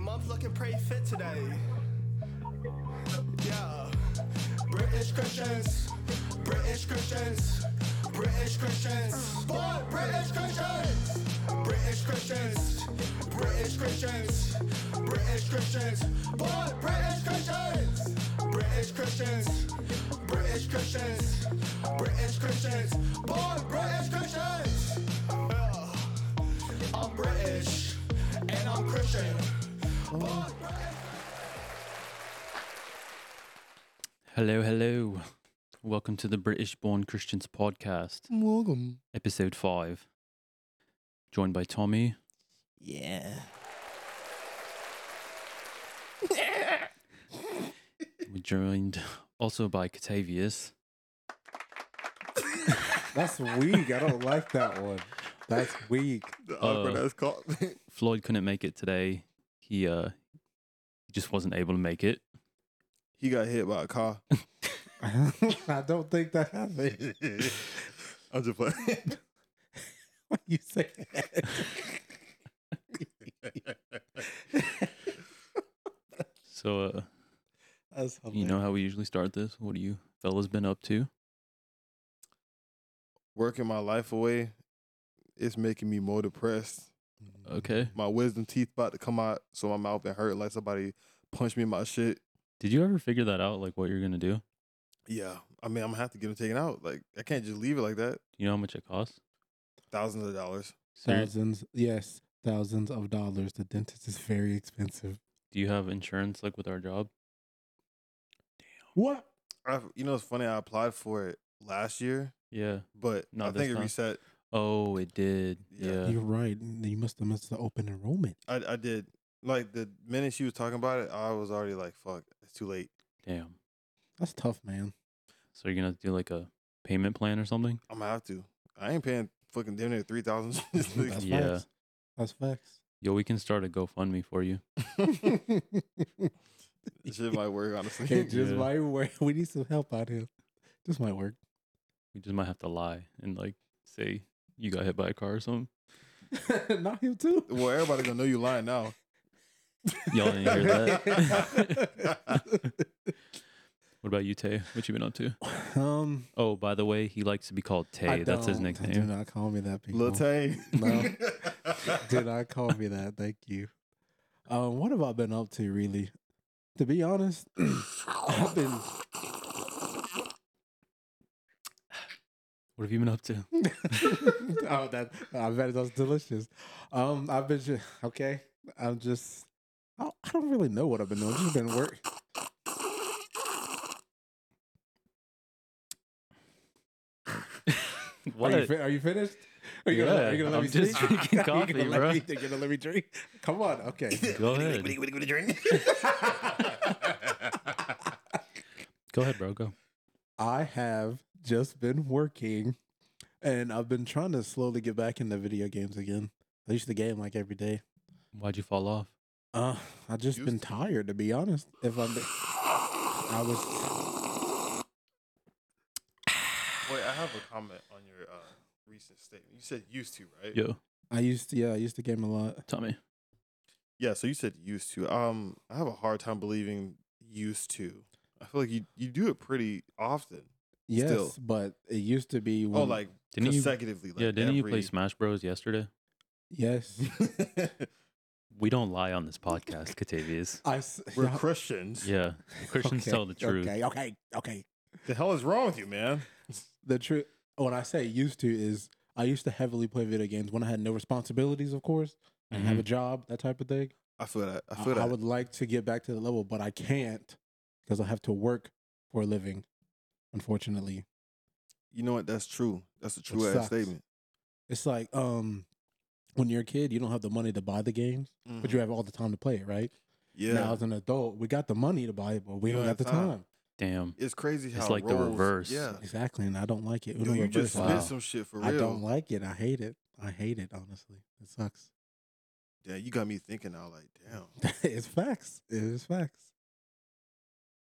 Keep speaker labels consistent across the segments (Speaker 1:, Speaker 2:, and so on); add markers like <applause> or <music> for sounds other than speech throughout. Speaker 1: love, look, and pray fit today. Yeah. British Christians, British Christians, British Christians. Boy, British Christians! British Christians, British Christians, British Christians. Boy, British Christians! British Christians, British Christians, British Christians. Boy, British Christians! Yeah. I'm British and I'm Christian. Boy, British.
Speaker 2: Hello, hello. Welcome to the British Born Christians podcast,
Speaker 3: Welcome.
Speaker 2: episode 5. Joined by Tommy.
Speaker 3: Yeah.
Speaker 2: We're joined also by Catavius.
Speaker 4: That's weak. I don't like that one. That's weak. <laughs>
Speaker 2: awkward Uh, Floyd couldn't make it today. He uh he just wasn't able to make it.
Speaker 5: He got hit by a car.
Speaker 4: I don't think that happened.
Speaker 5: I'm just playing.
Speaker 4: What you say? that?
Speaker 2: So uh
Speaker 4: That's
Speaker 2: you know how we usually start this. What do you fellas been up to?
Speaker 5: Working my life away, it's making me more depressed.
Speaker 2: Okay.
Speaker 5: My wisdom teeth about to come out, so my mouth been hurt like somebody punched me in my shit.
Speaker 2: Did you ever figure that out like what you're going to do? Do
Speaker 5: Yeah, I mean, I'm gonna have to get them taken out. Like, I can't just leave it like that.
Speaker 2: you know how much it costs?
Speaker 5: Thousands of dollars.
Speaker 2: Serious-
Speaker 4: thousands. Yes, thousands of dollars. The dentist is very expensive.
Speaker 2: Do you have insurance like with our job?
Speaker 4: What?
Speaker 5: I, you know, it's funny. I applied for it last year,
Speaker 2: Yeah.
Speaker 5: but
Speaker 2: Not
Speaker 5: I think
Speaker 2: this
Speaker 5: it
Speaker 2: time.
Speaker 5: reset.
Speaker 2: Oh, it did.
Speaker 5: Yeah.
Speaker 2: Yeah.
Speaker 4: You're right. You must have missed the open enrollment.
Speaker 5: I, I did. Like the minute she was talking about it, I was already like, "Fuck, it's too late."
Speaker 2: Damn.
Speaker 4: That's tough, <laughs> man.
Speaker 2: So you're going to do like a payment plan or something?
Speaker 5: I'm gonna have to. I ain't paying fucking damn near three thousand.
Speaker 4: That's
Speaker 2: Yeah.
Speaker 4: facts. That's facts.
Speaker 2: Yo, we can start a GoFundMe for you.
Speaker 4: <laughs>
Speaker 5: <laughs> This shit might work,
Speaker 4: <laughs>
Speaker 5: honestly.
Speaker 4: okay, just
Speaker 2: Yeah.
Speaker 4: might work. We need some help out here. This might work.
Speaker 2: We just might have to lie and like say you got hit by a car or something.
Speaker 4: <laughs> Not him too.
Speaker 5: well, everybody gonna know you lying now.
Speaker 2: Y'all didn't hear
Speaker 4: <laughs>
Speaker 2: that. what about you, Tay? What you been up to?
Speaker 4: um,
Speaker 2: Oh, by the way, he likes to be called Tay.
Speaker 4: I
Speaker 2: That's his
Speaker 4: don't. Do
Speaker 2: nickname.
Speaker 4: not call me that, <laughs> people.
Speaker 5: Lil Tay. <laughs>
Speaker 4: No. Do not call me that. Thank you. Um, what have I been up to, really? To be honest, <clears throat> I've been. <laughs>
Speaker 2: What have you been up to?
Speaker 4: oh, that I bet that's delicious. Um, I've been just okay. I'm just. I don't, I don't really know what I've been doing. I've just been work.
Speaker 2: <laughs> <laughs> What?
Speaker 4: Are you, fi- are you finished? Are you gonna, are you
Speaker 2: Yeah,
Speaker 4: gonna let
Speaker 2: I'm
Speaker 4: me
Speaker 2: just
Speaker 4: speak?
Speaker 2: drinking
Speaker 4: <laughs> Are you gonna
Speaker 2: coffee,
Speaker 4: let
Speaker 2: bro.
Speaker 4: me- You're gonna let me drink. Come on, okay.
Speaker 2: Go ahead. <laughs> Go ahead, bro. Go.
Speaker 4: I have just been working and I've been trying to slowly get back into video games again. I used to game like every day.
Speaker 2: Why'd you fall off?
Speaker 4: Uh, I've just been
Speaker 5: Used
Speaker 4: tired to be honest. If I'm be- I was
Speaker 5: Wait, I have a comment on your uh, recent statement. You said used to, right?
Speaker 2: Yo,
Speaker 4: I used to yeah, I used to game a lot.
Speaker 2: Tommy.
Speaker 5: Yeah. So you said used to. Um, I have a hard time believing used to. I feel like you you do it pretty often.
Speaker 4: Yes,
Speaker 5: Still.
Speaker 4: but it used to be when
Speaker 5: Oh, like
Speaker 2: Didn't you?
Speaker 5: consecutively. like
Speaker 2: yeah. Didn't you play
Speaker 5: <laughs> every-
Speaker 2: Smash Bros yesterday?
Speaker 4: yes.
Speaker 2: We don't lie on this podcast, Catavius.
Speaker 4: I s- <laughs>
Speaker 5: We're Christians.
Speaker 2: Yeah. Christians
Speaker 4: Okay,
Speaker 2: tell the truth.
Speaker 4: Okay, okay, okay.
Speaker 5: The hell is wrong with you, man?
Speaker 4: The truth when I say used to is I used to heavily play video games when I had no responsibilities, of course.
Speaker 2: Mm-hmm.
Speaker 4: I didn't
Speaker 5: Mm-hmm.
Speaker 4: have a job, that type of thing.
Speaker 5: I feel that. I
Speaker 4: I,
Speaker 5: feel
Speaker 4: I
Speaker 5: that.
Speaker 4: would like to get back to the level, but I can't because I have to work for a living, unfortunately.
Speaker 5: you know what? That's true. That's a true ass
Speaker 4: sucks.
Speaker 5: statement.
Speaker 4: It's like um when you're a kid, you don't have the money to buy the games, but you have all the time to play it, right?
Speaker 5: Mm-hmm. yeah.
Speaker 4: Now as an adult, we got the money to buy it, but we
Speaker 5: You
Speaker 4: don't
Speaker 5: don't
Speaker 4: got the
Speaker 5: have time.
Speaker 4: time.
Speaker 2: Damn.
Speaker 5: It's crazy how
Speaker 2: It's like the
Speaker 5: roles-
Speaker 2: reverse.
Speaker 5: Yeah,
Speaker 4: Exactly, and I don't like it.
Speaker 5: Yo,
Speaker 4: Uno
Speaker 5: you just
Speaker 4: reverse.
Speaker 5: spit
Speaker 2: Wow.
Speaker 5: some shit for real.
Speaker 4: I don't like it. I hate it. I hate it, honestly. It sucks. <laughs>
Speaker 5: yeah, you got me thinking now. Like, damn,
Speaker 4: it's facts. It is facts.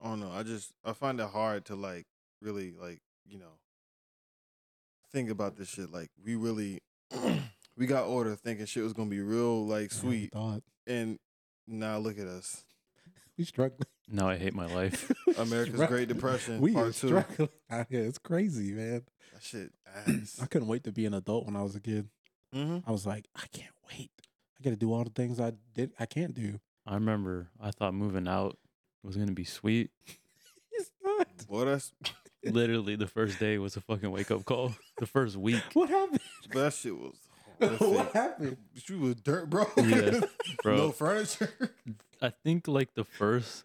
Speaker 5: I don't know. I just I find it hard to like really like you know think about this shit. Like, we <clears throat> really we got order thinking shit was gonna be real
Speaker 4: I
Speaker 5: like
Speaker 4: already
Speaker 5: sweet,
Speaker 4: thought.
Speaker 5: and Now look at <laughs> us.
Speaker 4: We struggling. <laughs>
Speaker 2: Now I hate my life.
Speaker 5: America's
Speaker 4: Strugg-
Speaker 5: Great Depression,
Speaker 4: We
Speaker 5: part
Speaker 4: are
Speaker 5: two.
Speaker 4: struggling out here. It's crazy, man.
Speaker 5: That shit ass.
Speaker 4: I couldn't wait to be an adult when I was a kid.
Speaker 5: hmm <laughs>
Speaker 4: I was like, I can't wait. I got to do all the things I did. I can't do.
Speaker 2: I remember I thought moving out was gonna be sweet.
Speaker 4: It's not. <laughs>
Speaker 5: Boy, that's
Speaker 2: Literally, the first day was a fucking wake up call. <laughs> The first week,
Speaker 4: <laughs> What happened?
Speaker 5: that shit <laughs> was.
Speaker 4: what
Speaker 5: horrific.
Speaker 4: happened?
Speaker 5: She was dirt, bro.
Speaker 2: Yeah, bro.
Speaker 4: <laughs>
Speaker 5: no furniture.
Speaker 2: I think like the first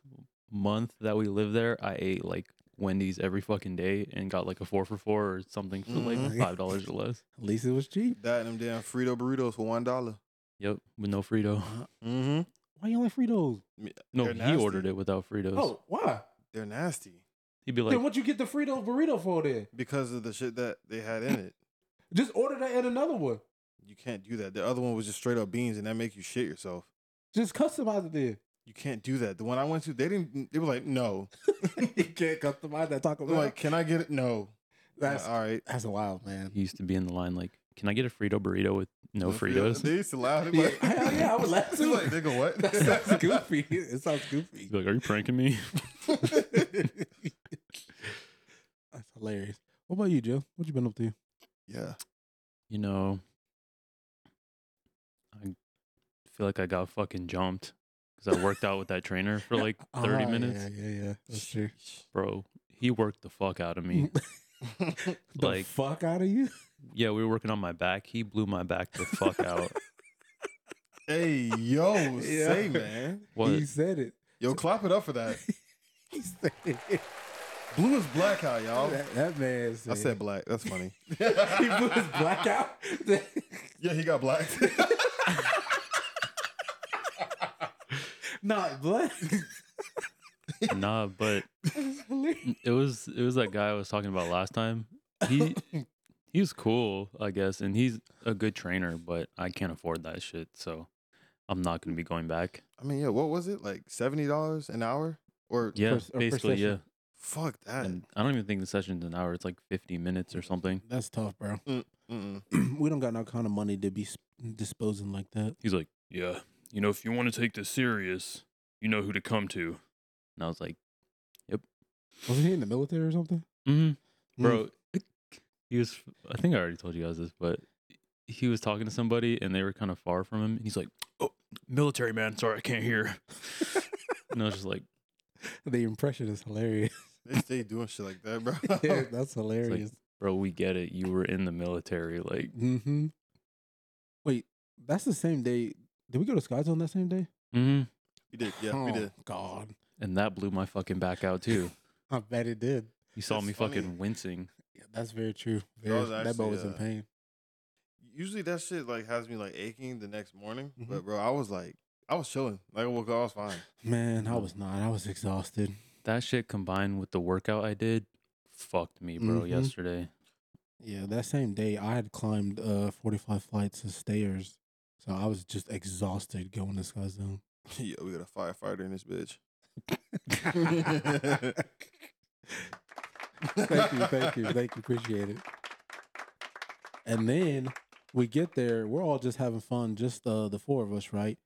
Speaker 2: month that we lived there, I ate like Wendy's every fucking day and got like a four for four or something for like
Speaker 4: Mm-hmm.
Speaker 5: Mhm.
Speaker 2: five dollars or less.
Speaker 4: At least it was cheap.
Speaker 5: That and them damn Frito burritos for one dollar.
Speaker 2: Yep, with no Frito.
Speaker 4: Uh-huh.
Speaker 5: Mm-hmm.
Speaker 4: Why you like Fritos?
Speaker 2: <laughs> No,
Speaker 5: They're
Speaker 2: he
Speaker 5: nasty.
Speaker 2: ordered it without Fritos.
Speaker 4: Oh, why?
Speaker 5: They're nasty
Speaker 2: He'd be like,
Speaker 4: then what you get the Frito burrito for then?
Speaker 5: because of the shit that they had in it.
Speaker 4: Just order that and another one.
Speaker 5: You can't do that. The other one was just straight up beans, and that make you shit yourself.
Speaker 4: Just customize it <laughs> then.
Speaker 5: You can't do that. The one I went to, they didn't. They were like, no.
Speaker 4: you can't customize that Taco
Speaker 5: They're like, can I get it? No.
Speaker 4: that's
Speaker 5: all right.
Speaker 4: that's wild, man.
Speaker 2: he used to be in the line like, "Can I get a Frito burrito with no Fritos?"
Speaker 5: They used to laugh. They
Speaker 4: Yeah,
Speaker 5: like,
Speaker 4: hell <laughs> yeah, I would
Speaker 5: <laughs>
Speaker 4: laugh
Speaker 5: It's
Speaker 4: too.
Speaker 5: like, nigga,
Speaker 4: <laughs>
Speaker 5: what?
Speaker 4: That sounds goofy. <laughs> It sounds goofy. <laughs>
Speaker 2: He'd be like, "Are you pranking me?" <laughs>
Speaker 4: That's hilarious. What about you, Joe? What you been up to?
Speaker 5: <laughs> yeah.
Speaker 2: you know, I feel like I got fucking jumped because I worked out with that trainer for <laughs> like 30
Speaker 4: Ah,
Speaker 2: minutes.
Speaker 4: Yeah, yeah, yeah. That's true.
Speaker 2: Bro, he worked the fuck out of <laughs> me.
Speaker 4: the
Speaker 2: Like-
Speaker 4: fuck out of you?
Speaker 2: yeah, we were working on my back. He blew my back the fuck <laughs> out.
Speaker 5: Hey, yo,
Speaker 4: <laughs> Yeah.
Speaker 5: say, man.
Speaker 2: What?
Speaker 4: He said it.
Speaker 5: Yo, clap it up for that.
Speaker 4: He said it.
Speaker 5: Blue is black out, y'all.
Speaker 4: That, that man said.
Speaker 5: I said black. That's funny.
Speaker 4: <laughs> he blew his black out. <laughs>
Speaker 5: Yeah, he got black. <laughs>
Speaker 4: Not black.
Speaker 2: nah, but
Speaker 4: That's hilarious.
Speaker 2: it was it was that guy I was talking about last time. <laughs> He he was cool, I guess, and he's a good trainer, but I can't afford that shit, so I'm not gonna be going back.
Speaker 5: I mean, yeah, what was it? Like $70 an hour? Or
Speaker 2: Yeah,
Speaker 4: Per- or per
Speaker 2: basically, yeah.
Speaker 4: session.
Speaker 5: fuck that.
Speaker 2: And I don't even think the session's an hour. It's like 50 minutes or something.
Speaker 4: <laughs> That's tough, bro. <clears throat>
Speaker 5: Mm-mm.
Speaker 4: we don't got no kind of money to be sp- disposing like that.
Speaker 2: He's like, Yeah, you know, if you want to take this serious, you know who to come to. And I was like,
Speaker 4: Was he in the military or something?
Speaker 2: Mm, bro, he was, I think I already told you guys this, but he was talking to somebody and they were kind of far from him. And he's like, Oh, military man, sorry, I can't hear. <laughs> and I was just like,
Speaker 4: The impression is <laughs> hilarious.
Speaker 5: They stay doing shit like that, bro.
Speaker 4: <laughs> yeah,
Speaker 5: <laughs>
Speaker 4: that's hilarious.
Speaker 2: Bro, we get it. You were in the military. Like,
Speaker 4: mm-hmm. Wait, that's the same day. Did we go to Sky Zone that same day?
Speaker 2: mm-hmm.
Speaker 5: we did. Yeah, we
Speaker 4: Oh,
Speaker 5: did.
Speaker 4: God,
Speaker 2: and that blew my fucking back out too.
Speaker 4: I bet it did.
Speaker 2: You saw
Speaker 5: That's
Speaker 2: me
Speaker 5: funny.
Speaker 2: fucking wincing.
Speaker 4: Yeah, that's very true.
Speaker 5: That was
Speaker 4: Very- that boy
Speaker 5: actually,
Speaker 4: was in
Speaker 5: uh,
Speaker 4: pain.
Speaker 5: Usually that shit like has me like aching the next morning.
Speaker 4: Mhm.
Speaker 5: But bro, I was like, I was chilling. Like I woke up, I was
Speaker 4: <laughs>
Speaker 5: fine. <laughs>
Speaker 4: Man, I
Speaker 2: no.
Speaker 4: was not. I was exhausted.
Speaker 2: That shit combined with the workout I did fucked me, bro,
Speaker 4: Mhm.
Speaker 2: yesterday.
Speaker 4: Yeah, that same day I had climbed uh 45 flights of stairs. So I was just exhausted going to Sky
Speaker 5: <laughs>
Speaker 4: Zone.
Speaker 5: yeah, we got a firefighter in this bitch.
Speaker 4: thank you, thank
Speaker 5: <laughs>
Speaker 4: you, thank you, appreciate it. And then we get there, we're all just having fun, just uh, the four of us, right?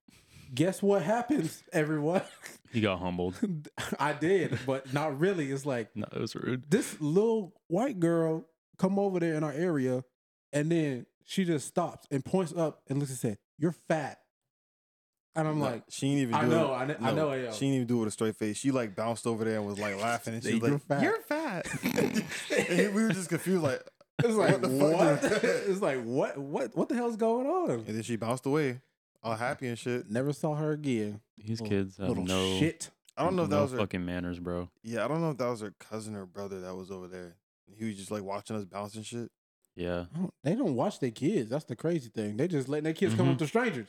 Speaker 4: Guess what happens, everyone? <laughs>
Speaker 2: He got humbled.
Speaker 4: I did, but not really. It's like
Speaker 2: No, it was rude.
Speaker 4: this little white girl come over there in our area, and then she just stops and points up and looks and said, "You're fat," and I'm
Speaker 5: Nah,
Speaker 4: like,
Speaker 5: she didn't even.
Speaker 4: I
Speaker 5: do
Speaker 4: know,
Speaker 5: it.
Speaker 4: I kn- I know I am.
Speaker 5: She didn't even do it with a straight face. She like bounced over there and was like laughing, and she was
Speaker 4: You're
Speaker 5: like,
Speaker 4: fat.
Speaker 5: "You're fat."
Speaker 4: <laughs>
Speaker 5: and we were just confused, like,
Speaker 4: "It's like
Speaker 5: What the fuck?
Speaker 4: what? <laughs> it's like what? What? What the hell's going on?"
Speaker 5: and then she bounced away, all happy and shit.
Speaker 4: Never saw her again.
Speaker 2: These
Speaker 4: Little-
Speaker 2: kids have
Speaker 4: Little
Speaker 2: no.
Speaker 4: shit.
Speaker 5: I don't know if that
Speaker 2: no
Speaker 5: was her.
Speaker 2: fucking manners, bro.
Speaker 5: Yeah, I don't know if that was her cousin or brother that was over there. He was just like watching us bounce and shit.
Speaker 2: Yeah,
Speaker 4: I don't- They don't watch their kids. That's the crazy thing. They just letting their kids come
Speaker 2: Mhm.
Speaker 4: up to strangers.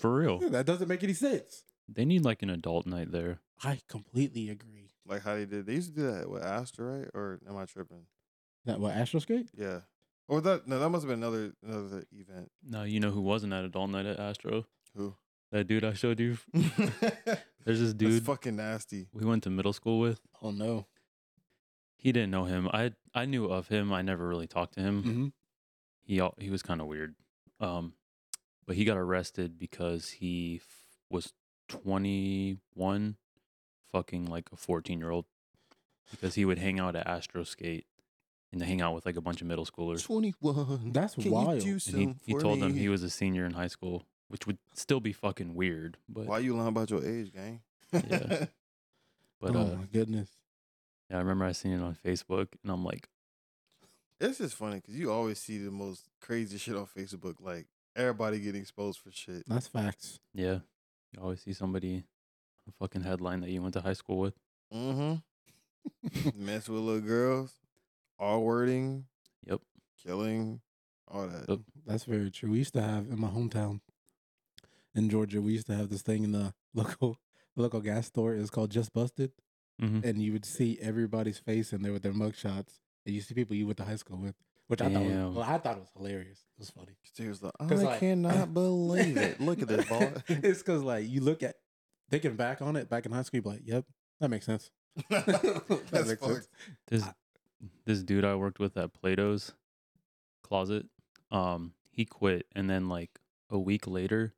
Speaker 2: for real.
Speaker 4: That doesn't make any sense.
Speaker 2: <laughs> They need like an adult night there.
Speaker 4: I completely agree.
Speaker 5: Like how they did. They used to do that with Astor, right? Or am I tripping?
Speaker 4: That what Astroskate? <laughs>
Speaker 5: Yeah. Or that no, that must have been another another event.
Speaker 2: No, you know who wasn't at adult night at Astro?
Speaker 5: Who?
Speaker 2: That dude I showed you.
Speaker 5: That's
Speaker 2: There's this dude
Speaker 5: fucking nasty.
Speaker 2: we went to middle school with.
Speaker 4: Oh no.
Speaker 2: He didn't know him. I I knew of him. I never really talked to him.
Speaker 4: Mm-hmm.
Speaker 2: He al- he was kind of weird. Um, but he got arrested because he f- was 21 fucking like a 14 year old because he would hang out at Astro Skate and hang out with like a bunch of middle schoolers.
Speaker 5: Twenty
Speaker 2: <laughs>
Speaker 5: one.
Speaker 4: That's wild.
Speaker 5: You
Speaker 2: And
Speaker 5: do
Speaker 2: he,
Speaker 5: something
Speaker 2: he
Speaker 5: for
Speaker 2: told them
Speaker 5: me?
Speaker 2: he was a senior in high school, which would still be fucking weird. But,
Speaker 5: Why you lying about your age, gang?
Speaker 4: <laughs>
Speaker 2: Yeah. but
Speaker 4: oh
Speaker 2: uh,
Speaker 4: my goodness.
Speaker 2: yeah, I remember I seen it on Facebook and I'm like,
Speaker 5: <laughs> It's just funny because you always see the most crazy shit on Facebook. Like everybody getting exposed for shit.
Speaker 4: That's
Speaker 2: <laughs>
Speaker 4: facts.
Speaker 2: yeah, you always see somebody a fucking headline that you went to high school with.
Speaker 5: Mm-hmm. Mess with little girls, R wording,
Speaker 2: Yep.
Speaker 5: killing, all that.
Speaker 2: Yep.
Speaker 4: That's very true. We used to have in my hometown in Georgia, we used to have this thing in the <laughs> local local gas store. It was called Just Busted.
Speaker 2: Mm-hmm.
Speaker 4: And you would see everybody's face in there with their mugshots. And you see people you went to high school with. Which I thought
Speaker 2: Damn.
Speaker 4: was, well, I thought it was hilarious. It was funny.
Speaker 5: She was like,
Speaker 4: 'Cause,
Speaker 5: I
Speaker 4: like- <laughs>
Speaker 5: cannot believe it. Look at this
Speaker 2: <laughs>
Speaker 5: ball.
Speaker 4: it's because like you look at thinking back on it, back in high school, you're like, yep, that makes
Speaker 5: <laughs>
Speaker 4: sense. <laughs> that
Speaker 5: That's
Speaker 4: makes
Speaker 5: fucked.
Speaker 4: sense.
Speaker 2: This this dude I worked with at Plato's closet, um, he quit and then like a week later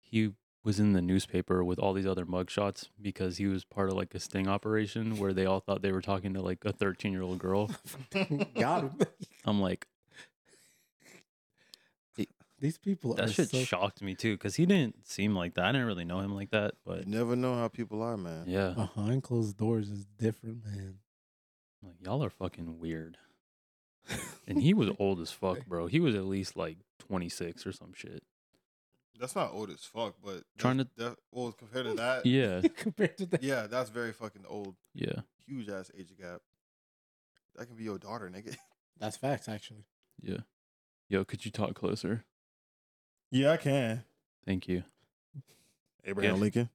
Speaker 2: he was in the newspaper with all these other mugshots because he was part of like a sting operation where they all thought they were talking to like a 13 year old girl.
Speaker 4: Got 'em.
Speaker 5: <laughs>
Speaker 2: I'm like,
Speaker 4: These people
Speaker 2: that
Speaker 4: are
Speaker 2: shit
Speaker 4: so
Speaker 2: shocked me too because he didn't seem like that. I didn't really know him like that,
Speaker 5: You
Speaker 2: but
Speaker 5: never know how people are, man.
Speaker 2: yeah,
Speaker 4: behind closed doors is different, man.
Speaker 2: I'm like, y'all are fucking weird. <laughs> And he was old as fuck, bro. He was at least like 26 or some shit.
Speaker 5: That's not old as fuck, but
Speaker 2: Trying
Speaker 5: that's def- well compared to that.
Speaker 2: Yeah,
Speaker 4: <laughs> compared to that.
Speaker 5: yeah, that's very fucking old.
Speaker 2: yeah,
Speaker 5: Huge ass age gap. That can be your daughter, nigga.
Speaker 4: That's facts, actually.
Speaker 2: yeah. Yo, could you talk closer?
Speaker 5: Yeah, I can.
Speaker 2: Thank you.
Speaker 5: Abraham
Speaker 2: Yeah.
Speaker 5: Lincoln.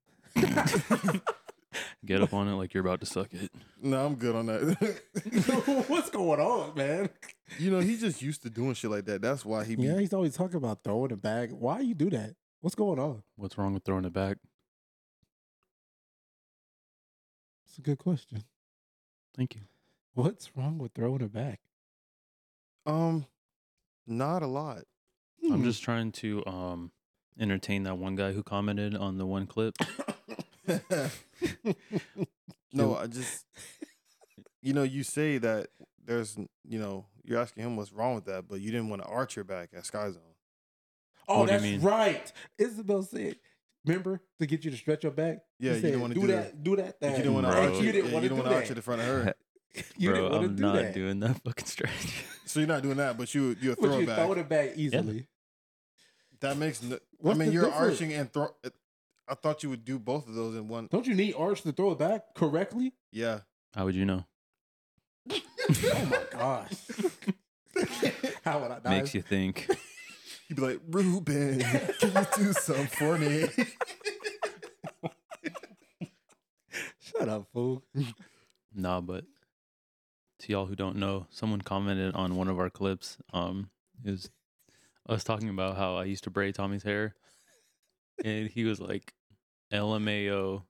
Speaker 2: Get <laughs> up on it like you're about to suck it.
Speaker 5: No, I'm good on that.
Speaker 4: <laughs> What's going on, <laughs> man?
Speaker 5: <laughs> you know, he's just used to doing shit like that. That's why he be
Speaker 4: Yeah, he's always talking about throwing it back. Why you do that? What's going on?
Speaker 2: What's wrong with throwing it back?
Speaker 4: It's a good question.
Speaker 2: Thank you.
Speaker 4: What's wrong with throwing it back?
Speaker 5: um not a lot.
Speaker 4: Hmm.
Speaker 2: I'm
Speaker 4: <laughs>
Speaker 2: just trying to um entertain that one guy who commented on the one clip.
Speaker 5: No, I just you know, you say that there's you know, you're asking him what's wrong with that, but you didn't want to arch your back at Sky Zone.
Speaker 4: Oh,
Speaker 2: What do you
Speaker 4: that's
Speaker 2: mean?
Speaker 4: right. Isabel said, "Remember to get you to stretch your back." He
Speaker 5: Yeah, you
Speaker 4: said,
Speaker 5: didn't want to
Speaker 4: do,
Speaker 5: do,
Speaker 4: that. Do that.
Speaker 5: But
Speaker 4: Thing.
Speaker 5: you didn't want to
Speaker 2: Bro.
Speaker 5: arch.
Speaker 4: And you didn't
Speaker 5: yeah,
Speaker 4: want
Speaker 5: you
Speaker 4: to do
Speaker 5: didn't want to arch in
Speaker 4: that.
Speaker 5: front of her.
Speaker 4: You
Speaker 2: Bro,
Speaker 4: didn't want to
Speaker 2: I'm
Speaker 4: do
Speaker 2: not
Speaker 4: that.
Speaker 2: doing that <laughs> fucking stretch.
Speaker 5: So you're not doing that, but you you
Speaker 4: But
Speaker 5: throw
Speaker 4: you
Speaker 5: it
Speaker 4: throw
Speaker 5: back.
Speaker 4: it back easily.
Speaker 5: That makes no, I
Speaker 4: What's
Speaker 5: mean
Speaker 4: the
Speaker 5: you're
Speaker 4: difference?
Speaker 5: arching and throw. I thought you would do both of those in one.
Speaker 4: Don't you need arch to throw it
Speaker 2: <laughs>
Speaker 4: back correctly?
Speaker 5: Yeah.
Speaker 2: How would you know?
Speaker 4: oh my gosh! <laughs> How would I? die?
Speaker 2: Makes you think.
Speaker 5: You'd be <laughs> like, Ruben,
Speaker 2: <laughs>
Speaker 5: can you do something for me?
Speaker 4: <laughs> Shut up, fool.
Speaker 2: Nah, but to y'all who don't know, someone commented on one of our clips. Um, is us talking about how I used to braid Tommy's hair, and he was like, "LMAO,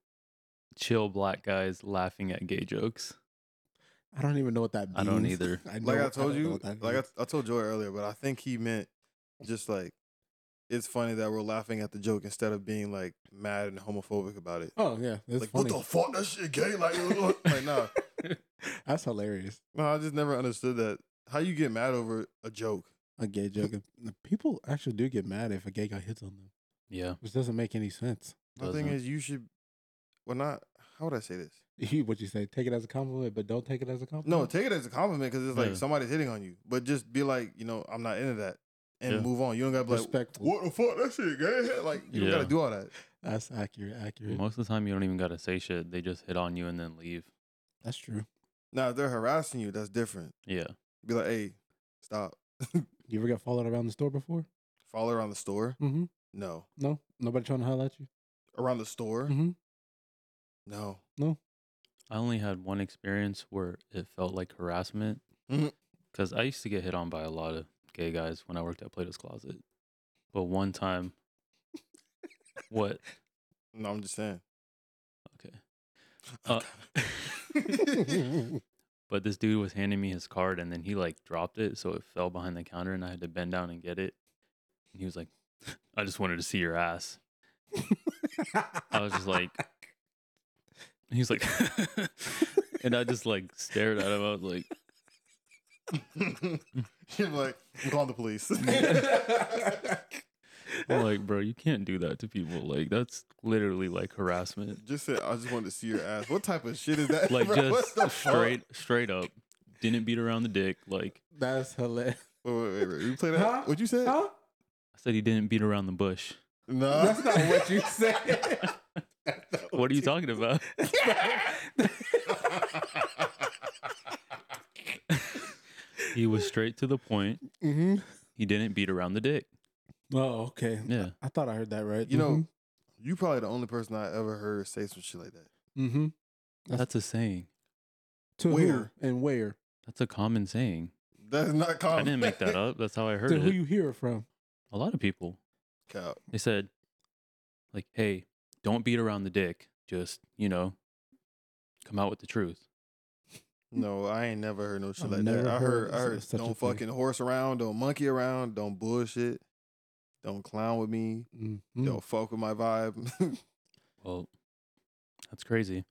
Speaker 2: chill black guys laughing at gay jokes."
Speaker 4: I don't even know what that means.
Speaker 2: I don't either.
Speaker 4: I
Speaker 5: like
Speaker 4: know-
Speaker 5: I told
Speaker 4: don't know
Speaker 5: you,
Speaker 4: what that
Speaker 5: like
Speaker 4: means.
Speaker 5: I, I told Joy earlier, but I think he meant just like it's funny that we're laughing at the joke instead of being like mad and homophobic about it.
Speaker 4: oh yeah, that's
Speaker 5: like
Speaker 4: funny.
Speaker 5: what the fuck? That shit gay? Like, <laughs> like no,
Speaker 4: <laughs> that's hilarious.
Speaker 5: no. I just never understood that. How you get mad over a joke?
Speaker 4: A gay joke. <laughs> People actually do get mad if a gay guy hits on them,
Speaker 2: Yeah,
Speaker 4: which doesn't make any sense. <laughs>
Speaker 5: The thing
Speaker 2: Doesn't.
Speaker 5: is, you should. Well, not. How would I say this?
Speaker 4: You, what you say? Take it as a compliment, but don't take it as a compliment.
Speaker 5: No, take it as a compliment because it's like
Speaker 2: Yeah.
Speaker 5: somebody's hitting on you. But just be like, you know, I'm not into that, and
Speaker 2: Yeah.
Speaker 5: move on. You don't gotta be like,
Speaker 4: Respectful.
Speaker 5: what the fuck? That shit gay? <laughs> Like, you don't
Speaker 2: Yeah.
Speaker 5: gotta do all that.
Speaker 4: That's accurate. Accurate.
Speaker 2: most of the time you don't even gotta say shit. They just hit on you and then leave.
Speaker 4: That's true.
Speaker 5: Now, if they're harassing you, that's different.
Speaker 2: Yeah,
Speaker 5: Be like, hey, stop.
Speaker 4: You ever got followed around the store before?
Speaker 5: Follow around the store?
Speaker 4: Mm-hmm.
Speaker 5: No.
Speaker 4: No, nobody trying to holler at you.
Speaker 5: Around the store?
Speaker 4: Mm-hmm.
Speaker 5: No.
Speaker 2: I only had one experience where it felt like harassment
Speaker 5: Mhm.
Speaker 2: because I used to get hit on by a lot of gay guys when I worked at Plato's Closet. But one time, what?
Speaker 5: No, I'm just saying. <laughs>
Speaker 2: Okay. Uh,
Speaker 4: Mm-hmm.
Speaker 2: but this dude was handing me his card and then he like dropped it. So it fell behind the counter and I had to bend down and get it. And he was like, I just wanted to see your ass. I was just like, he's like, <laughs> and I just like stared at him. I was like,
Speaker 5: You're like, I'm calling the police. <laughs>
Speaker 2: I'm like, bro, you can't do that to people. Like, that's literally like
Speaker 5: <laughs>
Speaker 2: harassment.
Speaker 5: just said, I just wanted to see your ass. What type of shit is that?
Speaker 2: Like,
Speaker 5: bro? <laughs> What
Speaker 2: just
Speaker 5: the fuck?
Speaker 2: straight, straight up, didn't beat around the dick. Like,
Speaker 4: <laughs> That's hilarious.
Speaker 5: Wait, wait, wait, wait. You play that?
Speaker 4: Huh?
Speaker 5: What you said?
Speaker 4: Huh?
Speaker 2: I said he didn't beat around the bush.
Speaker 5: No.
Speaker 4: That's not what you said. <laughs>
Speaker 5: Oh,
Speaker 2: What are you talking
Speaker 5: <laughs>
Speaker 2: about? he was straight to the point.
Speaker 4: mm-hmm.
Speaker 2: He didn't beat around the dick.
Speaker 4: Oh, okay.
Speaker 2: Yeah.
Speaker 4: I thought I heard that right.
Speaker 5: You know, you probably the only person I ever heard say some shit like that.
Speaker 4: mm-hmm.
Speaker 2: That's a saying.
Speaker 4: to
Speaker 5: where?
Speaker 4: who and where?
Speaker 2: That's a common saying.
Speaker 5: That's not
Speaker 2: I
Speaker 5: common.
Speaker 2: didn't make
Speaker 5: <laughs>
Speaker 2: that up. That's how I heard
Speaker 4: To who
Speaker 2: it.
Speaker 4: you hear it from?
Speaker 2: A lot of people.
Speaker 5: Cow.
Speaker 2: They said, like, hey, don't beat around the dick. Just, you know, come out with the truth.
Speaker 5: No, I ain't never heard no shit
Speaker 4: I've
Speaker 5: like that.
Speaker 4: never
Speaker 5: I
Speaker 4: heard
Speaker 5: heard, I heard
Speaker 4: s- such a
Speaker 5: don't
Speaker 4: thing.
Speaker 5: fucking horse around, don't monkey around, don't bullshit, don't clown with me,
Speaker 4: Mm-hmm.
Speaker 5: don't fuck with my vibe. <laughs>
Speaker 2: Well, that's crazy.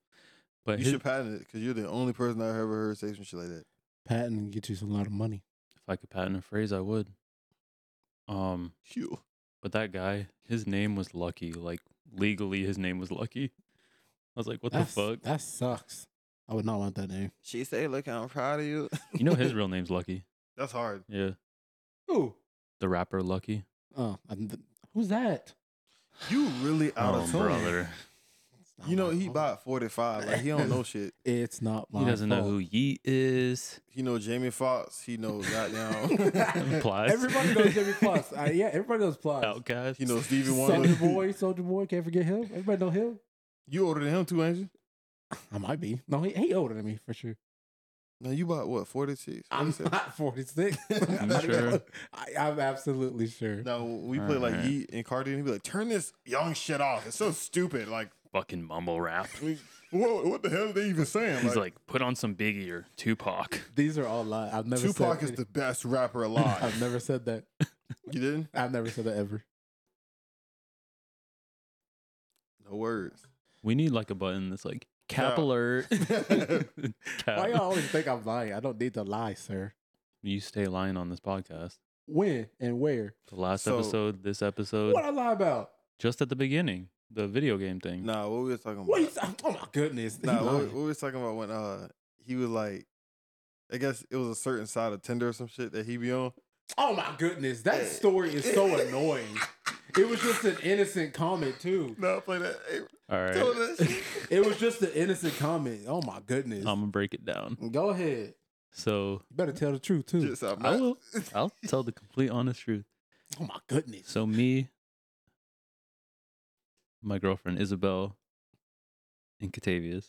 Speaker 2: But
Speaker 5: you
Speaker 2: his-
Speaker 5: should patent it because you're the only person I ever heard say some shit like that.
Speaker 4: Patent and get you some lot of money.
Speaker 2: if I could patent a phrase, I would. Um,
Speaker 5: You.
Speaker 2: but that guy, his name was Lucky. Like legally, his name was Lucky. I was like, what
Speaker 4: That's-
Speaker 2: the fuck?
Speaker 4: That sucks. I would not want that name.
Speaker 5: She say, "Look, I'm proud of you."
Speaker 2: You know his real name's Lucky.
Speaker 5: <laughs> That's hard.
Speaker 2: Yeah,
Speaker 4: Who?
Speaker 2: the rapper Lucky.
Speaker 4: Oh, I'm th- who's that?
Speaker 5: You really out of tune.
Speaker 2: Oh, brother,
Speaker 4: It's
Speaker 5: You know
Speaker 4: not my
Speaker 5: he
Speaker 4: fault.
Speaker 5: bought 45. Like
Speaker 4: <laughs>
Speaker 5: he don't know shit.
Speaker 4: It's not my.
Speaker 2: he doesn't know who
Speaker 4: fault.
Speaker 2: Yeet is.
Speaker 5: He know Jamie Foxx. He
Speaker 4: <laughs>
Speaker 5: knows goddamn. <laughs>
Speaker 2: Plies.
Speaker 4: Everybody knows Jimmy Plus. I, yeah, everybody knows Plus.
Speaker 2: Outcast.
Speaker 5: he <laughs> knows Stevie
Speaker 4: Soldier
Speaker 5: Wonder.
Speaker 4: Boy, Soldier Boy, can't forget him. Everybody know him.
Speaker 5: <laughs> You older than him too, ain't you?
Speaker 4: I might be. No, he, he older than me for sure.
Speaker 5: No, you bought what 46.
Speaker 4: I'm
Speaker 5: 47?
Speaker 4: <laughs> not 46.
Speaker 5: I'm
Speaker 4: not even-
Speaker 2: sure.
Speaker 4: I, I'm absolutely sure.
Speaker 5: <laughs> No, when we play like
Speaker 2: Alright.
Speaker 5: Yeet and Cardi, and he'd be like, "Turn this young shit off. It's so stupid." Like,
Speaker 2: <laughs> Fucking mumble rap.
Speaker 5: we- whoa, what the hell are they even saying?
Speaker 2: He's like, put on some Biggie or Tupac.
Speaker 4: These are all lies. I've never
Speaker 5: Tupac
Speaker 4: said
Speaker 5: is the best rapper
Speaker 4: <laughs>
Speaker 5: alive.
Speaker 4: I've never said that.
Speaker 5: <laughs> you didn't?
Speaker 4: I've never said that ever.
Speaker 5: No words.
Speaker 2: We need like a button that's like cap
Speaker 5: No.
Speaker 2: alert. <laughs> Cap.
Speaker 4: Why y'all always think I'm lying? I don't need to lie, sir.
Speaker 2: You stay lying on this podcast.
Speaker 4: When and where?
Speaker 2: The last
Speaker 5: So-
Speaker 2: episode, this episode,
Speaker 4: What I lie about?
Speaker 2: just at the beginning, the video game thing.
Speaker 5: Nah, what we was talking about?
Speaker 4: What? You, oh my goodness! He
Speaker 5: Nah, what,
Speaker 4: lying.
Speaker 5: we- what we was talking about when uh he was like, I guess it was a certain side of Tinder or some shit that he be on.
Speaker 4: Oh my goodness! That story is so <laughs> annoying. It was just an innocent comment too.
Speaker 5: No, play that. <laughs> Hey,
Speaker 2: All right,
Speaker 5: tell
Speaker 2: I'm
Speaker 5: that shit.
Speaker 4: It was just an innocent comment. Oh my goodness!
Speaker 2: gonna break it down.
Speaker 4: Go ahead.
Speaker 2: So
Speaker 4: You better tell the truth too.
Speaker 5: Just, uh, I'm
Speaker 2: I
Speaker 5: not-
Speaker 2: will. I'll tell the complete honest truth.
Speaker 4: oh my goodness!
Speaker 2: So me, my girlfriend Isabel, and Catavius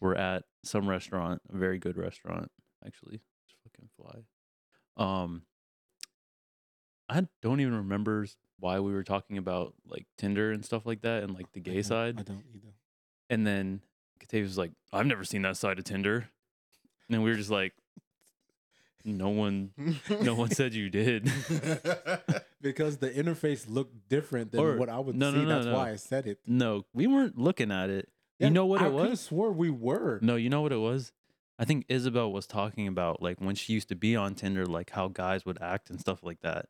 Speaker 2: were at some restaurant, a very good restaurant, actually. It's fucking fly. Um I don't even remember s- why we were talking about like Tinder and stuff like that and like the
Speaker 4: I
Speaker 2: gay
Speaker 4: don't-
Speaker 2: side.
Speaker 4: I don't either.
Speaker 2: And then Catavius was like, I've never seen that side of Tinder. And then we were just like, No one <laughs> no
Speaker 4: <laughs>
Speaker 2: one said you did.
Speaker 4: Because the interface looked different than
Speaker 2: Or-
Speaker 4: what I would
Speaker 2: no,
Speaker 4: see.
Speaker 2: no, no,
Speaker 4: That's
Speaker 2: no.
Speaker 4: why I said it.
Speaker 2: <laughs> No, we weren't looking at it.
Speaker 4: Yeah,
Speaker 2: you know what
Speaker 4: I
Speaker 2: it
Speaker 4: coulda
Speaker 2: was?
Speaker 4: swore we were.
Speaker 2: No, you know what it was? I think Isabel was talking about like when she used to be on Tinder, like how guys would act and stuff like that.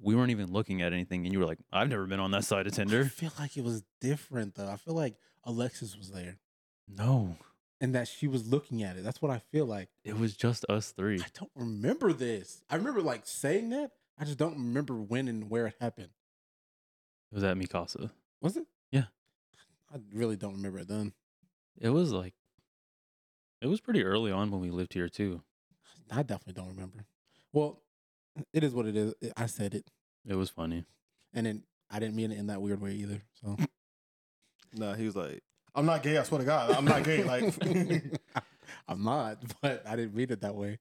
Speaker 2: We weren't even looking at anything, and you were like, "I've never been on that side of
Speaker 4: I
Speaker 2: Tinder."
Speaker 4: feel like it was different though. I feel like Alexis was there
Speaker 2: <laughs> No,
Speaker 4: and that she was looking at it. That's what I feel like.
Speaker 2: it was just us three.
Speaker 4: I don't remember this. I remember like saying that. I just don't remember when and where it happened.
Speaker 2: It was at Mikasa.
Speaker 4: Was it?
Speaker 2: Yeah.
Speaker 4: I really don't remember it then.
Speaker 2: It was like, it was pretty early on when we lived here too.
Speaker 4: I definitely don't remember. Well, it is what it is. I said it.
Speaker 2: It was funny.
Speaker 4: And then I didn't mean it in that weird way either. So
Speaker 5: nah, he was like, I'm not gay. I swear to God, <laughs> I'm not gay. Like,
Speaker 4: <laughs>
Speaker 5: <laughs>
Speaker 4: I'm not, but I didn't mean it that way.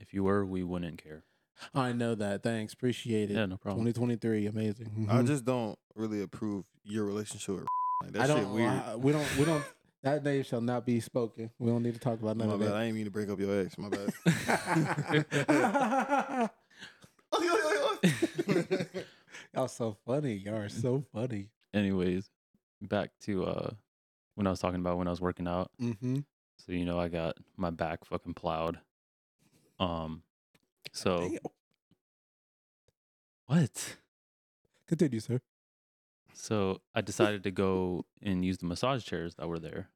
Speaker 2: If you were, we wouldn't care.
Speaker 4: I know that. Thanks. Appreciate it.
Speaker 2: Yeah, no problem.
Speaker 4: 2023, amazing.
Speaker 5: I
Speaker 4: Mhm.
Speaker 5: just don't really approve your relationship. With <laughs> like, that
Speaker 4: I
Speaker 5: shit
Speaker 4: don't.
Speaker 5: weird.
Speaker 4: I- we don't. We don't. That name shall not be spoken. We don't need to talk about none
Speaker 5: my
Speaker 4: of
Speaker 5: bad. I didn't mean to break up your ex. My bad.
Speaker 4: that. <laughs> Y'all so funny. Y'all are so funny.
Speaker 2: <laughs> anyways, back to uh when I was talking about when I was working out.
Speaker 4: Mm-hmm.
Speaker 2: So you know I got my back fucking plowed. Um so
Speaker 4: Damn.
Speaker 2: what?
Speaker 4: Continue, sir.
Speaker 2: So
Speaker 4: <laughs>
Speaker 2: I decided to go and use the massage chairs that were there.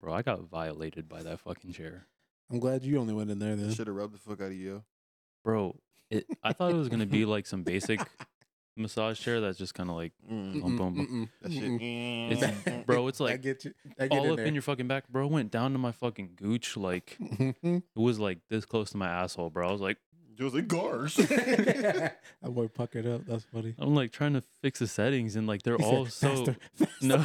Speaker 2: Bro, I got violated by that fucking chair.
Speaker 4: I'm glad you only went in there then.
Speaker 5: Should have rubbed the fuck out of you.
Speaker 2: Bro, it I thought it was gonna be like some basic massage chair that's just kinda like
Speaker 5: Mm,
Speaker 2: Bum, bum,
Speaker 4: Mm-mm,
Speaker 5: that shit.
Speaker 4: mm-mm. <laughs>
Speaker 2: it's, <laughs> bro, it's
Speaker 4: I
Speaker 2: like
Speaker 4: get you. I get
Speaker 2: all
Speaker 4: in
Speaker 2: up
Speaker 4: there.
Speaker 2: in
Speaker 4: <laughs>
Speaker 2: your fucking back, bro. It Went down to my fucking gooch, like
Speaker 4: Mhm.
Speaker 2: it was like this close to my asshole, bro. I was like,
Speaker 5: Just like
Speaker 4: <laughs>
Speaker 5: gars.
Speaker 4: <laughs> that boy puckered up. That's funny.
Speaker 2: I'm like trying to fix the settings, and like they're
Speaker 4: He said,
Speaker 2: all so
Speaker 4: "Faster,
Speaker 2: <laughs>
Speaker 4: <laughs>
Speaker 2: no.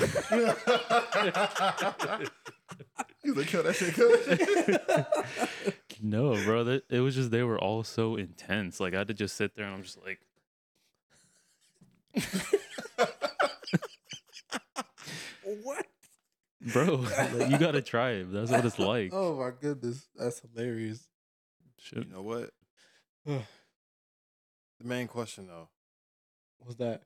Speaker 5: He's like, cut
Speaker 4: <laughs>
Speaker 5: that shit, cut that shit.
Speaker 2: <laughs> No, bro. That, it was just they were all so intense. Like I had to just sit there and I'm just like
Speaker 4: what?
Speaker 2: Bro, <laughs> like, you gotta try it. That's what it's like.
Speaker 4: Oh my goodness, that's hilarious.
Speaker 2: Shit.
Speaker 5: You know what?
Speaker 4: Ugh.
Speaker 5: The main question though.
Speaker 4: What's that?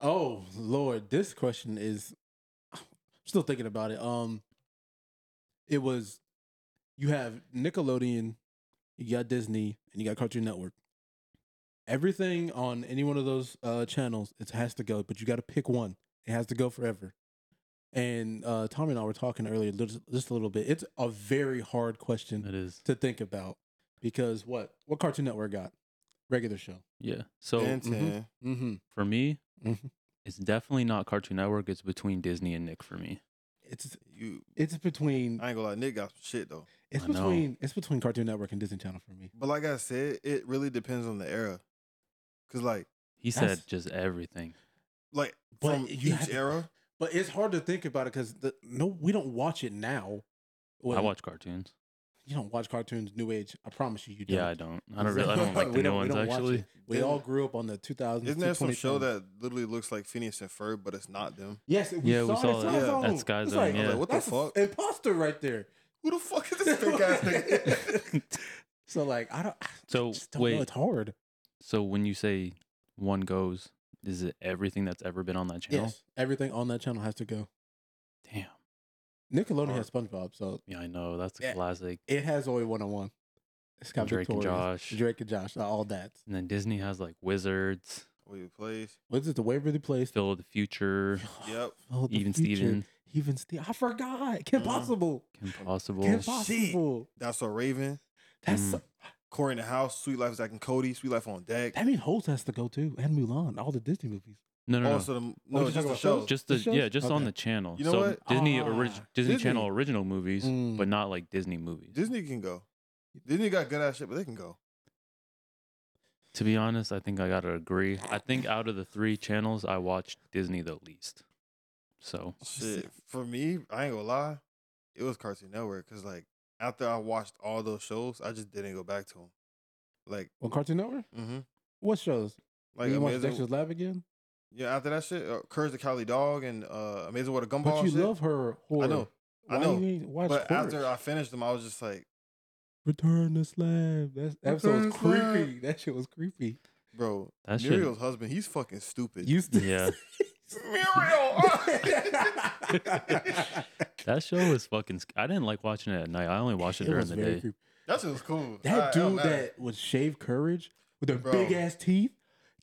Speaker 4: Oh Lord, this question is. I'm still thinking about it. Um, it was, you have Nickelodeon, you got Disney, and you got Cartoon Network. Everything on any one of those uh, channels, it has to go, but you got to pick one. It has to go forever. And uh, Tommy and I were talking earlier, just, just a little bit. It's a very hard question
Speaker 2: It is.
Speaker 4: to think about because what what Cartoon Network got regular show.
Speaker 2: Yeah. So
Speaker 5: and
Speaker 4: mhm.
Speaker 5: 10
Speaker 4: Mm-hmm.
Speaker 2: for me,
Speaker 4: Mhm.
Speaker 2: it's definitely not Cartoon Network. It's between Disney and Nick for me.
Speaker 4: It's
Speaker 5: You
Speaker 4: it's between
Speaker 5: I ain't gonna lie, Nick got some shit though.
Speaker 4: it's
Speaker 2: I know.
Speaker 4: between it's between Cartoon Network and Disney Channel for me.
Speaker 5: But like I said, it really depends on the era. Cause like
Speaker 2: He
Speaker 4: That's-
Speaker 2: said just everything.
Speaker 5: like
Speaker 4: But
Speaker 5: from
Speaker 4: you
Speaker 5: each
Speaker 4: have to-
Speaker 5: era.
Speaker 4: But it's hard to think about it because no, we don't watch it now. Well,
Speaker 2: I watch cartoons.
Speaker 4: You don't watch cartoons New Age. I promise you, you don't.
Speaker 2: Yeah, I don't. I don't really.
Speaker 4: <laughs>
Speaker 2: I don't like the
Speaker 4: We
Speaker 2: new
Speaker 4: we
Speaker 2: ones
Speaker 4: don't watch
Speaker 2: actually.
Speaker 4: it. We
Speaker 5: Then-
Speaker 4: all grew up on the 2000s.
Speaker 5: Isn't there some show
Speaker 4: 2010s.
Speaker 5: that literally looks like Phineas and Ferb, but it's not them?
Speaker 4: Yes, we
Speaker 2: Yeah,
Speaker 4: saw
Speaker 2: we saw
Speaker 4: it. It's
Speaker 5: it.
Speaker 4: on
Speaker 5: Yeah.
Speaker 4: Zone.
Speaker 2: That's Sky
Speaker 4: It's
Speaker 2: Zone, yeah. I was like,
Speaker 5: what the
Speaker 4: that's a
Speaker 5: fuck?
Speaker 4: Imposter right there.
Speaker 5: Who the fuck is <laughs> this fake
Speaker 4: <laughs>
Speaker 5: ass nigga?
Speaker 4: So like, I don't. I
Speaker 2: <laughs> So
Speaker 4: <laughs> just don't know.
Speaker 2: Oh, wait.
Speaker 4: It's hard.
Speaker 2: So when you say one goes, is it everything that's ever been on that channel?
Speaker 4: Yes, everything on that channel has to go.
Speaker 2: Damn.
Speaker 4: Nickelodeon
Speaker 5: Or-
Speaker 4: has SpongeBob, so
Speaker 2: Yeah, I know. That's a
Speaker 4: Yeah.
Speaker 2: classic.
Speaker 4: it has only one on one. It's got
Speaker 2: Drake and
Speaker 4: Victoria's,
Speaker 2: Josh.
Speaker 4: Drake and Josh, all that.
Speaker 2: And then Disney has like Wizards,
Speaker 5: we plays.
Speaker 4: Was it the Waverly Place? <sighs>
Speaker 2: Phil of the Future,
Speaker 5: Yep.
Speaker 4: Oh, the
Speaker 2: Even
Speaker 4: future.
Speaker 2: Steven, Mm.
Speaker 4: Even Steven. I forgot. Kim
Speaker 5: Mhm.
Speaker 4: Possible. <laughs>
Speaker 2: Kim Possible.
Speaker 4: Kim
Speaker 5: shit.
Speaker 4: Possible.
Speaker 5: That's a Raven.
Speaker 4: That's
Speaker 2: Mm.
Speaker 4: so-
Speaker 5: Corey in the house. Sweet Life Zach and Cody. Sweet Life on deck.
Speaker 4: that means Host has to go too, and Mulan, all the Disney movies.
Speaker 2: No, no, no.
Speaker 5: also, the, no,
Speaker 4: you're talking
Speaker 5: just the
Speaker 4: about
Speaker 5: show.
Speaker 4: shows?
Speaker 2: just
Speaker 4: the
Speaker 2: the,
Speaker 4: shows?
Speaker 2: yeah, just on
Speaker 4: Okay.
Speaker 2: the channel.
Speaker 5: You know
Speaker 2: so
Speaker 5: what?
Speaker 2: Disney,
Speaker 4: Ah,
Speaker 2: orig- Disney Channel
Speaker 4: Disney.
Speaker 2: original movies,
Speaker 4: Mm.
Speaker 2: but not like Disney movies.
Speaker 5: Disney can go. Disney got good ass shit, but they can go.
Speaker 2: to be honest, I think I gotta agree. I think out of the three channels, I watched Disney the least.
Speaker 4: <laughs>
Speaker 2: So
Speaker 5: Shit. For me, I ain't gonna lie. It was Cartoon Network because like after I watched all those shows, I just didn't go back to them. Like,
Speaker 4: On Cartoon Network?
Speaker 5: mm-hmm.
Speaker 4: What shows?
Speaker 5: like
Speaker 4: you watch
Speaker 5: amazing.
Speaker 4: Dexter's Lab again?
Speaker 5: yeah, after that shit, uh, Courage the Cowardly Dog and uh, Amazing What a Gumball.
Speaker 4: But you
Speaker 5: and shit.
Speaker 4: love her horror.
Speaker 5: I know.
Speaker 4: Why
Speaker 5: I know.
Speaker 4: you ain't watch
Speaker 5: But
Speaker 4: Courage?
Speaker 5: after I finished them, I was just like,
Speaker 4: Return the Slab. That episode
Speaker 5: Return
Speaker 4: was
Speaker 5: the Slab.
Speaker 4: creepy. That shit was creepy.
Speaker 5: bro,
Speaker 2: that shit.
Speaker 5: Muriel's husband, he's
Speaker 4: <laughs>
Speaker 5: fucking stupid. <laughs>
Speaker 4: Used to.
Speaker 2: Yeah, <laughs> that show was fucking. sc- I didn't like watching it at night. I only watched it,
Speaker 4: It
Speaker 2: during
Speaker 4: was
Speaker 2: the
Speaker 4: very
Speaker 2: day.
Speaker 4: creepy.
Speaker 5: that shit was cool.
Speaker 4: That
Speaker 5: I- I'm
Speaker 4: dude
Speaker 5: mad.
Speaker 4: that was shaved courage with the
Speaker 5: Bro.
Speaker 4: big ass teeth.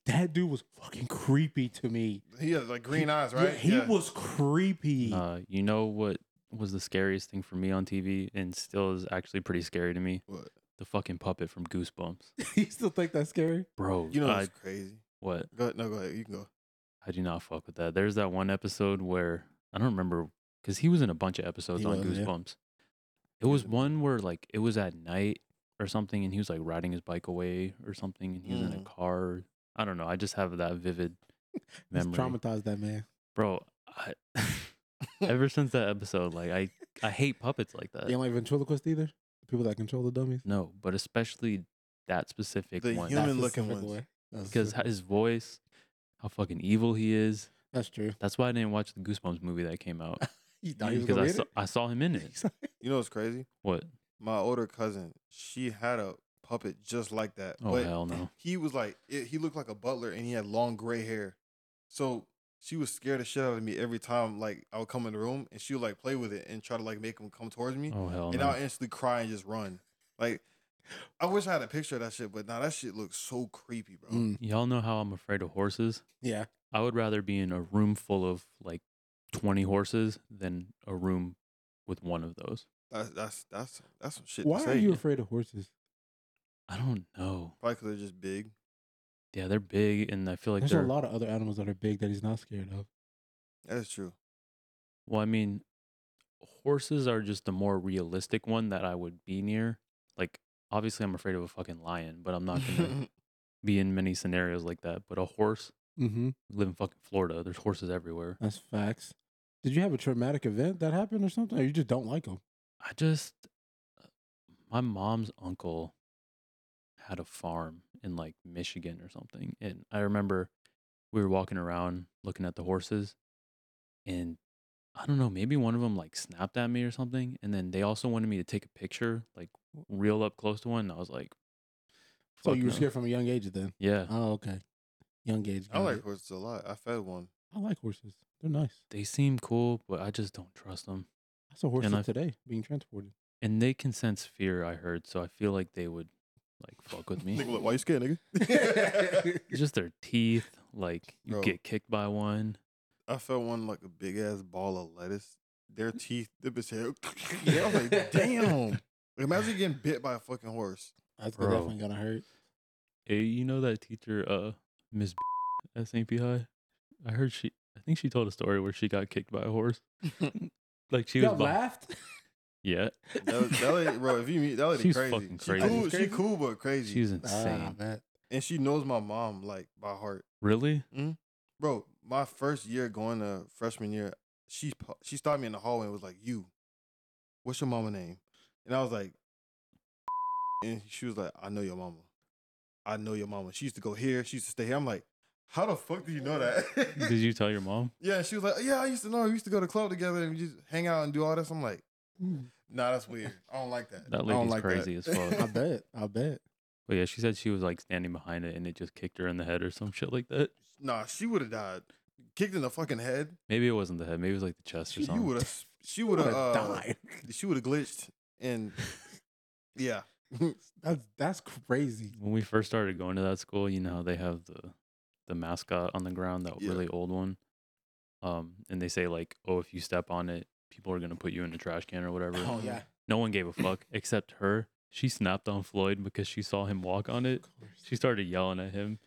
Speaker 4: That dude was fucking creepy to me.
Speaker 5: he has like green eyes,
Speaker 4: Yeah,
Speaker 5: right?
Speaker 4: he
Speaker 5: Yeah.
Speaker 4: was creepy.
Speaker 2: Uh, you know what was the scariest thing for me on TV, and still is actually pretty scary to me?
Speaker 5: What?
Speaker 2: The fucking puppet from Goosebumps,
Speaker 4: <laughs> you still think that's scary?
Speaker 2: bro.
Speaker 5: You know
Speaker 2: I-
Speaker 5: that's crazy.
Speaker 2: what?
Speaker 5: Go ahead, no, go ahead. You can go.
Speaker 2: I do not fuck with that. There's that one episode where I don't remember because he was in a bunch of episodes
Speaker 4: He
Speaker 2: on
Speaker 4: was, yeah.
Speaker 2: Goosebumps. It was
Speaker 5: in-
Speaker 2: one where like it was at night or something, and he was like riding his bike away or something, and he was in a
Speaker 5: Mm.
Speaker 2: car. I don't know. I just have that vivid
Speaker 4: He's
Speaker 2: memory,
Speaker 4: traumatized that man.
Speaker 2: bro. I, <laughs> ever since that episode, like I, <laughs> I hate puppets like that.
Speaker 4: You don't like ventriloquist either? The people that control the dummies?
Speaker 2: No, but especially that specific
Speaker 5: The
Speaker 2: one.
Speaker 5: human-
Speaker 4: That's the
Speaker 5: looking
Speaker 4: specific
Speaker 5: ones.
Speaker 4: way. That's
Speaker 2: because
Speaker 4: specific.
Speaker 2: his voice, how fucking evil he is.
Speaker 4: that's true. <laughs>
Speaker 2: That's why I didn't watch the Goosebumps movie that came out
Speaker 4: You thought he was
Speaker 2: because
Speaker 4: gonna
Speaker 2: I
Speaker 4: hit
Speaker 2: saw,
Speaker 4: it?
Speaker 2: I saw him in
Speaker 4: <laughs>
Speaker 2: it. <laughs>
Speaker 5: You know what's crazy?
Speaker 2: What?
Speaker 5: My older cousin, she had a puppet just like that.
Speaker 2: Oh
Speaker 5: but <laughs>
Speaker 2: hell no!
Speaker 5: he was like, it, he looked like a butler and he had long gray hair. So she was scared the shit out of me every time like I would come in the room and she would like play with it and try to like make him come towards me.
Speaker 2: Oh hell
Speaker 5: and
Speaker 2: no!
Speaker 5: I'll instantly cry and just run. Like I wish I had a picture of that shit, but now that shit looks so creepy, bro.
Speaker 4: Mm,
Speaker 2: Y'all know how I'm afraid of horses.
Speaker 4: yeah.
Speaker 2: I would rather be in a room full of like 20 horses than a room with one of those.
Speaker 5: That's that's that's that's some shit.
Speaker 4: Why
Speaker 5: to say.
Speaker 4: are you afraid of horses?
Speaker 2: I don't know.
Speaker 5: Probably because they're just big.
Speaker 2: Yeah, they're big, and I feel like
Speaker 4: There's a
Speaker 2: they're.
Speaker 4: lot of other animals that are big that he's not scared of.
Speaker 5: That's true.
Speaker 2: Well, I mean, horses are just the more realistic one that I would be near. Like, obviously, I'm afraid of a fucking lion, but I'm not
Speaker 5: <laughs>
Speaker 2: gonna be in many scenarios like that. But a horse,
Speaker 4: Mm-hmm.
Speaker 2: we live in fucking Florida. There's horses everywhere.
Speaker 4: That's facts. Did you have a traumatic event that happened or something? Or you just don't like them?
Speaker 2: I just, uh, my mom's uncle had a farm in like Michigan or something. And I remember we were walking around looking at the horses. And I don't know, maybe one of them like snapped at me or something. And then they also wanted me to take a picture, like real up close to one. And I was like,
Speaker 4: So
Speaker 2: fuck
Speaker 4: you were
Speaker 2: no.
Speaker 4: scared from a young age then?
Speaker 2: Yeah.
Speaker 4: Oh, okay. Young age.
Speaker 5: I
Speaker 4: got
Speaker 5: like
Speaker 4: it.
Speaker 5: horses a lot. I fed one.
Speaker 4: I like horses. They're nice.
Speaker 2: They seem cool, but I just don't trust them.
Speaker 4: I saw horses
Speaker 2: And I-
Speaker 4: today being transported.
Speaker 2: And they can sense fear, I heard. So I feel like they would like fuck with me.
Speaker 5: Nigga, <laughs> look, why you scared, nigga?
Speaker 2: It's just their teeth. Like you
Speaker 5: Bro.
Speaker 2: get kicked by one.
Speaker 5: I fed one like a big ass ball of lettuce. <laughs> Their teeth, the bitch <laughs> had- I was like, <laughs> damn. Imagine getting bit by a fucking horse.
Speaker 4: That's
Speaker 2: Bro.
Speaker 4: definitely gonna
Speaker 5: <laughs>
Speaker 4: hurt.
Speaker 2: Hey, Eh, you know that teacher, uh, Miss at St. P. High? I heard she. I think she told a story where she got kicked by a horse. like she
Speaker 4: You
Speaker 2: was.
Speaker 4: got
Speaker 2: Behind,
Speaker 5: <laughs>
Speaker 4: laughed?
Speaker 2: yeah,
Speaker 5: That, that lady, bro, if you meet that lady,
Speaker 2: She's
Speaker 5: crazy.
Speaker 2: fucking
Speaker 5: She
Speaker 2: crazy.
Speaker 5: cool- She cool,
Speaker 4: Crazy?
Speaker 5: but crazy.
Speaker 2: she was
Speaker 4: Ah,
Speaker 2: insane.
Speaker 4: man.
Speaker 5: and she knows my mom like by heart.
Speaker 2: really?
Speaker 5: Bro, my first year going to freshman year, she pa- she stopped me in the hallway and was like, "You, what's your mama name?" And I was like, <laughs> and she was like, "I know your mama. I know your mama. She used to go here. She used to stay here." I'm like, "How the fuck do you know that?"
Speaker 2: Did you tell your mom?
Speaker 5: <laughs> yeah, she was like, "Yeah, I used to know. her. We used to go to club together and we just hang out and do all this." I'm like,
Speaker 4: Mm.
Speaker 5: "Nah, that's weird. I don't like that.
Speaker 2: That
Speaker 5: I
Speaker 2: lady's
Speaker 5: don't like
Speaker 2: crazy
Speaker 5: that.
Speaker 2: as fuck.
Speaker 4: I bet. I bet.
Speaker 2: But yeah, she said she was like standing behind it and it just kicked her in the head or some shit like that.
Speaker 5: <laughs> nah, she would have died, kicked in the fucking head.
Speaker 2: Maybe it wasn't the head. Maybe it was like the chest or
Speaker 5: She
Speaker 2: something.
Speaker 5: would have. She would have
Speaker 4: Would've
Speaker 5: uh,
Speaker 4: died.
Speaker 5: She would have glitched and yeah.
Speaker 4: <laughs>
Speaker 5: <laughs>
Speaker 4: That's that's
Speaker 5: <clears throat>
Speaker 4: crazy.
Speaker 2: when we first started going to that school, you know how they have the the mascot on the ground, that
Speaker 5: Yeah.
Speaker 2: really old one. Um, and they say like, oh, if you step on it, people are gonna put you in a trash can or whatever.
Speaker 5: Oh, yeah.
Speaker 2: No one gave a fuck except her. She snapped on Floyd because she saw him walk on it. She started yelling at him.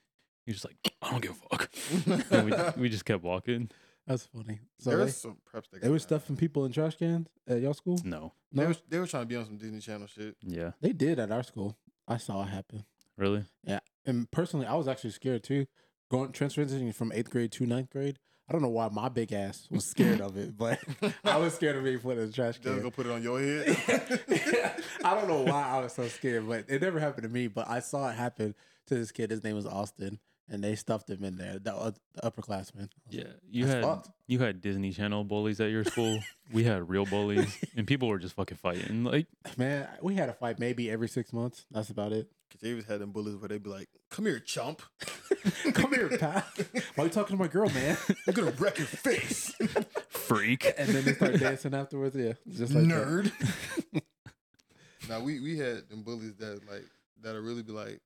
Speaker 2: He was just like, I don't give a fuck. <laughs> and
Speaker 5: <laughs>
Speaker 2: we, we just kept walking.
Speaker 4: That's funny. So
Speaker 5: there
Speaker 4: they,
Speaker 5: was some preps that
Speaker 4: they were
Speaker 5: got mad.
Speaker 4: stuffing people in trash cans at your school?
Speaker 2: No.
Speaker 5: They
Speaker 4: No?
Speaker 5: was they were trying to be on some Disney Channel shit.
Speaker 2: Yeah.
Speaker 4: They did at our school. I saw it happen.
Speaker 2: Really?
Speaker 4: And personally, I was actually scared too. Going transitioning from eighth grade to ninth grade. I don't know why my big ass was scared of it, but <laughs> I was scared of being put in the trash
Speaker 5: They're
Speaker 4: can.
Speaker 5: gonna put it on your <laughs> head.
Speaker 4: <laughs> I don't know why I was so scared, but it never happened to me. But I saw it happen to this kid. His name was Austin, and they stuffed him in there. The, uh, the upperclassman.
Speaker 2: Yeah. You
Speaker 4: That's
Speaker 2: had
Speaker 4: fucked.
Speaker 2: you had Disney Channel bullies at your school. we had real bullies, and people were just fucking fighting. Like,
Speaker 4: Man, we had a fight maybe every six months. That's
Speaker 2: <laughs>
Speaker 4: about it.
Speaker 5: Cause they was had them bullies where they'd be like, "Come here, chump.
Speaker 4: Come here, pal. Why you talking to my girl,
Speaker 2: <laughs>
Speaker 4: man?
Speaker 5: I'm gonna wreck your face, <laughs>
Speaker 2: freak.
Speaker 4: And then they start dancing afterwards. Yeah, just like that.
Speaker 5: nerd." now we we had them bullies that like that'll really be like,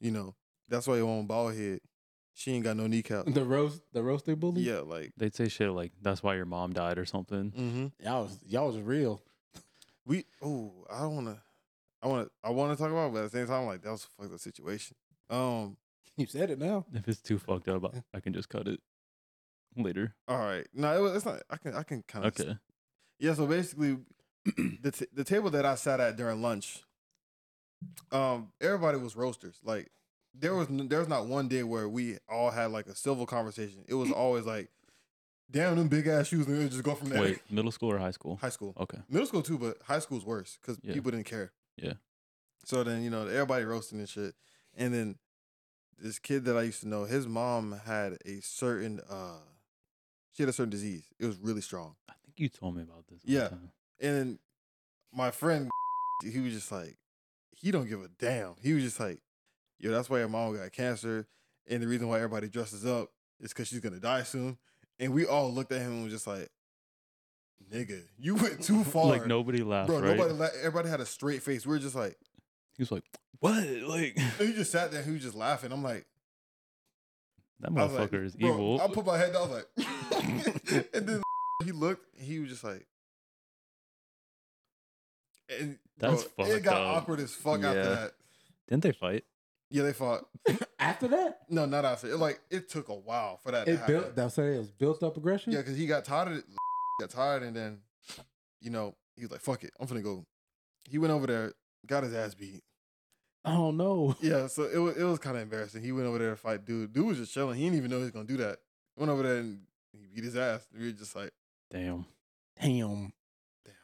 Speaker 5: you know, that's why your own ball head. She ain't got no kneecap.
Speaker 4: The roast, the roasted bully.
Speaker 5: Yeah, like.
Speaker 2: They'd say shit like, "That's why your mom died" or something.
Speaker 5: Mm-hmm.
Speaker 4: y'all was y'all was real.
Speaker 5: We oh, I don't wanna I wanna I wanna talk about it, but at the same time, like that was a fucked up situation. Um,
Speaker 4: <laughs> You said it now.
Speaker 2: If it's too fucked up, I- I can just cut it later.
Speaker 5: all right. No, it was, it's not I can I can kind of <laughs>
Speaker 2: Okay.
Speaker 5: Yeah, so basically <clears throat> the t- the table that I sat at during lunch, um, everybody was roasters. Like there was n- there was not one day where we all had like a civil conversation. It was always like, damn them big ass shoes and it would just go from there.
Speaker 2: Wait, middle school or high school?
Speaker 5: <laughs> High school.
Speaker 2: Okay.
Speaker 5: Middle school too, but high school's worse because
Speaker 2: Yeah.
Speaker 5: people didn't care.
Speaker 2: Yeah.
Speaker 5: So then you know everybody roasting and shit, and then this kid that I used to know, his mom had a certain uh, she had a certain disease. It was really strong,
Speaker 2: I think you told me about this. one
Speaker 5: Yeah.
Speaker 2: time.
Speaker 5: and then my friend, <laughs> he was just like, he don't give a damn. He was just like, yo, that's why your mom got cancer, and the reason why everybody dresses up it's because she's gonna die soon. And we all looked at him and was just like, nigga, you went too
Speaker 2: <laughs>
Speaker 5: far.
Speaker 2: Like nobody laughed,
Speaker 5: Bro,
Speaker 2: right?
Speaker 5: nobody. La- everybody had a straight face. We were just like,
Speaker 2: he was like, "What? <laughs> Like
Speaker 5: and he just sat there. and He was just laughing. I'm like,
Speaker 2: that
Speaker 5: I was like,
Speaker 2: motherfucker is
Speaker 5: bro,
Speaker 2: evil."
Speaker 5: I put my head down. I was like,
Speaker 2: <laughs>
Speaker 5: <laughs> and then he looked. He was just like, and
Speaker 2: That's
Speaker 5: bro, It
Speaker 2: fucked
Speaker 5: got
Speaker 2: up.
Speaker 5: awkward as fuck after
Speaker 2: Yeah.
Speaker 5: that.
Speaker 2: Didn't they fight?
Speaker 5: Yeah, they fought.
Speaker 4: After that,
Speaker 5: No, not after. It, like it took a while for that. to
Speaker 4: it
Speaker 5: happen.
Speaker 4: built. That's what it was built up aggression.
Speaker 5: Yeah, because he got tired of it. <laughs> Got tired, and then, you know, he was like, "Fuck it, I'm finna go." He went over there, got his ass beat.
Speaker 4: I don't know.
Speaker 5: Yeah, so it was it was kind of embarrassing. He went over there to fight dude. Dude was just chilling. He didn't even know he was gonna do that. Went over there and he beat his ass. We were just like,
Speaker 2: Damn.
Speaker 4: Damn.
Speaker 5: Damn.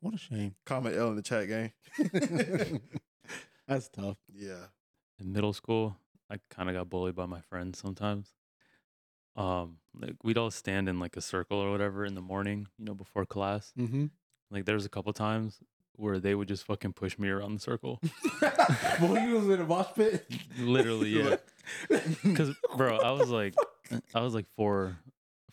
Speaker 4: What a
Speaker 5: <laughs>
Speaker 4: shame. <laughs>
Speaker 5: comment L in the chat gang. <laughs>
Speaker 4: That's tough.
Speaker 5: yeah,
Speaker 2: In middle school, I kind of got bullied by my friends sometimes. Um, like we'd all stand in like a circle or whatever in the morning, you know, before class.
Speaker 4: Mm-hmm.
Speaker 2: Like there was a couple times where they would just fucking push me around the circle.
Speaker 4: <laughs> Boy, you was in a mosh pit. <laughs>
Speaker 2: Literally, yeah. Cause bro, I was like I was like four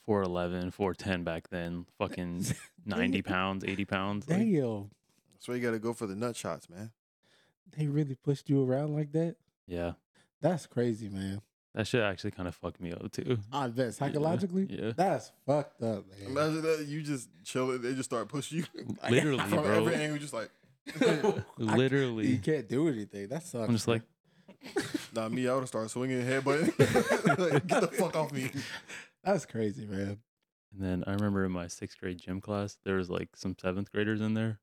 Speaker 2: four eleven, four ten back then, fucking ninety pounds, eighty pounds. like,
Speaker 4: Damn.
Speaker 5: that's why you gotta go for the nut shots, man.
Speaker 4: They really pushed you around like that?
Speaker 2: yeah.
Speaker 4: That's crazy, man.
Speaker 2: That shit actually kind of fucked me up too.
Speaker 4: I bet psychologically,
Speaker 2: Yeah.
Speaker 4: that's fucked up, man.
Speaker 5: Imagine that you just chilling. They just start pushing you <laughs>
Speaker 2: Literally,
Speaker 5: from
Speaker 2: bro.
Speaker 5: every angle. Just like,
Speaker 4: I- you
Speaker 2: Literally.
Speaker 4: can't do anything. That sucks.
Speaker 2: I'm just
Speaker 4: bro.
Speaker 2: like,
Speaker 5: nah, me, I would have started swinging headbutt. <laughs> like, get the fuck
Speaker 4: <laughs>
Speaker 5: off me.
Speaker 4: that's crazy, man.
Speaker 2: and then I remember in my sixth grade gym class, there was like some seventh graders in there.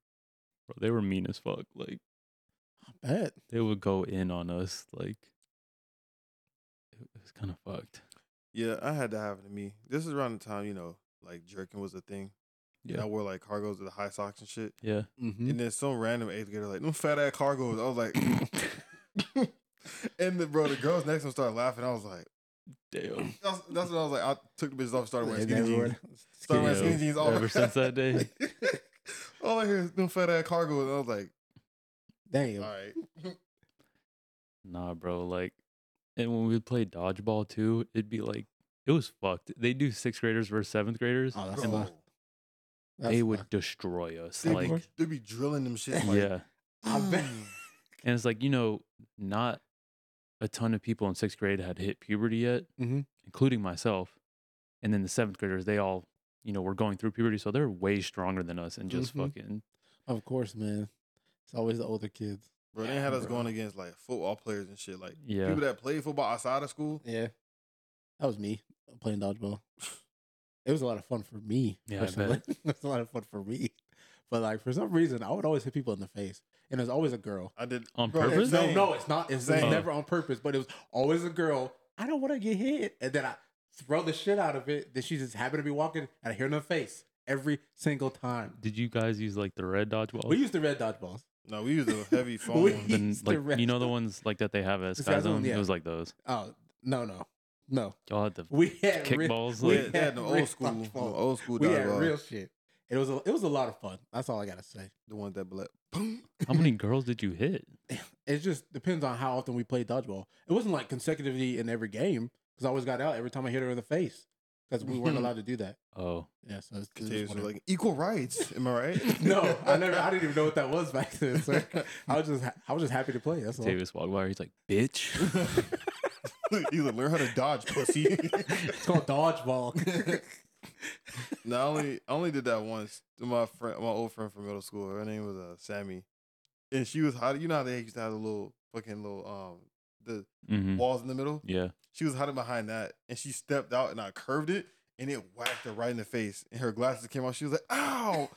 Speaker 2: Bro, they were mean as fuck. Like
Speaker 4: I bet.
Speaker 2: they would go in on us. Like it it was kind of fucked.
Speaker 5: Yeah, I had that happen to me. This is around the time you know, like jerking was a thing. Yeah,
Speaker 2: Yeah.
Speaker 5: I wore like cargos with the high socks and shit.
Speaker 2: Yeah.
Speaker 4: Mm-hmm.
Speaker 5: And then some random eighth grader like, "Them fat ass cargos." I was
Speaker 2: <laughs>
Speaker 5: like, and the bro, the girls next to him started laughing. I was like,
Speaker 2: Damn.
Speaker 5: that's, that's when I was like, I took the bitches off, and started wearing
Speaker 4: Yeah,
Speaker 5: skinny
Speaker 4: that's
Speaker 5: jeans.
Speaker 4: where-
Speaker 5: Started wearing
Speaker 2: Yo,
Speaker 5: skinny jeans all
Speaker 2: ever since that
Speaker 5: <laughs>
Speaker 2: day.
Speaker 5: all I hear is them fat ass cargos. And I was like,
Speaker 4: Damn.
Speaker 5: all right.
Speaker 2: Nah, bro. Like, and when we played dodgeball too, it'd be like it was fucked. They do sixth graders versus seventh graders.
Speaker 4: Oh, that's
Speaker 5: bro,
Speaker 4: why. That's
Speaker 2: they would
Speaker 4: fucked.
Speaker 2: destroy us.
Speaker 5: they,
Speaker 2: Like, <laughs>
Speaker 5: be, they be drilling them shit. Like,
Speaker 2: yeah.
Speaker 4: I bet.
Speaker 2: And it's like you know, not a ton of people in sixth grade had hit puberty yet,
Speaker 4: Mhm.
Speaker 2: including myself. And then the seventh graders, they all, you know, were going through puberty, so they're way stronger than us and just
Speaker 4: Mhm.
Speaker 2: fucking.
Speaker 4: <laughs> Of course, man. It's always the older kids.
Speaker 5: bro, they had us
Speaker 4: Bro.
Speaker 5: going against like football players and shit. Like
Speaker 2: Yeah.
Speaker 5: people that played football outside of school.
Speaker 4: Yeah. That was me playing dodgeball. <sighs> It was a lot of fun for me.
Speaker 2: Yeah, I
Speaker 4: personally. <laughs> it was a lot of fun for me. But like for some reason, I would always hit people in the face, and it was always a girl.
Speaker 5: I did
Speaker 2: On
Speaker 5: bro,
Speaker 2: purpose?
Speaker 4: No,
Speaker 5: same.
Speaker 4: no, it's not. It's, it's
Speaker 5: Same.
Speaker 4: never on purpose, but it was always a girl. I don't want to get hit, and then I throw the shit out of it. Then she just happened to be walking, and I hit her in the face every single time.
Speaker 2: Did you guys use like the red dodgeball?
Speaker 4: We <laughs> used the red dodgeballs.
Speaker 5: No, we used
Speaker 4: <laughs>
Speaker 5: a heavy phone.
Speaker 4: We-
Speaker 5: one.
Speaker 2: The n-
Speaker 4: used the
Speaker 2: like
Speaker 4: red
Speaker 2: you know the
Speaker 4: dodge-
Speaker 2: ones like that they have at
Speaker 4: Sky
Speaker 2: Sky
Speaker 4: Zone,
Speaker 2: Zone.
Speaker 4: yeah.
Speaker 2: It was like those.
Speaker 4: Oh no, no, no.
Speaker 2: Y'all
Speaker 4: <laughs>
Speaker 2: had the
Speaker 4: We had red-
Speaker 2: kickballs.
Speaker 4: we
Speaker 5: They
Speaker 2: Like,
Speaker 5: had- they had
Speaker 4: had
Speaker 5: no <laughs>
Speaker 4: real
Speaker 5: old school,
Speaker 4: fucking
Speaker 5: no
Speaker 4: phone.
Speaker 5: old school
Speaker 4: We had
Speaker 5: dialogue.
Speaker 4: real shit. It was a, it was a lot of fun. That's all I gotta say.
Speaker 5: The ones that black. Boom.
Speaker 2: how many girls did you hit?
Speaker 4: It just depends on how often we played dodgeball. It wasn't like consecutively in every game because I always got out every time I hit her in the face because we weren't allowed to do that.
Speaker 2: Oh,
Speaker 4: Yeah, so it's, it's
Speaker 5: Potatoes
Speaker 4: just
Speaker 5: were
Speaker 4: whatever.
Speaker 5: like equal rights. Am I
Speaker 4: <laughs>
Speaker 5: right?
Speaker 4: no, I never. I didn't even know what that was back then. sir. I was just ha- I was just happy to play. That's all.
Speaker 2: Davis walked by. He's like, <laughs> "Bitch,
Speaker 5: <laughs> You like, learn how to dodge,
Speaker 4: <laughs>
Speaker 5: pussy.
Speaker 4: <laughs> It's called dodgeball.
Speaker 5: no, I only I only did that once to my friend, my old friend from middle school. Her name was uh, Sammy, and she was hiding. You know how they used to have the little fucking little um the
Speaker 2: Mhm.
Speaker 5: walls in the middle.
Speaker 2: yeah,
Speaker 5: She was hiding behind that, and she stepped out, and I curved it, and it whacked her right in the face, and her glasses came off. She was like, "Ow!"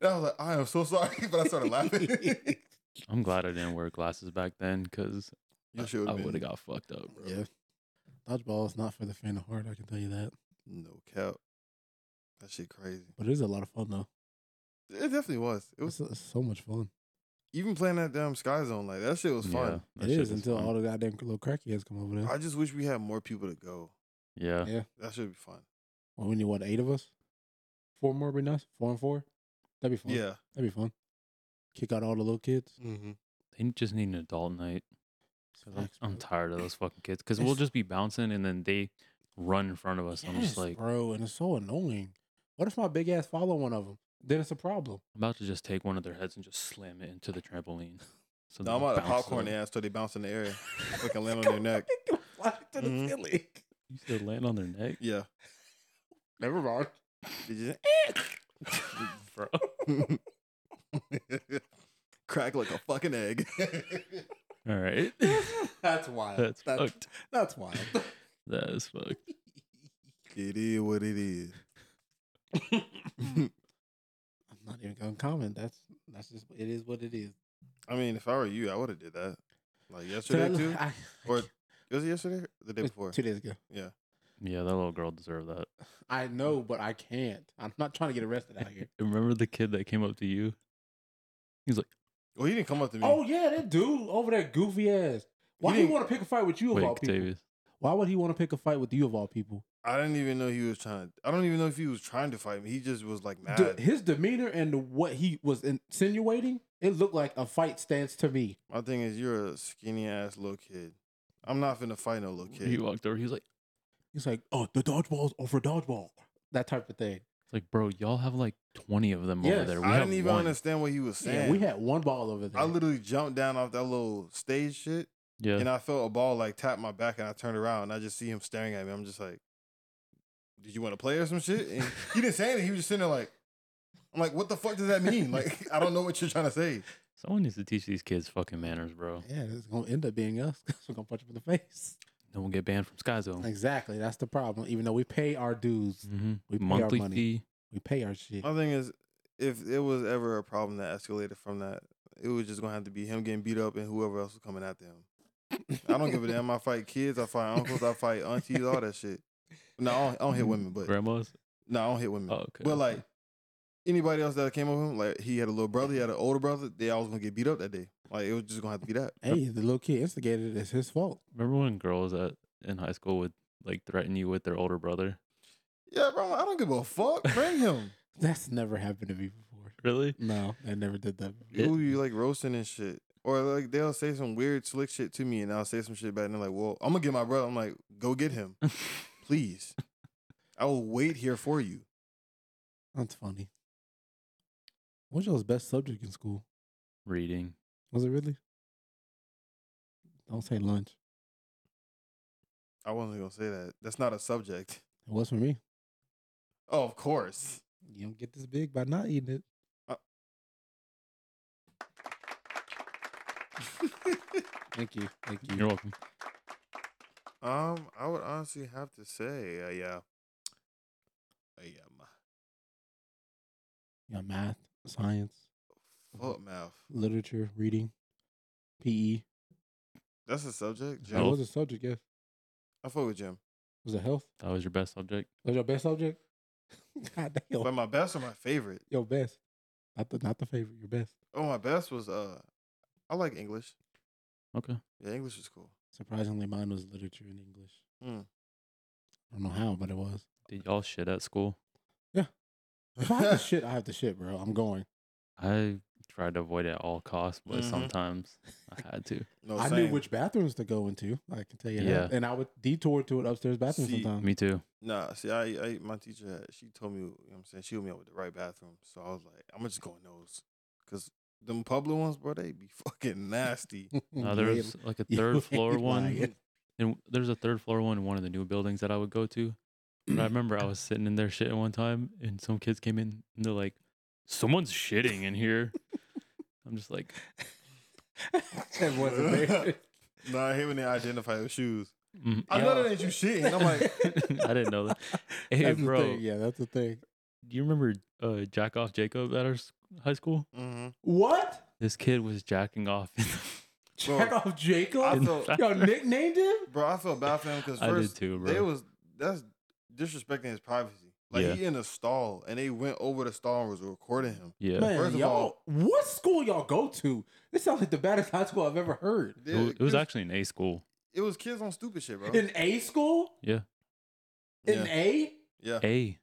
Speaker 5: And I was like, "I am so sorry," <laughs> but I started
Speaker 2: <laughs>
Speaker 5: laughing.
Speaker 4: <laughs>
Speaker 2: I'm glad I didn't wear glasses back then because
Speaker 5: Your shit would've
Speaker 2: I
Speaker 5: been-
Speaker 2: would have got fucked up, bro.
Speaker 4: yeah, dodgeball is not for the faint of heart. I can tell you that.
Speaker 5: No cap. That shit crazy.
Speaker 4: But it is a lot of fun though.
Speaker 5: It definitely was. It
Speaker 4: It
Speaker 5: was
Speaker 4: was it's so much fun.
Speaker 5: even playing that damn Sky Zone like that shit was fun.
Speaker 2: Yeah, that
Speaker 4: It
Speaker 2: shit
Speaker 4: is
Speaker 2: was
Speaker 4: until
Speaker 2: fun.
Speaker 4: all the goddamn little crackheads come over there.
Speaker 5: I just wish we had more people to go.
Speaker 2: yeah.
Speaker 4: Yeah.
Speaker 5: That should be fun.
Speaker 4: Well, we need what eight of us. Four more would be nice. Four and four. That'd be fun.
Speaker 5: Yeah.
Speaker 4: that'd be fun. Kick out all the little kids.
Speaker 5: Mm-hmm.
Speaker 2: They just need an adult night. 'cause I'm,
Speaker 4: Facts,
Speaker 2: I'm
Speaker 4: bro.
Speaker 2: tired of those fucking kids because we'll
Speaker 4: It's-
Speaker 2: just be bouncing and then they run in front of us. I'm
Speaker 4: Yes,
Speaker 2: just like,
Speaker 4: bro, and it's so annoying. What if my big ass follow one of them? Then it's a problem.
Speaker 2: I'm about to just take one of their heads and just slam it into the trampoline. <laughs> So
Speaker 5: No,
Speaker 2: they
Speaker 5: I'm out of
Speaker 2: bounce
Speaker 5: popcorn
Speaker 2: off.
Speaker 5: their ass till they bounce in the air.
Speaker 4: <laughs>
Speaker 5: Fucking land on their neck.
Speaker 4: Fly to the
Speaker 2: Mm-hmm.
Speaker 5: Mhm.
Speaker 4: ceiling.
Speaker 2: <laughs> You said land on their neck,
Speaker 5: <laughs> Yeah.
Speaker 4: Never mind.
Speaker 5: They just- <laughs>
Speaker 2: bro.
Speaker 5: Crack like a fucking egg.
Speaker 2: All <laughs> right,
Speaker 4: That's wild.
Speaker 2: that's
Speaker 4: That's that's,
Speaker 2: fucked.
Speaker 4: wild.
Speaker 2: That is fucked.
Speaker 5: <laughs> it is what it is.
Speaker 4: Mm. <laughs> I'm not even gonna comment. That's that's just it is what it is.
Speaker 5: I mean, if I were you, I would have did that. Like
Speaker 4: So
Speaker 5: yesterday
Speaker 4: I-
Speaker 5: too.
Speaker 4: <laughs> I-
Speaker 5: Or Was it yesterday? or The day
Speaker 4: it was
Speaker 5: before.
Speaker 4: two days ago.
Speaker 5: Yeah.
Speaker 2: Yeah, that little girl deserved that.
Speaker 4: I know, but I can't. I'm not trying to get arrested out <laughs> here.
Speaker 2: And <laughs> remember the kid that came up to you?
Speaker 5: Well, he didn't come up to me.
Speaker 4: oh yeah, that dude over there, goofy ass. Why do you
Speaker 5: didn't-
Speaker 4: want to pick a fight with you of all
Speaker 2: Wait,
Speaker 4: people?
Speaker 2: Davis.
Speaker 4: Why would he want to pick a fight with you of all people?
Speaker 5: I didn't even know he was trying. I don't even know if he was trying to fight me. He just was like mad.
Speaker 4: The- his demeanor and the, what he was insinuating, it looked like a fight stance to me.
Speaker 5: My thing is, you're a skinny ass little kid. I'm not finna fight no little kid.
Speaker 2: He walked over. He was like,
Speaker 4: He's like, "Oh, the dodgeball's over dodgeball," that type of thing.
Speaker 2: "It's like, bro, y'all have like 20 of them over
Speaker 4: Yes.
Speaker 2: there. We
Speaker 5: I
Speaker 2: have
Speaker 5: didn't even
Speaker 2: one.
Speaker 5: understand what he was saying.
Speaker 4: Yeah, we had one ball over there.
Speaker 5: I literally jumped down off that little stage shit,
Speaker 2: Yeah,
Speaker 5: and I felt a ball like tap my back, and I turned around, and I just see him staring at me. I'm just like, "Did you want to play or some shit?" And he didn't say anything. He was just sitting there like, "I'm like, what the fuck does that mean? Like, I don't know what you're trying to say."
Speaker 2: someone needs to teach these kids fucking manners, bro.
Speaker 4: yeah, it's gonna end up being us. <laughs> 'cause We're gonna punch him in the face.
Speaker 2: No one get banned from Sky Zone.
Speaker 4: Exactly. That's the problem. Even though we pay our dues,
Speaker 2: hmm
Speaker 4: We pay our
Speaker 2: Monthly
Speaker 4: money.
Speaker 2: fee.
Speaker 4: we pay our shit.
Speaker 5: My thing is, if it was ever a problem that escalated from that, it was just gonna have to be him getting beat up and whoever else was coming after him. I don't give a damn. I fight kids. I fight uncles. I fight aunties. All that shit. No, I don't, I don't hit women, but
Speaker 2: Grandmas.
Speaker 5: no, I don't hit women.
Speaker 2: Oh, okay.
Speaker 5: But like anybody else that came over him, like he had a little brother, he had an older brother. They all was gonna get beat up that day. Like it was just gonna have to be that.
Speaker 4: <laughs> Hey, the little kid instigated it. It's his fault. <laughs>
Speaker 2: remember when girls at in high school would like threaten you with their older brother?
Speaker 5: Yeah, bro. I don't give a fuck.
Speaker 4: <laughs>
Speaker 5: Bring him.
Speaker 4: That's never happened to me before.
Speaker 2: Really?
Speaker 4: No, I never did that.
Speaker 2: It-
Speaker 5: Ooh, you like roasting and shit. Or like they'll say some weird slick shit to me, and I'll say some shit back, and they're like, "Well, I'm gonna get my brother." I'm like, "Go get him, please. I will wait here for you."
Speaker 4: That's funny. What's y'all's best subject in school?
Speaker 2: <laughs> Reading.
Speaker 4: Was it really? Don't say lunch.
Speaker 5: I wasn't gonna say that. That's not a subject.
Speaker 4: It was for me.
Speaker 5: Oh, of course.
Speaker 4: You don't get this big by not eating it.
Speaker 5: Uh.
Speaker 4: <laughs> Thank you. Thank you.
Speaker 2: You're welcome.
Speaker 5: Um, I would honestly have to say, uh, yeah, Uh, I am
Speaker 4: You got math, science, Mm-hmm.
Speaker 5: foot mouth.
Speaker 4: literature, reading, E. PE.
Speaker 5: That's a subject.
Speaker 4: That
Speaker 5: Jim.
Speaker 2: Health.
Speaker 4: was a subject, yes.
Speaker 5: I fuck with Jim.
Speaker 4: Was it health?
Speaker 2: That was your best subject.
Speaker 4: Was your best subject? <laughs> God damn.
Speaker 5: But my best or my favorite.
Speaker 4: your best. Not the not the favorite, your best.
Speaker 5: Oh, my best was uh, I like English.
Speaker 2: Okay.
Speaker 5: Yeah, English is cool.
Speaker 4: Surprisingly, mine was literature and English.
Speaker 5: Hmm.
Speaker 4: I don't know how, but it was.
Speaker 2: Did y'all shit at school?
Speaker 4: If I have
Speaker 5: <laughs>
Speaker 4: to shit, I have to shit, bro. I'm going.
Speaker 2: I tried to avoid it at all costs, but
Speaker 4: Mm-hmm.
Speaker 5: Mhm.
Speaker 2: sometimes I had
Speaker 4: <laughs>
Speaker 2: to.
Speaker 5: No,
Speaker 4: I
Speaker 5: Oh, same.
Speaker 4: knew which bathrooms to go into. I can tell you
Speaker 2: Yeah.
Speaker 4: that. And I would detour to an upstairs bathroom
Speaker 5: See,
Speaker 4: sometimes.
Speaker 2: Me too.
Speaker 5: Nah, see, I, I my teacher, had- she told me, you know what I'm saying, she hooked me up with the right bathroom. So I was like, I'm just going those. Because them public ones, bro, they be <laughs>
Speaker 4: <laughs>
Speaker 5: fucking nasty.
Speaker 2: Uh, there
Speaker 4: Yeah,
Speaker 2: was like a
Speaker 4: you <laughs>
Speaker 2: third floor
Speaker 4: ain't
Speaker 2: one,
Speaker 5: <laughs>
Speaker 4: lying.
Speaker 2: and there's a third floor one in one of the new buildings that I would go to. But I remember
Speaker 4: <clears throat>
Speaker 2: I was sitting in there shitting one time, and some kids came in and they're like, "Someone's shitting in here." I'm just like, <laughs>
Speaker 4: That wasn't there.
Speaker 5: nah, I hate when they identify with shoes.
Speaker 2: mm,
Speaker 5: I know that ain't you shitting.
Speaker 4: <laughs>
Speaker 5: I'm like,
Speaker 2: I didn't know that. Hey,
Speaker 4: that's the
Speaker 2: bro,
Speaker 4: thing. Yeah, that's the thing.
Speaker 2: do you remember uh, Jack off Jacob at our s- high school?
Speaker 5: mm-hmm.
Speaker 4: What?
Speaker 2: This kid was jacking off. in
Speaker 5: Bro,
Speaker 4: Check off
Speaker 5: I
Speaker 4: Jacob?
Speaker 2: the
Speaker 5: felt, <laughs>
Speaker 4: Yo,
Speaker 2: bathroom.
Speaker 4: nicknamed him?
Speaker 5: bro, I felt bad for him because
Speaker 2: I did
Speaker 5: first
Speaker 2: too,
Speaker 5: they
Speaker 2: bro.
Speaker 5: was that's disrespecting his privacy. Like
Speaker 2: Yeah.
Speaker 5: he in a stall and they went over the stall and was recording him.
Speaker 2: yeah,
Speaker 4: Man,
Speaker 5: First of
Speaker 4: y'all,
Speaker 5: all-
Speaker 4: what school y'all go to? This sounds like the baddest high school I've ever heard.
Speaker 2: it, wa- it was
Speaker 5: kids-
Speaker 2: actually an A school.
Speaker 5: it was kids on
Speaker 4: <laughs>
Speaker 5: stupid shit, bro.
Speaker 4: In A school?
Speaker 2: Yeah,
Speaker 4: In
Speaker 5: yeah,
Speaker 4: A? <laughs>
Speaker 5: yeah.
Speaker 2: A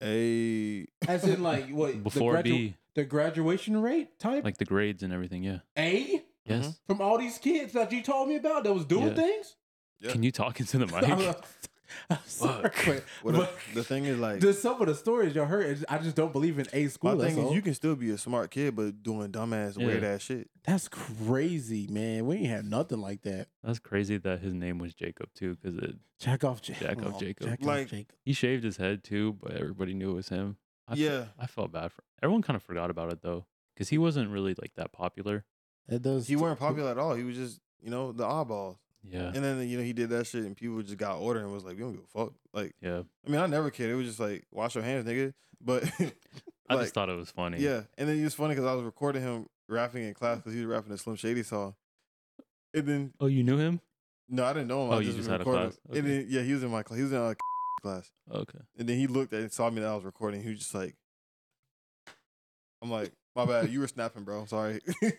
Speaker 5: Hey,
Speaker 4: As in like what?
Speaker 2: before
Speaker 4: the gradu-
Speaker 2: B,
Speaker 4: The graduation rate type?
Speaker 2: like the grades and everything. Yeah.
Speaker 4: A?
Speaker 2: Yes.
Speaker 4: From all these kids that you told me about that was doing
Speaker 5: <laughs>
Speaker 2: Yeah.
Speaker 4: things?
Speaker 5: Yeah.
Speaker 4: <laughs>
Speaker 2: Can you talk into the mic?
Speaker 4: I'm- I'm sorry, but-
Speaker 5: What the-
Speaker 4: but
Speaker 5: the thing is, like,
Speaker 4: there's some of the stories y'all heard. it's- I just don't believe in a
Speaker 5: my
Speaker 4: school. That's,
Speaker 5: thing is,
Speaker 4: all.
Speaker 5: you can still be a smart kid, but doing dumbass,
Speaker 2: Yeah.
Speaker 5: weird ass shit.
Speaker 4: that's crazy, man. We ain't have nothing like that.
Speaker 2: That's crazy that his name was Jacob too, because
Speaker 4: Jack off, Jacob.
Speaker 2: Jack off Jacob.
Speaker 4: Jack
Speaker 5: Like-
Speaker 4: off Jacob.
Speaker 2: he shaved his head too, but everybody knew it was him. I fe-
Speaker 5: Yeah.
Speaker 2: I felt bad for everyone. Kind of forgot about it though, because he wasn't really like that popular.
Speaker 4: That does.
Speaker 5: He weren't popular at all. He was just, you know, the oddball.
Speaker 2: Yeah,
Speaker 5: And then, you know, he did that shit, and people just got ordered and was like, we don't give a fuck. Like,
Speaker 2: yeah.
Speaker 5: I mean, I never cared. It was just like, wash your hands, nigga. But
Speaker 2: I
Speaker 5: like,
Speaker 2: just thought it was funny.
Speaker 5: Yeah, and then it was funny because I was recording him rapping in class because he was rapping a Slim Shady song. And then
Speaker 2: Oh, you knew him?
Speaker 5: no, I didn't know him.
Speaker 2: Oh,
Speaker 5: I
Speaker 2: you just had a
Speaker 5: recorded
Speaker 2: class.
Speaker 5: him. And
Speaker 2: Okay.
Speaker 5: then yeah, he was in my class. He was in our <laughs> class.
Speaker 2: Okay.
Speaker 5: And then he looked at and saw me that I was recording. He was just like, "I'm like, my bad. You were snapping, bro. I'm sorry." <laughs>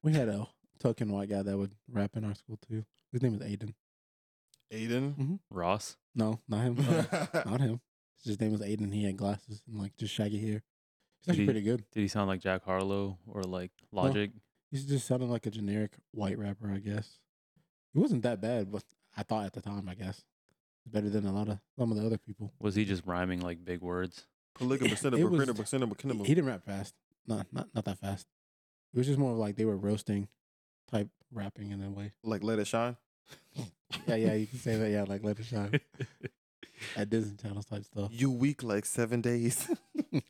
Speaker 4: We had a token white guy that would rap in our school too. His name was Aiden.
Speaker 2: <laughs>
Speaker 5: Aiden.
Speaker 2: Ross.
Speaker 4: No, not him.
Speaker 2: <laughs>
Speaker 4: Uh, not him. His name was Aiden. He had glasses and like just shaggy hair. He's
Speaker 2: Did
Speaker 4: actually pretty good.
Speaker 2: Did he sound like Jack Harlow or like Logic?
Speaker 4: He's just sounding like a generic white rapper, I guess. He wasn't that bad, but I thought at the time, I guess, better than a lot of some of the other people.
Speaker 2: Was he just rhyming like big <laughs> words?
Speaker 5: Polygamy,
Speaker 4: It
Speaker 5: cinnamon,
Speaker 4: was-
Speaker 5: cinnamon, cinnamon,
Speaker 4: He,
Speaker 5: cinnamon.
Speaker 4: he didn't rap fast. Not not not that fast. It was just more of like they were roasting type rapping in a way.
Speaker 5: Like let it shine.
Speaker 4: Yeah, yeah, you can say that. Yeah, like let
Speaker 2: <laughs>
Speaker 4: it shine at Disney Channel type stuff.
Speaker 5: You weak like seven days. <laughs>
Speaker 2: We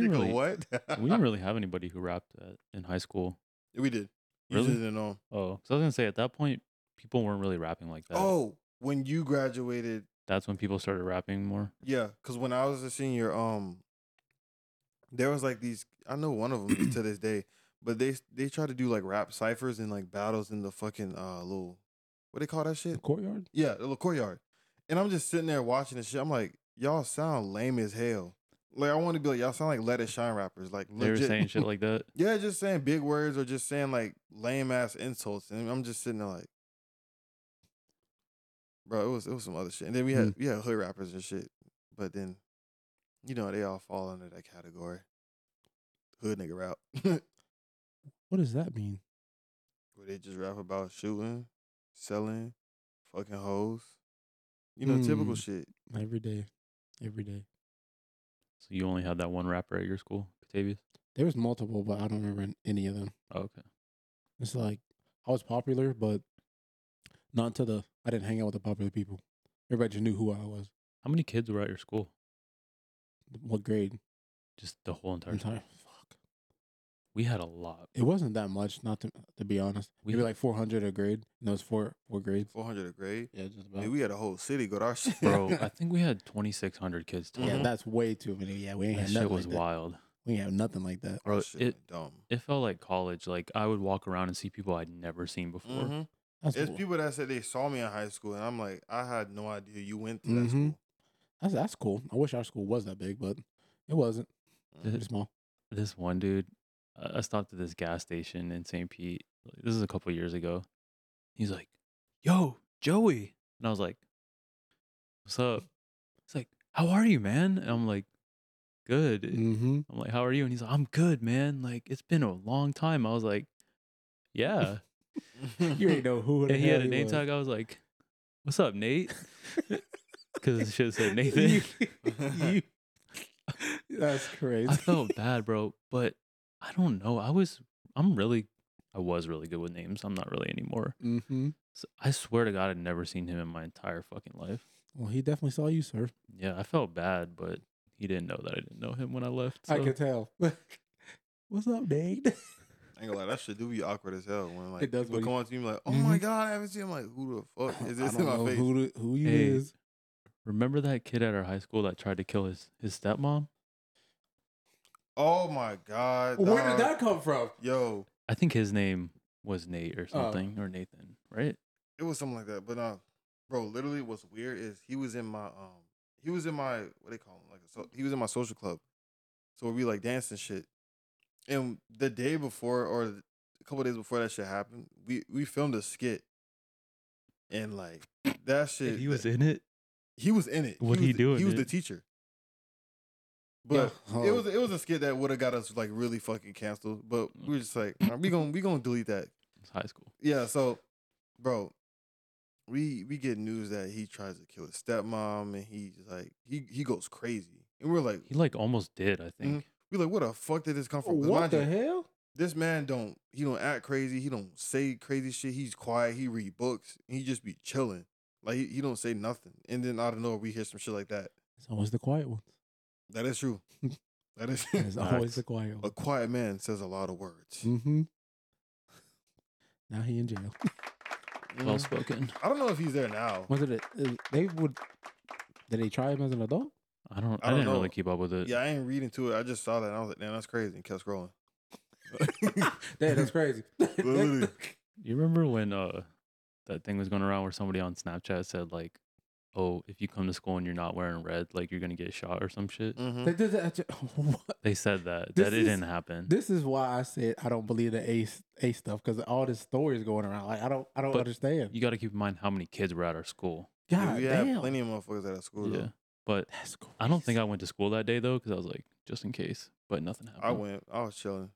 Speaker 2: didn't
Speaker 5: You go,
Speaker 2: really.
Speaker 5: what? <laughs>
Speaker 2: We didn't really have anybody who rapped at, in high school.
Speaker 5: We did. You
Speaker 2: Really?
Speaker 5: just didn't know.
Speaker 2: Oh, so I was gonna say at that point, people weren't really rapping like that.
Speaker 5: Oh, when you graduated,
Speaker 2: that's when people started rapping more.
Speaker 5: Yeah, because when I was a senior, um, there was like these. I know one of them to this day, but they they try to do like rap ciphers and like battles in the fucking uh little what they call that
Speaker 4: The
Speaker 5: shit?
Speaker 4: courtyard.
Speaker 5: Yeah, the little courtyard. And I'm just sitting there watching this shit. I'm like, y'all sound lame as hell. Like I want to be like y'all sound like Let It Shine rappers. Like
Speaker 2: They were
Speaker 5: legit.
Speaker 2: saying shit like that.
Speaker 5: <laughs> Yeah, just saying big words or just saying like lame ass insults, and I'm just sitting there like, bro, it was it was some other shit. And then we had
Speaker 2: Hmm.
Speaker 5: we had hood rappers and shit, but then, you know, they all fall under that category. Hood nigga rap, <laughs> where
Speaker 4: What does that mean?
Speaker 5: they just rap about shooting, selling, fucking hoes, you know, typical
Speaker 2: Hmm.
Speaker 4: Mm.
Speaker 5: shit.
Speaker 4: Every day, every day.
Speaker 2: So you only had that one rapper at your school, Catavius.
Speaker 4: There was multiple, but I don't remember any of them.
Speaker 2: Oh, okay.
Speaker 4: It's like I was popular, but not to the. I didn't hang out with the popular people. Everybody just knew who I was.
Speaker 2: How many kids were at your school?
Speaker 4: What grade?
Speaker 2: Just the whole entire.
Speaker 4: Entire. Fuck.
Speaker 2: We had a
Speaker 4: <laughs>
Speaker 2: lot.
Speaker 4: It wasn't that much. Not to to be honest.
Speaker 2: We-
Speaker 4: Maybe like four hundred a grade. And that was four four grades.
Speaker 5: Four hundred a grade.
Speaker 4: Yeah, just about.
Speaker 5: Dude, we had a whole city go to our <laughs> shit,
Speaker 2: Bro, I think we had 2,600 kids total.
Speaker 4: yeah,
Speaker 5: Mhm.
Speaker 4: that's way too many. Yeah, we ain't
Speaker 2: Mm-hmm. that
Speaker 4: had
Speaker 2: shit
Speaker 4: nothing.
Speaker 2: was
Speaker 4: like that.
Speaker 2: wild.
Speaker 4: We ain't have nothing like that.
Speaker 5: Bro,
Speaker 2: Bro,
Speaker 5: shit
Speaker 2: it,
Speaker 5: went dumb.
Speaker 2: it felt like college. Like, I would walk around and see people I'd never seen before.
Speaker 4: Mm-hmm.
Speaker 5: Mhm.
Speaker 4: That's
Speaker 5: It's
Speaker 4: cool.
Speaker 5: people that said they saw me in high school, and I'm like, I had no idea you went to that
Speaker 4: Mhm.
Speaker 5: school.
Speaker 4: That's that's cool. I wish our school was that big, but it wasn't.
Speaker 2: Th-
Speaker 4: Pretty small.
Speaker 2: This one dude, I I stopped at this gas station in St. Pete. like, This is a couple years ago. He's like, Yo, Joey. And I was like, What's up? He's like, How are you, man? And I'm like, Good.
Speaker 4: Mm-hmm.
Speaker 2: I'm like, how are you? And he's like, I'm good, man. Like, it's been a long time. I was like,
Speaker 4: <laughs>
Speaker 2: yeah.
Speaker 4: You ain't know who. the
Speaker 2: and <laughs> he
Speaker 4: hell
Speaker 2: had a name
Speaker 4: was.
Speaker 2: tag. I was like, what's up,
Speaker 4: <laughs>
Speaker 2: Nate? <laughs> Because it should have said Nathan.
Speaker 4: You- <laughs> that's crazy.
Speaker 2: I felt bad, bro. But I don't know. I was, I'm really, I was really good with names. I'm not really anymore.
Speaker 4: <laughs> Mm-hmm.
Speaker 2: So I swear to God, I'd never seen him in my entire fucking life.
Speaker 4: Well, he definitely saw you, sir.
Speaker 2: Yeah, I felt bad, but he didn't know that I didn't know him when I left.
Speaker 4: I
Speaker 2: so-
Speaker 4: could tell. <laughs> What's up, Nate?
Speaker 5: <laughs> I ain't gonna lie, that shit do be awkward as hell when like
Speaker 4: It does
Speaker 5: people
Speaker 4: when
Speaker 5: come
Speaker 4: you-
Speaker 5: up to you and be like, oh my
Speaker 4: Mhm.
Speaker 5: god, I haven't seen him. Like, who the
Speaker 4: <laughs>
Speaker 5: fuck is
Speaker 4: I
Speaker 5: this
Speaker 4: don't
Speaker 5: in my
Speaker 4: know
Speaker 5: face?
Speaker 4: Who, the- who you
Speaker 2: Hey.
Speaker 4: is?
Speaker 2: Remember that kid at our high school that tried to kill his, his stepmom?
Speaker 5: Oh my god,
Speaker 4: Where did
Speaker 5: dog.
Speaker 4: that come from?
Speaker 5: Yo,
Speaker 2: I think his name was Nate or
Speaker 4: Oh.
Speaker 2: something or Nathan, right?
Speaker 5: it was something like that. But uh, bro, literally, what's weird is he was in my um, he was in my what they call him like so he was in my social club, so we like danced and shit. And the day before, or a couple days before that shit happened, we we filmed a skit, and like that shit,
Speaker 2: he was in it.
Speaker 5: he was in it.
Speaker 2: What'd
Speaker 5: he
Speaker 2: he do
Speaker 5: was, He
Speaker 2: in
Speaker 5: was the
Speaker 2: it?
Speaker 5: teacher. But
Speaker 4: Yeah.
Speaker 5: it was it was a skit that would have got us like really fucking canceled. But
Speaker 2: Mm.
Speaker 5: we were just like, "Nah, we gonna we gonna delete that.
Speaker 2: It's high school.
Speaker 5: Yeah, so bro, we we get news that he tries to kill his stepmom and he's like he he goes crazy and we're like
Speaker 2: He like almost did, I think.
Speaker 5: we're like what the fuck did this come from? 'Cause
Speaker 4: What
Speaker 5: mind
Speaker 4: the
Speaker 5: you,
Speaker 4: hell?
Speaker 5: This man don't he don't act crazy. He don't say crazy shit. He's quiet. He read books. He just be chilling. Like he, he don't say nothing. And then out of nowhere we hear some shit like that.
Speaker 4: It's always the quiet
Speaker 5: <laughs>
Speaker 4: one.
Speaker 5: That is true. That is
Speaker 4: It's always
Speaker 2: Facts.
Speaker 4: the quiet
Speaker 5: <laughs> a
Speaker 4: one.
Speaker 5: quiet man says a lot of words.
Speaker 4: Mm-hmm. Now he in jail.
Speaker 2: Well
Speaker 5: Mhm.
Speaker 2: spoken.
Speaker 5: I don't know if he's there now.
Speaker 4: <laughs> Was it? A, is- they would. Did they try him as an
Speaker 5: <laughs>
Speaker 4: adult?
Speaker 2: I don't
Speaker 5: I
Speaker 2: I,
Speaker 5: don't
Speaker 2: didn't
Speaker 5: know.
Speaker 2: really keep up with it.
Speaker 5: Yeah, I ain't reading to it. I just saw that and I was like, damn, that's crazy. And kept scrolling.
Speaker 4: Damn, that's crazy.
Speaker 5: Literally.
Speaker 2: You remember when uh that thing was going around where somebody on Snapchat said like, "Oh, if you come to school and you're not wearing red, like you're gonna get shot or some shit."
Speaker 4: <laughs>
Speaker 5: Mhm.
Speaker 4: They did that to- <laughs> what?
Speaker 2: They said that.
Speaker 4: This
Speaker 2: that it
Speaker 4: is-
Speaker 2: didn't happen.
Speaker 4: This is why I said I don't believe the ace ace stuff because all this stories going around. Like I don't I don't
Speaker 2: But
Speaker 4: understand.
Speaker 2: you got to keep in mind how many kids were at our school.
Speaker 5: Yeah,
Speaker 4: God
Speaker 5: we
Speaker 4: damn,
Speaker 5: had plenty of motherfuckers at our school
Speaker 2: yeah.
Speaker 5: though.
Speaker 2: But
Speaker 4: that's crazy.
Speaker 2: I don't think I went to school that day though, because I was like, just in case. But nothing happened.
Speaker 5: I went. I was chilling.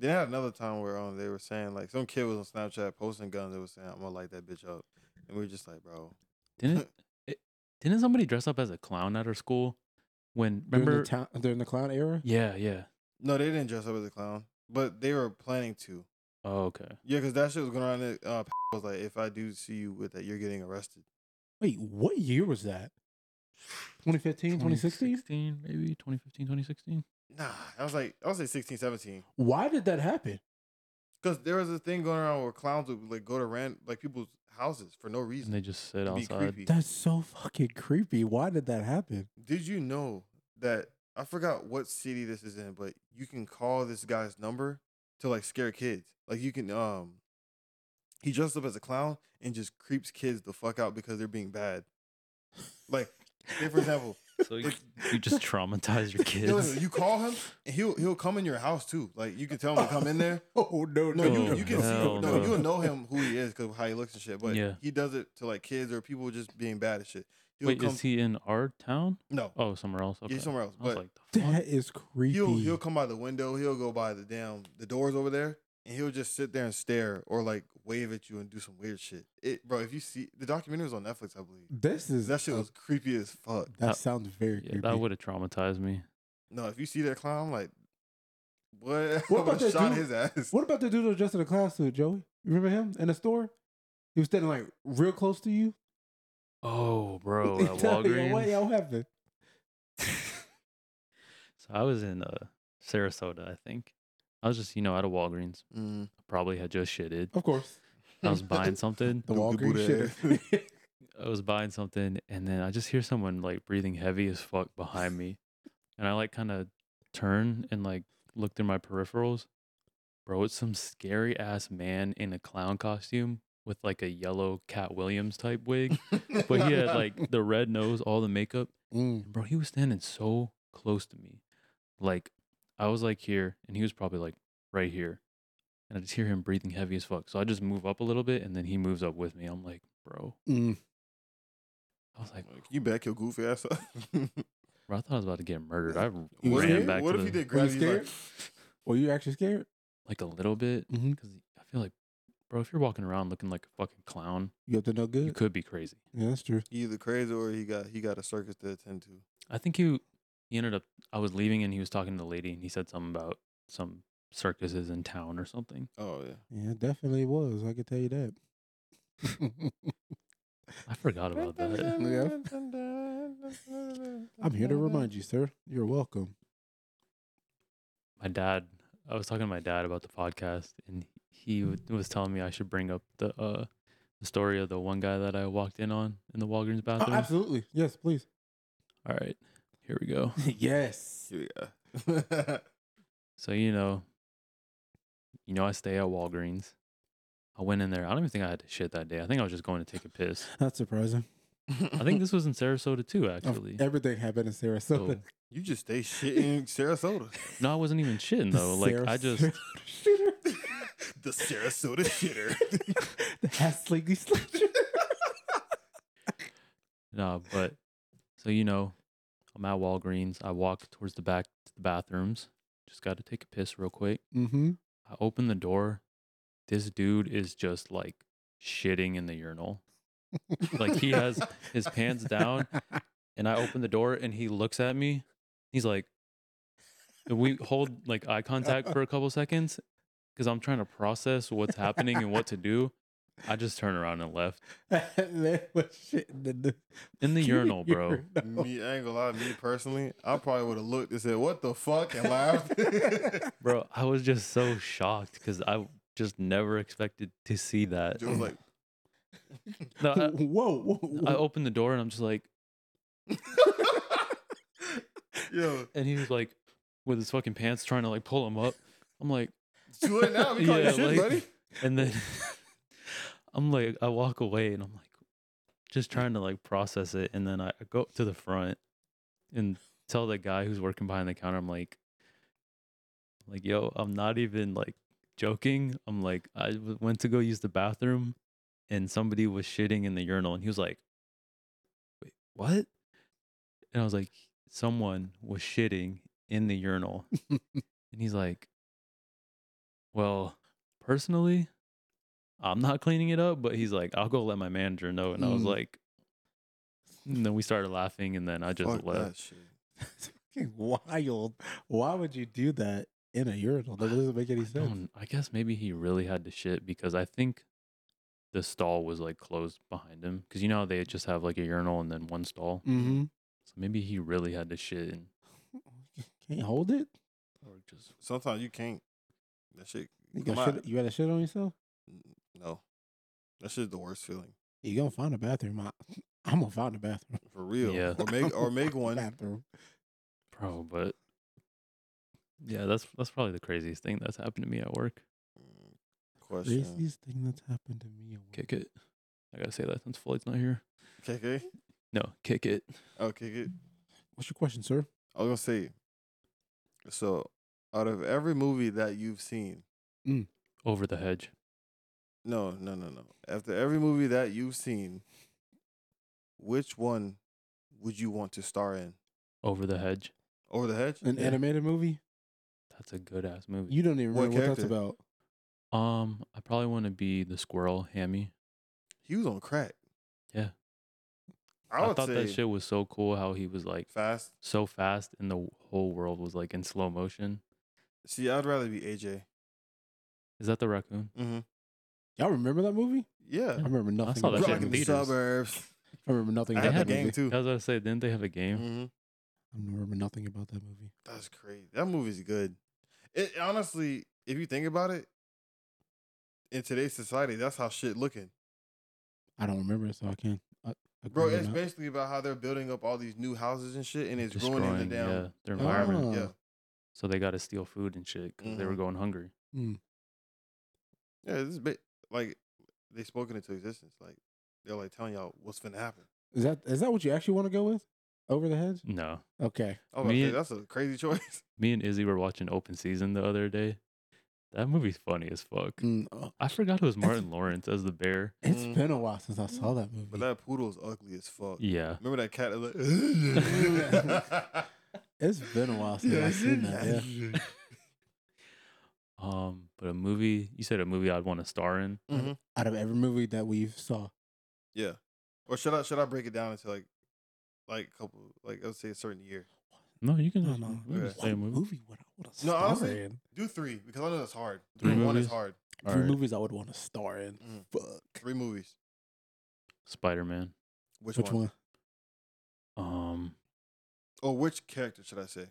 Speaker 5: Then I had another time where um they were saying like some kid was on Snapchat posting guns. They was saying I'm gonna light that bitch up, and we were just like, bro,
Speaker 2: Didn't it, didn't somebody dress up as a clown at our school? When
Speaker 4: during
Speaker 2: remember?
Speaker 4: the town, during the clown era.
Speaker 2: yeah, yeah.
Speaker 5: no, they didn't dress up as a clown, but they were planning to.
Speaker 2: Oh, okay.
Speaker 5: Yeah, because that shit was going on. and, Uh, was like, if I do see you with that, you're getting arrested.
Speaker 4: Wait, what year was that? 2015, 2016?
Speaker 2: 2016, maybe 2015, 2016.
Speaker 5: Nah, I was like, I was like 16, 17.
Speaker 4: Why did that happen?
Speaker 5: Because there was a thing going around where clowns would like go to rent like people's houses for no
Speaker 2: And
Speaker 5: reason.
Speaker 2: they just sit
Speaker 5: to be
Speaker 2: outside.
Speaker 5: creepy.
Speaker 4: That's so fucking creepy. Why did that happen?
Speaker 5: Did you know that I forgot what city this is in, but you can call this guy's number to like scare kids. Like you can um he dressed up as a clown and just creeps kids the fuck out because they're being bad. Like, say
Speaker 2: <laughs>
Speaker 5: for example,
Speaker 2: So you, you just traumatize your
Speaker 5: you, know,
Speaker 2: kids.
Speaker 5: you call him and he'll he'll come in your house too. Like you can tell him to come in there.
Speaker 4: Oh no,
Speaker 5: No, you, you can see
Speaker 2: hell
Speaker 5: no,
Speaker 2: no.
Speaker 5: you'll know him who he is because how he looks and shit. But
Speaker 2: Yeah.
Speaker 5: he does it to like kids or people just being bad and shit. He'll
Speaker 2: Wait,
Speaker 5: come
Speaker 2: is he in our town?
Speaker 5: no,
Speaker 2: Oh, somewhere else. Okay.
Speaker 5: he's somewhere else.
Speaker 2: I was
Speaker 5: But
Speaker 2: like,
Speaker 4: <laughs>
Speaker 2: the fuck?
Speaker 4: That is creepy.
Speaker 5: he'll he'll come by the window. He'll go by the damn the doors over there, and he'll just sit there and stare or like wave at you and do some weird shit. It, bro, if you see the documentary was on Netflix, I believe.
Speaker 4: this is
Speaker 5: That shit
Speaker 4: a-
Speaker 5: was creepy as fuck.
Speaker 4: that
Speaker 2: That-
Speaker 4: sounds very
Speaker 2: Uh, Yeah,
Speaker 4: creepy.
Speaker 2: that would have traumatized me.
Speaker 5: No, if you see that clown, I'm like, what? <laughs>
Speaker 4: What
Speaker 5: I would've
Speaker 4: about that
Speaker 5: shot
Speaker 4: dude-
Speaker 5: his ass. <laughs>
Speaker 4: What about the dude that was dressed in a clown suit, Joey? You remember him in the store? He was standing like real close to you.
Speaker 2: <laughs> Oh,
Speaker 4: <laughs>
Speaker 2: bro, at
Speaker 4: Tell me, yo, What
Speaker 2: Walgreens.
Speaker 4: yo, what happened?
Speaker 2: So I was in uh, Sarasota, I think. I was just, you know, at a Walgreens.
Speaker 5: Mm.
Speaker 2: I probably had just shitted.
Speaker 4: Of course,
Speaker 2: I was
Speaker 4: <laughs>
Speaker 2: buying something.
Speaker 4: the
Speaker 5: Dude, good
Speaker 4: Walgreens
Speaker 5: booty
Speaker 4: shit. <laughs>
Speaker 2: I was buying something, and then I just hear someone like breathing heavy as fuck behind me, and I like kind of turn and like look through my peripherals. Bro, it's some scary ass man in a clown costume with like a yellow Cat Williams type wig, but
Speaker 4: <laughs>
Speaker 5: <laughs>
Speaker 2: he had like the red nose, all the makeup,
Speaker 4: Mm.
Speaker 2: and bro, he was standing so close to me, like I was like here, and he was probably like right here, and I just hear him breathing heavy as fuck. So I just move up a little bit, and then he moves up with me. I'm like, bro.
Speaker 4: Mm.
Speaker 2: I was like,
Speaker 5: you back your goofy ass <laughs> up.
Speaker 2: Bro, I thought I was about to get murdered.
Speaker 5: <laughs>
Speaker 2: I ran
Speaker 4: You
Speaker 5: what if,
Speaker 4: scared?
Speaker 2: back
Speaker 5: what
Speaker 2: to
Speaker 5: if he
Speaker 2: the-
Speaker 5: did grab
Speaker 4: you
Speaker 5: you like,
Speaker 4: Were you actually scared?
Speaker 2: like a little bit
Speaker 4: Mm-hmm.
Speaker 2: because I feel like, bro, if you're walking around looking like a fucking clown,
Speaker 4: You up to no good?
Speaker 2: you could be crazy.
Speaker 4: yeah, that's true.
Speaker 5: he either crazy or he got he got a circus to attend to.
Speaker 2: I think you he ended up. I was leaving and he was talking to the lady and he said something about some circuses in town or something.
Speaker 5: Oh yeah. <laughs>
Speaker 4: Yeah, it definitely was. I can tell you that.
Speaker 2: I forgot about
Speaker 4: <laughs>
Speaker 2: that.
Speaker 4: I'm here to remind you, sir. You're welcome.
Speaker 2: My dad. I was talking to my dad about the podcast and he w- was telling me I should bring up the uh the story of the one guy that I walked in on in the Walgreens
Speaker 4: Oh,
Speaker 2: bathroom.
Speaker 4: absolutely. Yes, please.
Speaker 2: All right, here we go.
Speaker 4: yes.
Speaker 5: Here we <laughs> go.
Speaker 2: So you know, you know, I stay at Walgreens. I went in there. I don't even think I had to shit that day. I think I was just going to take a piss.
Speaker 4: That's surprising.
Speaker 2: I think this was in Sarasota too,
Speaker 4: Of-
Speaker 2: actually.
Speaker 4: Everything happened in Sarasota.
Speaker 2: So,
Speaker 5: you just stay shitting Sarasota.
Speaker 2: no, I wasn't even shitting though. Like I just, <laughs>
Speaker 4: Shooter. <laughs>
Speaker 5: the Sarasota shitter.
Speaker 4: the
Speaker 2: <laughs>
Speaker 4: Haslingy Slasher.
Speaker 2: no. But so you know, I'm at Walgreens. I walk towards the back to the bathrooms. Just got to take a piss real quick.
Speaker 4: Mm-hmm. <laughs>
Speaker 2: I open the door. This dude is just like shitting in the urinal. Like he has his pants down, and I open the door, and he looks at me. He's like, and we hold like eye contact for a couple seconds because I'm trying to process what's happening and what to do. I just turn around and left
Speaker 4: Man, what shit <laughs> in the,
Speaker 2: in the urinal, bro.
Speaker 4: urinal.
Speaker 5: Me, I ain't gonna lie. Me personally, I probably would have looked and said, "What the fuck?"
Speaker 2: <laughs>
Speaker 5: and laughed.
Speaker 2: Bro, I was just so shocked because I just never expected to see that.
Speaker 5: Joe was like,
Speaker 2: No, I-
Speaker 4: <laughs> whoa, whoa, whoa.
Speaker 2: I
Speaker 4: <laughs>
Speaker 2: opened the door and I'm just like, <laughs>
Speaker 5: "Yo,
Speaker 2: and he was like, with his fucking pants trying to like pull him up. I'm like,
Speaker 5: it's too late now. We call
Speaker 2: Yeah,
Speaker 5: you shit,
Speaker 2: like-
Speaker 5: buddy."
Speaker 2: and then <laughs> I'm like, I walk away and I'm like, just trying to like process it. And then I go up to the front and tell the guy who's working behind the counter, I'm like, like, yo, I'm not even like joking. I'm like, I w- went to go use the bathroom and somebody was shitting in the urinal. And he was like, wait, what? And I was like, someone was shitting in the
Speaker 5: <laughs>
Speaker 2: urinal. and he's like, well, personally, I'm not cleaning it up, but he's like, I'll go let my manager know. And I was
Speaker 4: Mm.
Speaker 2: like, and then we started laughing, and then I just
Speaker 5: Fuck
Speaker 2: left.
Speaker 5: that shit.
Speaker 4: It's fucking wild. Why would you do that in a urinal? That doesn't make any
Speaker 2: I,
Speaker 4: sense.
Speaker 2: don't- I guess maybe he really had to shit because I think the stall was like closed behind him because you know how they just have like a urinal and then one stall.
Speaker 4: Mm-hmm.
Speaker 2: So maybe he really had to shit and
Speaker 4: Can't hold it.
Speaker 2: or just
Speaker 5: Sometimes you can't. That shit.
Speaker 4: You
Speaker 5: come
Speaker 4: got
Speaker 5: out.
Speaker 4: shit, you got to shit on yourself.
Speaker 5: No, that shit's the worst feeling
Speaker 4: You gonna find a bathroom. I, <laughs> I'm gonna find a bathroom.
Speaker 5: for real.
Speaker 2: Yeah.
Speaker 5: Or
Speaker 4: <laughs>
Speaker 5: make or make one.
Speaker 4: bathroom.
Speaker 2: bro, but yeah, that's that's probably the craziest thing that's happened to me at work.
Speaker 5: Mm, Question.
Speaker 4: Craziest thing that's happened to me. at work.
Speaker 2: Kick it. I gotta say that since Floyd's not here.
Speaker 5: KK.
Speaker 2: No, kick it.
Speaker 5: Oh, kick it.
Speaker 4: What's your question, sir?
Speaker 5: I was gonna say. So, out of every movie that you've seen,
Speaker 2: Over the hedge.
Speaker 5: no, no, no, no. After every movie that you've seen, which one would you want to star in?
Speaker 2: Over the hedge.
Speaker 5: Over the hedge.
Speaker 4: An
Speaker 2: Yeah.
Speaker 4: animated movie?
Speaker 2: That's a good ass movie.
Speaker 4: You don't even
Speaker 5: What
Speaker 4: remember what that's
Speaker 5: character?
Speaker 4: about.
Speaker 2: um, I probably want to be the squirrel, Hammy.
Speaker 5: He was on crack.
Speaker 2: Yeah.
Speaker 5: I would
Speaker 2: thought
Speaker 5: say
Speaker 2: that shit was so cool how he was like
Speaker 5: fast.
Speaker 2: so fast and the whole world was like in slow motion.
Speaker 5: See, I'd rather be AJ.
Speaker 2: Is that the raccoon?
Speaker 5: Mm-hmm.
Speaker 4: Y'all remember that movie?
Speaker 5: Yeah.
Speaker 4: I remember nothing.
Speaker 2: saw that
Speaker 4: about
Speaker 2: shit
Speaker 5: Rock
Speaker 2: in
Speaker 5: in
Speaker 4: movie.
Speaker 5: the
Speaker 2: theaters.
Speaker 5: suburbs.
Speaker 4: I remember nothing.
Speaker 5: I
Speaker 4: about
Speaker 5: had
Speaker 4: that
Speaker 5: the
Speaker 2: had
Speaker 5: game
Speaker 4: movie.
Speaker 5: too.
Speaker 2: I was gonna say, didn't they have a game?
Speaker 5: Mm-hmm.
Speaker 4: I remember nothing about that movie.
Speaker 5: That's crazy. That movie's good. It honestly, if you think about it, in today's society, that's how shit looking,
Speaker 4: I don't remember it, so I can't. I, I
Speaker 5: bro.
Speaker 2: Mm-hmm.
Speaker 4: can
Speaker 5: It's
Speaker 4: not-
Speaker 5: basically about how they're building up all these new houses and shit, and it's ruining the
Speaker 2: Destroying
Speaker 5: damn.
Speaker 2: yeah, their environment.
Speaker 4: Ah.
Speaker 5: Yeah,
Speaker 2: So they got to steal food and shit because they were
Speaker 5: Mhm.
Speaker 2: going hungry.
Speaker 5: yeah. This is bit like they spoke it into existence. Like they're like telling y'all what's gonna happen.
Speaker 4: Is that is that what you actually want to go with? Over the hedge?
Speaker 2: No,
Speaker 4: Okay.
Speaker 5: I was about to
Speaker 2: Me-
Speaker 5: say, that's a crazy <laughs> choice.
Speaker 2: me and Izzy were watching Open Season the other day. That movie's funny as fuck.
Speaker 4: Mm, uh,
Speaker 2: I forgot it
Speaker 5: <laughs>
Speaker 2: was
Speaker 4: That's-
Speaker 2: Martin Lawrence as the bear.
Speaker 4: it's
Speaker 5: Mm.
Speaker 4: been a while since I saw that movie.
Speaker 5: but that poodle is ugly as fuck.
Speaker 2: Yeah,
Speaker 5: Remember that cat? that Like,
Speaker 4: it's been a
Speaker 5: <laughs>
Speaker 4: while since I've seen that. Yeah.
Speaker 5: mm.
Speaker 2: um, but a movie. You said a movie I'd want to star in.
Speaker 5: Mhm.
Speaker 4: Out of every movie that we've saw,
Speaker 5: <laughs> Yeah. Or should I should I break it down into like like a couple like let's say a certain year.
Speaker 2: No, you can.
Speaker 4: no,
Speaker 2: just-
Speaker 4: no,
Speaker 2: we can
Speaker 5: Yeah.
Speaker 2: just say a
Speaker 4: what
Speaker 2: movie.
Speaker 4: movie would I want to
Speaker 5: No,
Speaker 4: star
Speaker 5: honestly,
Speaker 4: in?
Speaker 5: Do three because I know that's hard.
Speaker 2: Three
Speaker 5: Three one is
Speaker 2: movies?
Speaker 5: hard.
Speaker 4: Three
Speaker 2: Alright.
Speaker 4: movies I would want to star in.
Speaker 5: Mhm.
Speaker 4: Fuck.
Speaker 5: Three movies.
Speaker 2: Spider Man.
Speaker 5: Which,
Speaker 4: Which
Speaker 5: one?
Speaker 4: one?
Speaker 2: Um,
Speaker 5: Or which character should I say?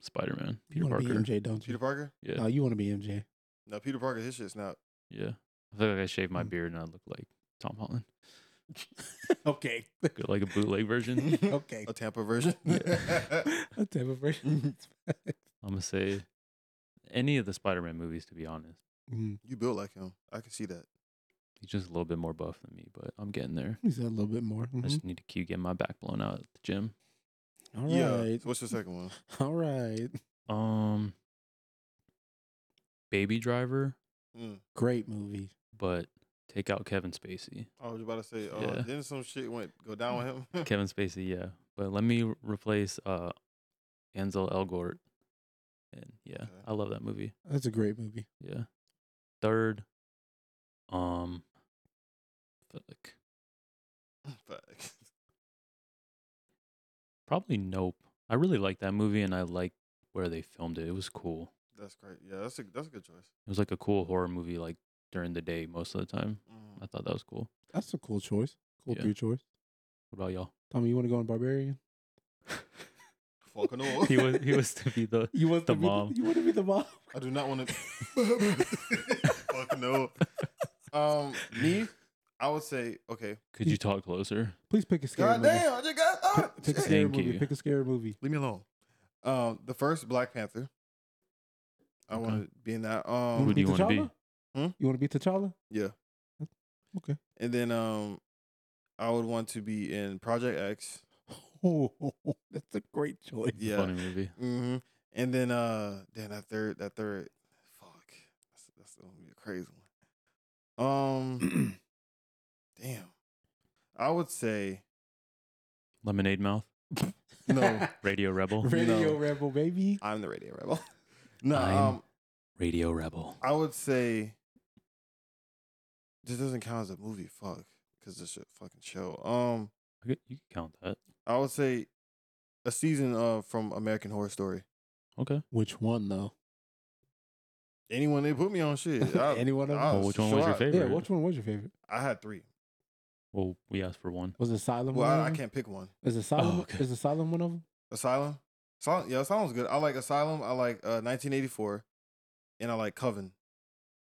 Speaker 2: Spider Man.
Speaker 4: You
Speaker 2: Peter
Speaker 4: want to be
Speaker 2: Parker.
Speaker 4: MJ, don't
Speaker 5: Peter
Speaker 4: you?
Speaker 5: Parker?
Speaker 2: Yeah,
Speaker 4: No, you want to be <laughs> MJ.
Speaker 5: No, Peter Parker. His shit's not.
Speaker 2: yeah. I feel like I shaved my
Speaker 4: Mm.
Speaker 2: beard and I look like Tom Holland.
Speaker 4: Okay.
Speaker 2: Good, like a bootleg version.
Speaker 5: <laughs>
Speaker 4: okay.
Speaker 5: A Tampa version.
Speaker 4: <laughs>
Speaker 5: <laughs>
Speaker 4: A type of
Speaker 5: Mm-hmm.
Speaker 4: version.
Speaker 2: I'm gonna say any of the Spider-Man movies. To be honest,
Speaker 4: Mm.
Speaker 5: you built like him. I can see that.
Speaker 2: he's just a little bit more buff than me, but I'm getting there.
Speaker 4: He said a little bit more.
Speaker 2: I
Speaker 4: Mhm.
Speaker 2: just need to keep getting my back blown out at the gym.
Speaker 4: Mm-hmm. All right.
Speaker 5: Yeah. So what's the second one?
Speaker 4: All right.
Speaker 2: Um, Baby Driver,
Speaker 5: Mm.
Speaker 4: Great movie.
Speaker 2: but take out Kevin Spacey.
Speaker 5: I was about to say. Uh,
Speaker 2: Yeah.
Speaker 5: Then some shit went go down with him. <laughs>
Speaker 2: Kevin Spacey, yeah. But let me re- replace uh Ansel Elgort. And yeah,
Speaker 5: Okay.
Speaker 2: I love that movie.
Speaker 4: That's a great movie.
Speaker 2: Yeah. Third, um, fuck.
Speaker 5: Facts.
Speaker 2: Probably Nope. I really liked that movie and I like where they filmed it. It was cool.
Speaker 5: That's great. Yeah, that's a that's a good choice.
Speaker 2: It was like a cool horror movie like during the day most of the time.
Speaker 5: Mm.
Speaker 2: I thought that was cool.
Speaker 4: That's a cool choice. Cool
Speaker 2: Yeah.
Speaker 4: three choice.
Speaker 2: What about
Speaker 4: <laughs>
Speaker 2: y'all?
Speaker 4: Tommy, you want to go on Barbarian? <laughs>
Speaker 5: Fucking all.
Speaker 2: <laughs> He was he was to be the
Speaker 4: You want
Speaker 2: The
Speaker 4: to be
Speaker 2: mom.
Speaker 4: you want to be the mom?
Speaker 5: I do
Speaker 2: <laughs>
Speaker 5: not want to. <laughs> Fuck no. Um, me, I would say okay.
Speaker 2: Could <laughs> you talk closer?
Speaker 4: <laughs> Please pick a scary <laughs>
Speaker 5: God
Speaker 4: movie.
Speaker 5: damn, I just got.
Speaker 2: <laughs>
Speaker 5: ah,
Speaker 4: Pick, pick a
Speaker 5: shit.
Speaker 4: scary
Speaker 2: Thank
Speaker 4: movie.
Speaker 2: you.
Speaker 4: Pick a scary movie.
Speaker 5: Leave me alone. Um, the first Black Panther. I
Speaker 2: Okay.
Speaker 5: want to be in that.
Speaker 4: wanna
Speaker 2: Who
Speaker 5: Um,
Speaker 2: do
Speaker 4: be
Speaker 2: you wanna be?
Speaker 4: T'Challa?
Speaker 5: Hmm?
Speaker 4: You want to be T'Challa?
Speaker 5: yeah,
Speaker 4: Okay.
Speaker 5: and then um, I would want to be in Project X.
Speaker 4: <laughs> Oh, <laughs> that's a great choice.
Speaker 5: Yeah.
Speaker 2: Funny movie.
Speaker 5: Mm-hmm. And then uh, then that third, that third, fuck, that's that's gonna be a crazy one. Um, damn, I would say
Speaker 2: Lemonade Mouth,
Speaker 5: no.
Speaker 2: Radio Rebel,
Speaker 4: <laughs> Radio
Speaker 5: No.
Speaker 4: Rebel, baby.
Speaker 5: I'm the radio rebel. <laughs> no,
Speaker 2: I'm-
Speaker 5: um,
Speaker 2: Radio Rebel.
Speaker 5: I would say this doesn't count as a movie, fuck, because it's a fucking show. Um,
Speaker 2: Okay, you can count that.
Speaker 5: I would say a season uh from American Horror Story.
Speaker 2: Okay.
Speaker 4: Which one though?
Speaker 5: Anyone they put me on
Speaker 4: <laughs>
Speaker 5: shit. I,
Speaker 4: Anyone? of
Speaker 5: I
Speaker 4: them?
Speaker 2: Well, which one
Speaker 5: so
Speaker 2: was your
Speaker 5: I-
Speaker 2: favorite?
Speaker 4: Oh, yeah. Which one was your favorite?
Speaker 5: I had three.
Speaker 2: Well, we asked for one.
Speaker 4: Was Asylum?
Speaker 5: Well,
Speaker 4: one of
Speaker 5: I, I
Speaker 4: them?
Speaker 5: can't pick one.
Speaker 4: Is Asylum?
Speaker 2: Oh, okay.
Speaker 4: Is Asylum one of them?
Speaker 5: Asylum. Asylum. Yeah, Asylum's good. I like Asylum. I like uh, 1984, and I like Coven.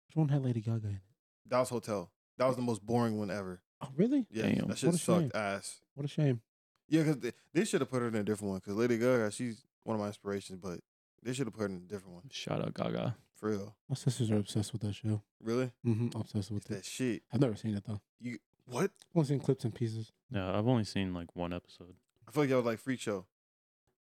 Speaker 4: Which one had Lady Gaga in it?
Speaker 5: That was Hotel. That was the most boring one ever.
Speaker 4: Oh, really?
Speaker 5: Yeah,
Speaker 2: Damn,
Speaker 5: that
Speaker 4: what
Speaker 5: shit
Speaker 4: a
Speaker 5: sucked
Speaker 4: shame.
Speaker 5: ass.
Speaker 4: What a shame.
Speaker 5: Yeah, because they, they should have put her in a different one. Because Lady Gaga, she's one of my inspirations, but they should have put her in a different one
Speaker 2: Shout out Gaga.
Speaker 5: for real.
Speaker 4: My sisters are obsessed with that show.
Speaker 5: Really,
Speaker 4: hmm Obsessed
Speaker 5: it's
Speaker 4: with it.
Speaker 5: that shit.
Speaker 4: I've never seen it though.
Speaker 5: What?
Speaker 4: I've only seen clips and pieces.
Speaker 2: Yeah, I've only seen like one episode.
Speaker 5: I feel like y'all was like Freak Show.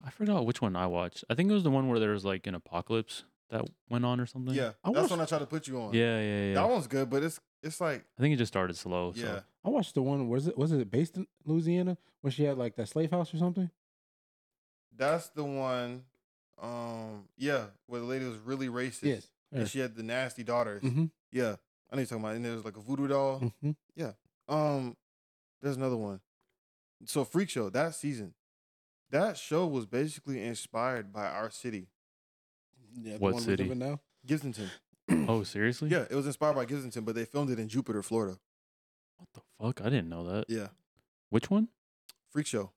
Speaker 2: I forgot which one I watched. I think it was the one where there was like an apocalypse that went on or something.
Speaker 5: Yeah,
Speaker 4: I
Speaker 5: that's
Speaker 4: watched-
Speaker 5: when I tried to put you on.
Speaker 2: Yeah, yeah, yeah.
Speaker 5: that one's good, but it's it's like
Speaker 2: I think it just started slow. So.
Speaker 5: yeah,
Speaker 4: I watched the one. Was it was it based in Louisiana when she had like that slave house or something?
Speaker 5: that's the one. Um, yeah, where the lady was really racist.
Speaker 4: Yes. Er,
Speaker 5: and she had the nasty daughters.
Speaker 4: Mm-hmm.
Speaker 5: Yeah, I know you're talking about. And there was like a voodoo doll.
Speaker 4: Mm-hmm.
Speaker 2: Mm.
Speaker 5: Um, there's another one. So Freak Show that season, that show was basically inspired by our city,
Speaker 4: Yeah,
Speaker 2: What
Speaker 4: we
Speaker 2: city?
Speaker 4: live in now.
Speaker 5: Gibsonton. <laughs>
Speaker 2: Oh, seriously?
Speaker 5: Yeah, it was inspired by Gibsonton, but they filmed it in Jupiter, Florida.
Speaker 2: What the fuck? I didn't know that.
Speaker 5: Yeah,
Speaker 2: Which one?
Speaker 5: Freak Show.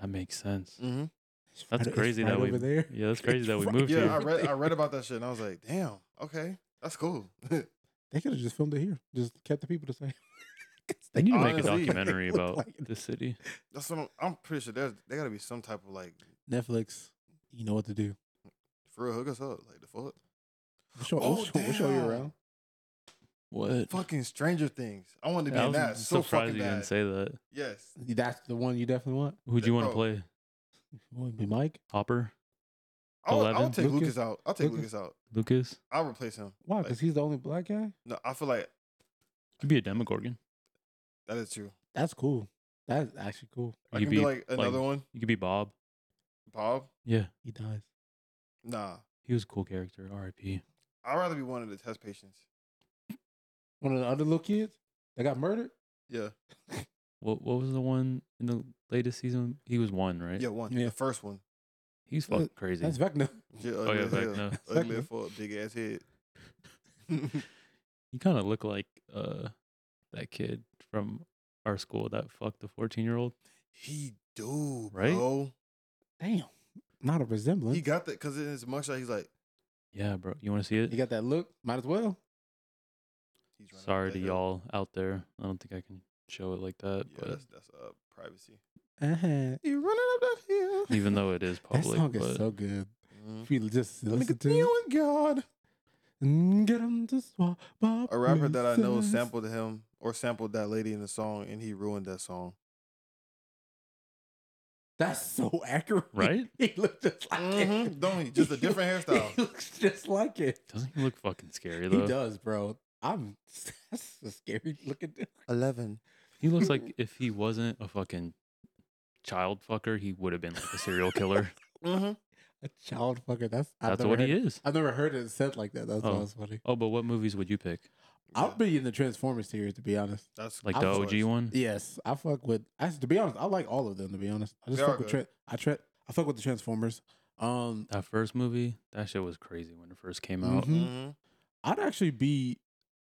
Speaker 2: That makes sense.
Speaker 5: hmm
Speaker 4: It's
Speaker 2: That's
Speaker 4: right- it's
Speaker 2: crazy
Speaker 4: right
Speaker 2: that we.
Speaker 4: over there.
Speaker 2: Yeah, that's crazy that we
Speaker 4: right
Speaker 2: moved
Speaker 5: Yeah, I
Speaker 2: here.
Speaker 5: read I read about that shit and I was like, damn, okay, that's cool. <laughs>
Speaker 4: They could have just filmed it here. Just kept the people the same. <laughs>
Speaker 2: They need to make a
Speaker 5: Honestly, <laughs>
Speaker 2: documentary
Speaker 4: it looked
Speaker 2: about
Speaker 4: like it.
Speaker 2: the city.
Speaker 5: that's what I'm, I'm pretty sure. There's there gotta be some type of like
Speaker 4: Netflix, you know what to do.
Speaker 5: for real hook us up like the fuck.
Speaker 4: We'll show,
Speaker 5: Oh,
Speaker 4: we'll show, we'll show you
Speaker 5: damn.
Speaker 4: around.
Speaker 2: What?
Speaker 5: Fucking Stranger Things. I wanted to be
Speaker 2: I
Speaker 5: in
Speaker 2: was
Speaker 5: that so
Speaker 2: surprised
Speaker 5: fucking
Speaker 2: you didn't
Speaker 5: bad.
Speaker 2: say that.
Speaker 5: Yes.
Speaker 4: That's the one you definitely want.
Speaker 2: Who'd you want to
Speaker 5: Oh.
Speaker 2: play?
Speaker 4: Would be Mike.
Speaker 2: Hopper?
Speaker 5: I would, I
Speaker 2: 11?
Speaker 5: would take Lucas,
Speaker 4: Lucas-
Speaker 5: out. I'll take
Speaker 4: Lucas-
Speaker 5: Lucas out.
Speaker 2: Lucas?
Speaker 5: I'll replace him.
Speaker 4: Why?
Speaker 5: Like-
Speaker 4: Because he's the only black guy.
Speaker 5: No, I feel like
Speaker 2: You'd be a Demogorgon.
Speaker 5: that is true.
Speaker 4: That's cool. That's actually cool.
Speaker 5: I
Speaker 2: You
Speaker 5: can be,
Speaker 2: be,
Speaker 5: like
Speaker 2: like-
Speaker 5: another one,
Speaker 2: You could be Bob.
Speaker 5: Bob.
Speaker 2: Yeah.
Speaker 4: He dies.
Speaker 5: Nah,
Speaker 2: He was a cool character. R.I.P.
Speaker 5: I'd rather be one of the test patients.
Speaker 4: One of the other little kids that got murdered.
Speaker 5: Yeah,
Speaker 2: What What was the one in the latest season? He was one, right?
Speaker 5: yeah, one.
Speaker 4: Yeah.
Speaker 5: The first one.
Speaker 2: He's fucking crazy.
Speaker 4: That's Vecna. <laughs>
Speaker 5: Yeah,
Speaker 2: oh
Speaker 5: ugly
Speaker 2: yeah,
Speaker 5: as hell.
Speaker 2: Vecna.
Speaker 5: Ugly as fuck, big ass head.
Speaker 2: You kind of look like uh that kid from our school that fucked the fourteen year old.
Speaker 5: he do
Speaker 2: Right?
Speaker 5: bro.
Speaker 4: Damn. Not a resemblance.
Speaker 5: He
Speaker 4: He
Speaker 5: got that because in his mugshot, he's like,
Speaker 2: Yeah, bro. You want to see
Speaker 4: got,
Speaker 2: it?
Speaker 4: that look. Might as well.
Speaker 5: he's running up
Speaker 2: Sorry
Speaker 5: that
Speaker 2: to
Speaker 5: hill.
Speaker 2: y'all out there. I don't think I can show it like that,
Speaker 5: Yeah,
Speaker 2: but
Speaker 4: <laughs>
Speaker 5: that's, that's uh privacy.
Speaker 4: Uh-huh.
Speaker 5: You running up that hill?
Speaker 2: even though it is
Speaker 4: That
Speaker 2: public,
Speaker 4: song
Speaker 2: but
Speaker 4: is so good.
Speaker 5: Mhm.
Speaker 4: If you just listen
Speaker 5: Look at
Speaker 4: to it.
Speaker 5: you and God.
Speaker 4: Mm, Get him to swap.
Speaker 5: A rapper that I know sampled him or sampled that lady in the song, and he ruined
Speaker 2: <laughs>
Speaker 5: that song.
Speaker 4: That's so accurate.
Speaker 2: right?
Speaker 4: <laughs> He looked just like it.
Speaker 5: Mhm, Don't he? Just a different
Speaker 4: <laughs>
Speaker 2: <laughs>
Speaker 4: He
Speaker 5: hairstyle.
Speaker 4: looks just like it.
Speaker 2: Doesn't he look fucking scary though?
Speaker 4: He does, bro. I'm <laughs> that's a scary looking dude.
Speaker 5: Eleven.
Speaker 2: He looks
Speaker 4: <laughs>
Speaker 2: like if he wasn't a fucking child fucker, he would have been like a serial
Speaker 4: <laughs>
Speaker 2: killer.
Speaker 5: Mm-hmm.
Speaker 4: A child fucker. That's I've
Speaker 2: That's
Speaker 4: never
Speaker 2: what
Speaker 4: heard,
Speaker 2: he is.
Speaker 4: I've never heard it said like that. That's
Speaker 2: Oh.
Speaker 4: always funny.
Speaker 2: Oh, but what movies would you pick?
Speaker 4: I'll be in the Transformers series to be honest.
Speaker 5: That's
Speaker 2: Like
Speaker 4: I'm
Speaker 2: the
Speaker 5: for
Speaker 2: OG
Speaker 5: it.
Speaker 2: one?
Speaker 4: Yes, I fuck with. I, to be honest, I like all of them. To be honest, I just
Speaker 5: They are
Speaker 4: fuck with.
Speaker 5: good.
Speaker 4: Tra- I tra- I fuck with the Transformers. Um,
Speaker 2: That first movie, that shit was crazy when it first came out.
Speaker 4: Mhm.
Speaker 5: Mhm.
Speaker 4: I'd actually be.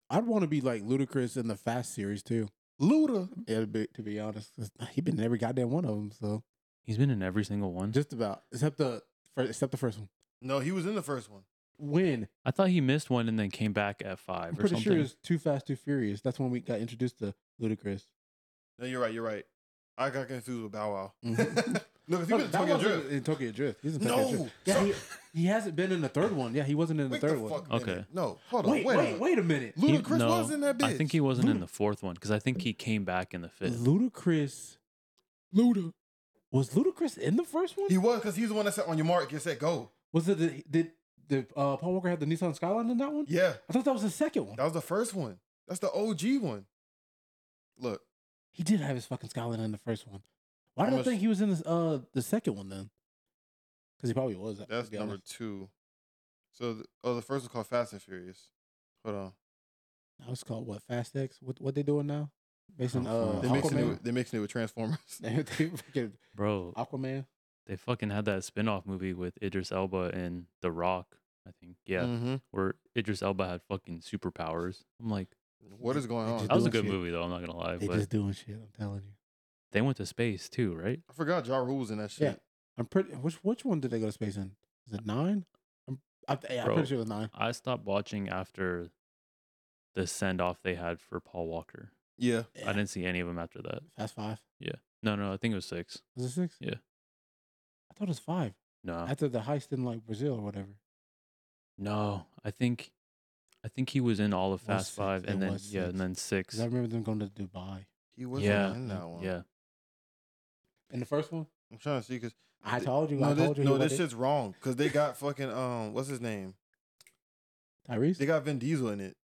Speaker 4: I'd want to be like Ludacris in the Fast series too.
Speaker 5: Luda.
Speaker 4: Yeah, to be, to be honest, 'cause he been in every goddamn one of them. So
Speaker 2: He's been in every single one.
Speaker 4: just about except the first, except the first one.
Speaker 5: No, he was in the first one.
Speaker 4: When
Speaker 2: I thought he missed one and then came back at 5
Speaker 4: I'm
Speaker 2: or
Speaker 4: pretty
Speaker 2: something.
Speaker 4: sure it's Too Fast, Too Furious. That's when we got introduced to Ludacris.
Speaker 5: No, you're right. You're right. I got confused with Bow Wow.
Speaker 4: Mhm.
Speaker 5: <laughs> no, because he
Speaker 4: No,
Speaker 5: was in
Speaker 4: that
Speaker 5: Tokyo
Speaker 4: wasn't
Speaker 5: Drift.
Speaker 4: in Tokyo Drift. He's in Tokyo
Speaker 5: No.
Speaker 4: Drift. Yeah,
Speaker 5: so-
Speaker 4: he, he hasn't been in the third one. Yeah, he wasn't in the
Speaker 5: wait
Speaker 4: third
Speaker 5: the
Speaker 4: one.
Speaker 5: fuck minute.
Speaker 2: Okay.
Speaker 5: No, hold on.
Speaker 4: Wait,
Speaker 5: wait, a
Speaker 4: wait,
Speaker 5: minute.
Speaker 4: wait a minute.
Speaker 2: He-
Speaker 5: Ludacris
Speaker 2: no,
Speaker 5: was in that bitch.
Speaker 2: I think he wasn't in the fourth one because I think he came back in the fifth.
Speaker 4: Ludacris. Luda. Was Ludacris in the first one?
Speaker 5: He was because he's the one that said on your mark, get set, go.
Speaker 4: was it the, did did uh, Paul Walker have the Nissan Skyline in that one?
Speaker 5: Yeah,
Speaker 4: I thought that was the second one.
Speaker 5: that was the first one. That's the OG one. Look,
Speaker 4: He did have his fucking Skyline in the first one. Why did I
Speaker 5: Almost-
Speaker 4: think he was in this, uh the second one then? Because he probably was. to
Speaker 5: that's
Speaker 4: be
Speaker 5: number
Speaker 4: honest.
Speaker 5: two. So, the, oh, the first was called Fast and Furious. Hold on,
Speaker 4: Now it's called what? Fast X. What what they doing now? Basing
Speaker 2: Oh,
Speaker 4: uh,
Speaker 2: fuck.
Speaker 5: they're mixing, it
Speaker 4: Aquaman.
Speaker 5: with, they're mixing it with Transformers.
Speaker 4: <laughs>
Speaker 5: <laughs>
Speaker 4: They fucking-
Speaker 2: Bro,
Speaker 4: Aquaman.
Speaker 2: they fucking had that spin off movie with Idris Elba and The Rock, I think. Yeah,
Speaker 4: Mm.
Speaker 5: Mhm.
Speaker 2: where Idris Elba had fucking superpowers. I'm like,
Speaker 5: What is going
Speaker 4: They
Speaker 5: on?
Speaker 4: just
Speaker 2: that was a
Speaker 4: doing
Speaker 2: good
Speaker 4: shit.
Speaker 2: movie though, I'm not going to lie.
Speaker 4: They
Speaker 2: but
Speaker 4: just doing shit. I'm telling you.
Speaker 2: they went to space too, right?
Speaker 5: I forgot Ja Rule was in that shit.
Speaker 4: Yeah. I'm pretty. Which which one did they go to space in? Is it nine? I'm I, yeah, I'm
Speaker 2: Bro.
Speaker 4: pretty sure it was nine.
Speaker 2: I stopped watching after the send off they had for Paul Walker.
Speaker 5: Yeah.
Speaker 2: I didn't see any of them after that.
Speaker 4: Fast five.
Speaker 2: No, no, I think it was six.
Speaker 4: Was it six?
Speaker 2: Yeah.
Speaker 4: I thought it was five.
Speaker 2: No,
Speaker 4: After the heist in like Brazil or whatever.
Speaker 2: no, I think, I think he was in all of
Speaker 4: Was
Speaker 2: Fast
Speaker 4: six,
Speaker 2: Five, and
Speaker 4: it
Speaker 2: then
Speaker 4: was
Speaker 2: yeah,
Speaker 4: six.
Speaker 2: and then six.
Speaker 4: Because I remember them going to Dubai.
Speaker 5: He wasn't
Speaker 2: Yeah.
Speaker 5: in that one.
Speaker 2: Yeah,
Speaker 4: In the first one?
Speaker 5: I'm trying to see because
Speaker 4: I told you.
Speaker 5: no,
Speaker 4: I
Speaker 5: this,
Speaker 4: told you.
Speaker 5: no,
Speaker 4: he
Speaker 5: this
Speaker 4: wasn't-
Speaker 5: shit's wrong because they got fucking um, what's his name?
Speaker 4: Tyrese?
Speaker 5: They got Vin Diesel in it.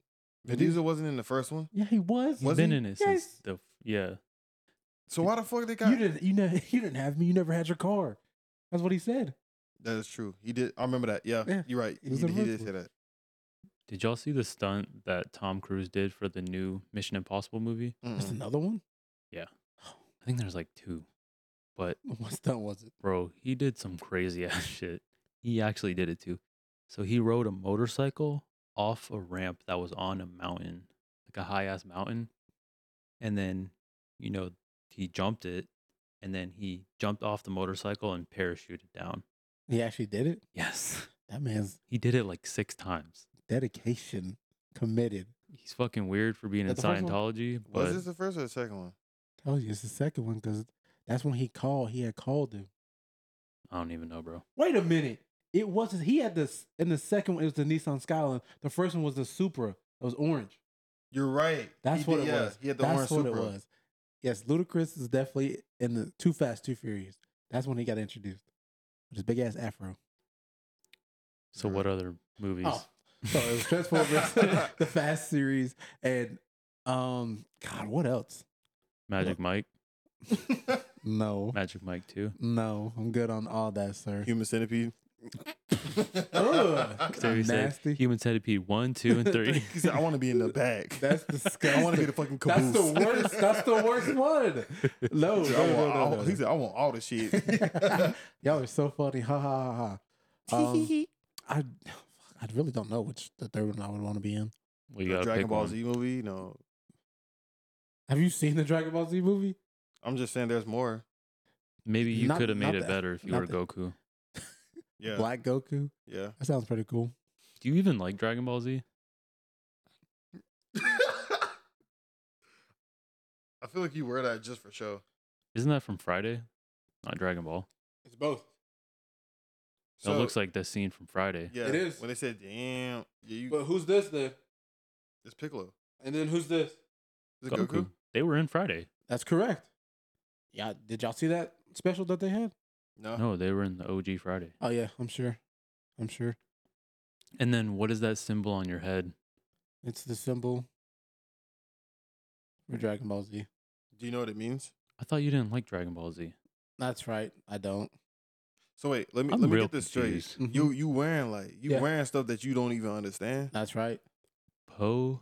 Speaker 5: Vin
Speaker 4: Vin Diesel?
Speaker 5: Diesel wasn't in the first one,
Speaker 4: yeah, he was.
Speaker 2: he's
Speaker 5: Was
Speaker 2: been
Speaker 5: he?
Speaker 2: in it
Speaker 4: Yes.
Speaker 2: since the yeah.
Speaker 5: so why the fuck they got?
Speaker 4: You didn't. You never. You didn't <laughs> have me. You never had your car. That's what he said.
Speaker 5: That is true. He did. I remember that. Yeah,
Speaker 4: Yeah,
Speaker 5: you're right.
Speaker 4: he
Speaker 5: He,
Speaker 4: was
Speaker 5: he
Speaker 4: in the
Speaker 5: did
Speaker 4: first
Speaker 5: say that.
Speaker 2: Did y'all see the stunt that Tom Cruise did for the new Mission Impossible movie?
Speaker 4: That's
Speaker 5: Mm-mm.
Speaker 4: another one. <laughs>
Speaker 2: I think there's like two, but
Speaker 4: What stunt was it?
Speaker 2: bro, he did some crazy <laughs> ass shit. He actually did it too. So he rode a motorcycle off a ramp that was on a mountain, like a high ass mountain. And then, you know, he jumped it and then he jumped off the motorcycle and parachuted down.
Speaker 4: He actually did it. <laughs>
Speaker 2: Yes.
Speaker 4: That man's
Speaker 2: He did it like six times.
Speaker 4: dedication, committed.
Speaker 2: He's fucking weird for being
Speaker 4: That the
Speaker 2: in
Speaker 4: first one?
Speaker 2: Scientology,
Speaker 5: Was
Speaker 2: but
Speaker 5: this the first or the second one?
Speaker 4: Tells you it's the second one because that's when he called. He had called him.
Speaker 2: I don't even know, bro.
Speaker 4: Wait a minute. It was he had this in the second one. It was the Nissan Skyline. The first one was the Supra. It was orange.
Speaker 5: You're right.
Speaker 4: That's
Speaker 5: He
Speaker 4: what
Speaker 5: did-
Speaker 4: it
Speaker 5: yeah,
Speaker 4: was.
Speaker 5: He had the
Speaker 4: That's
Speaker 5: orange
Speaker 4: what
Speaker 5: Supra.
Speaker 4: it was. Yes, Ludacris is definitely in the Too Fast, Too Furious. That's when he got introduced with his big ass afro.
Speaker 2: So
Speaker 5: You're
Speaker 2: what
Speaker 5: right.
Speaker 2: other movies?
Speaker 4: Oh, so it was
Speaker 5: <laughs>
Speaker 4: Transformers, the Fast series, and um, God, what else?
Speaker 2: Magic Mike,
Speaker 4: No,
Speaker 2: Magic Mike
Speaker 4: <laughs>
Speaker 2: 2.
Speaker 4: no, I'm good on all that, sir.
Speaker 5: Human centipede. <laughs>
Speaker 4: Ugh.
Speaker 2: So he said
Speaker 4: Nasty.
Speaker 2: Human Centipede 1, 2, and
Speaker 4: <laughs>
Speaker 2: <laughs> 3.
Speaker 5: he said, "I want to be in the back.
Speaker 4: That's
Speaker 5: <laughs> I want to
Speaker 4: disgusting.
Speaker 5: be the fucking
Speaker 4: That's
Speaker 5: caboose."
Speaker 4: the worst. That's the
Speaker 5: <laughs>
Speaker 4: worst one. No, no,
Speaker 5: He said, I
Speaker 4: no,
Speaker 5: want,
Speaker 4: no,
Speaker 5: all-
Speaker 4: no,
Speaker 5: He
Speaker 4: no.
Speaker 5: said, "I want all
Speaker 4: <laughs>
Speaker 5: the shit."
Speaker 4: Y'all are so funny. Ha ha ha ha. Um, I, I really don't know which the third one I would want to be in.
Speaker 2: Well, you
Speaker 5: the
Speaker 2: gotta
Speaker 5: Dragon
Speaker 2: pick
Speaker 5: Ball
Speaker 2: one.
Speaker 5: Z movie. No,
Speaker 4: Have you seen the Dragon Ball Z movie?
Speaker 5: I'm just saying, there's more.
Speaker 2: Maybe you
Speaker 4: Not-
Speaker 2: could have
Speaker 4: not
Speaker 2: made it
Speaker 4: the-
Speaker 2: better if you
Speaker 4: not
Speaker 2: were
Speaker 4: the-
Speaker 2: Goku.
Speaker 5: Yeah,
Speaker 4: Black Goku.
Speaker 5: yeah.
Speaker 4: That sounds pretty cool.
Speaker 2: Do you even like Dragon Ball Z?
Speaker 5: I feel like you wear that just for show.
Speaker 2: Isn't that from Friday? Not Dragon Ball.
Speaker 4: It's both.
Speaker 2: That looks like the scene from Friday.
Speaker 5: yeah.
Speaker 4: It is.
Speaker 5: when they said, "Damn, yeah, you,
Speaker 4: who's this then?
Speaker 5: it's Piccolo."
Speaker 4: And then who's this?
Speaker 5: Is it Goku?
Speaker 2: They were in Friday.
Speaker 4: That's correct. Yeah, did y'all see that special that they had?
Speaker 5: No.
Speaker 2: No, they were in the OG Friday.
Speaker 4: Oh yeah, I'm sure. I'm sure.
Speaker 2: And then what is that symbol on your head?
Speaker 4: It's the symbol for Dragon Ball Z.
Speaker 5: Do you know what it means?
Speaker 2: I thought you didn't like Dragon Ball Z.
Speaker 4: That's right. I don't.
Speaker 5: So wait, let me
Speaker 2: I'm
Speaker 5: let me
Speaker 2: real
Speaker 5: get this
Speaker 2: confused.
Speaker 5: straight. <laughs> You you wearing like you
Speaker 4: Yeah.
Speaker 5: wearing stuff that you don't even understand.
Speaker 4: That's right.
Speaker 2: Poe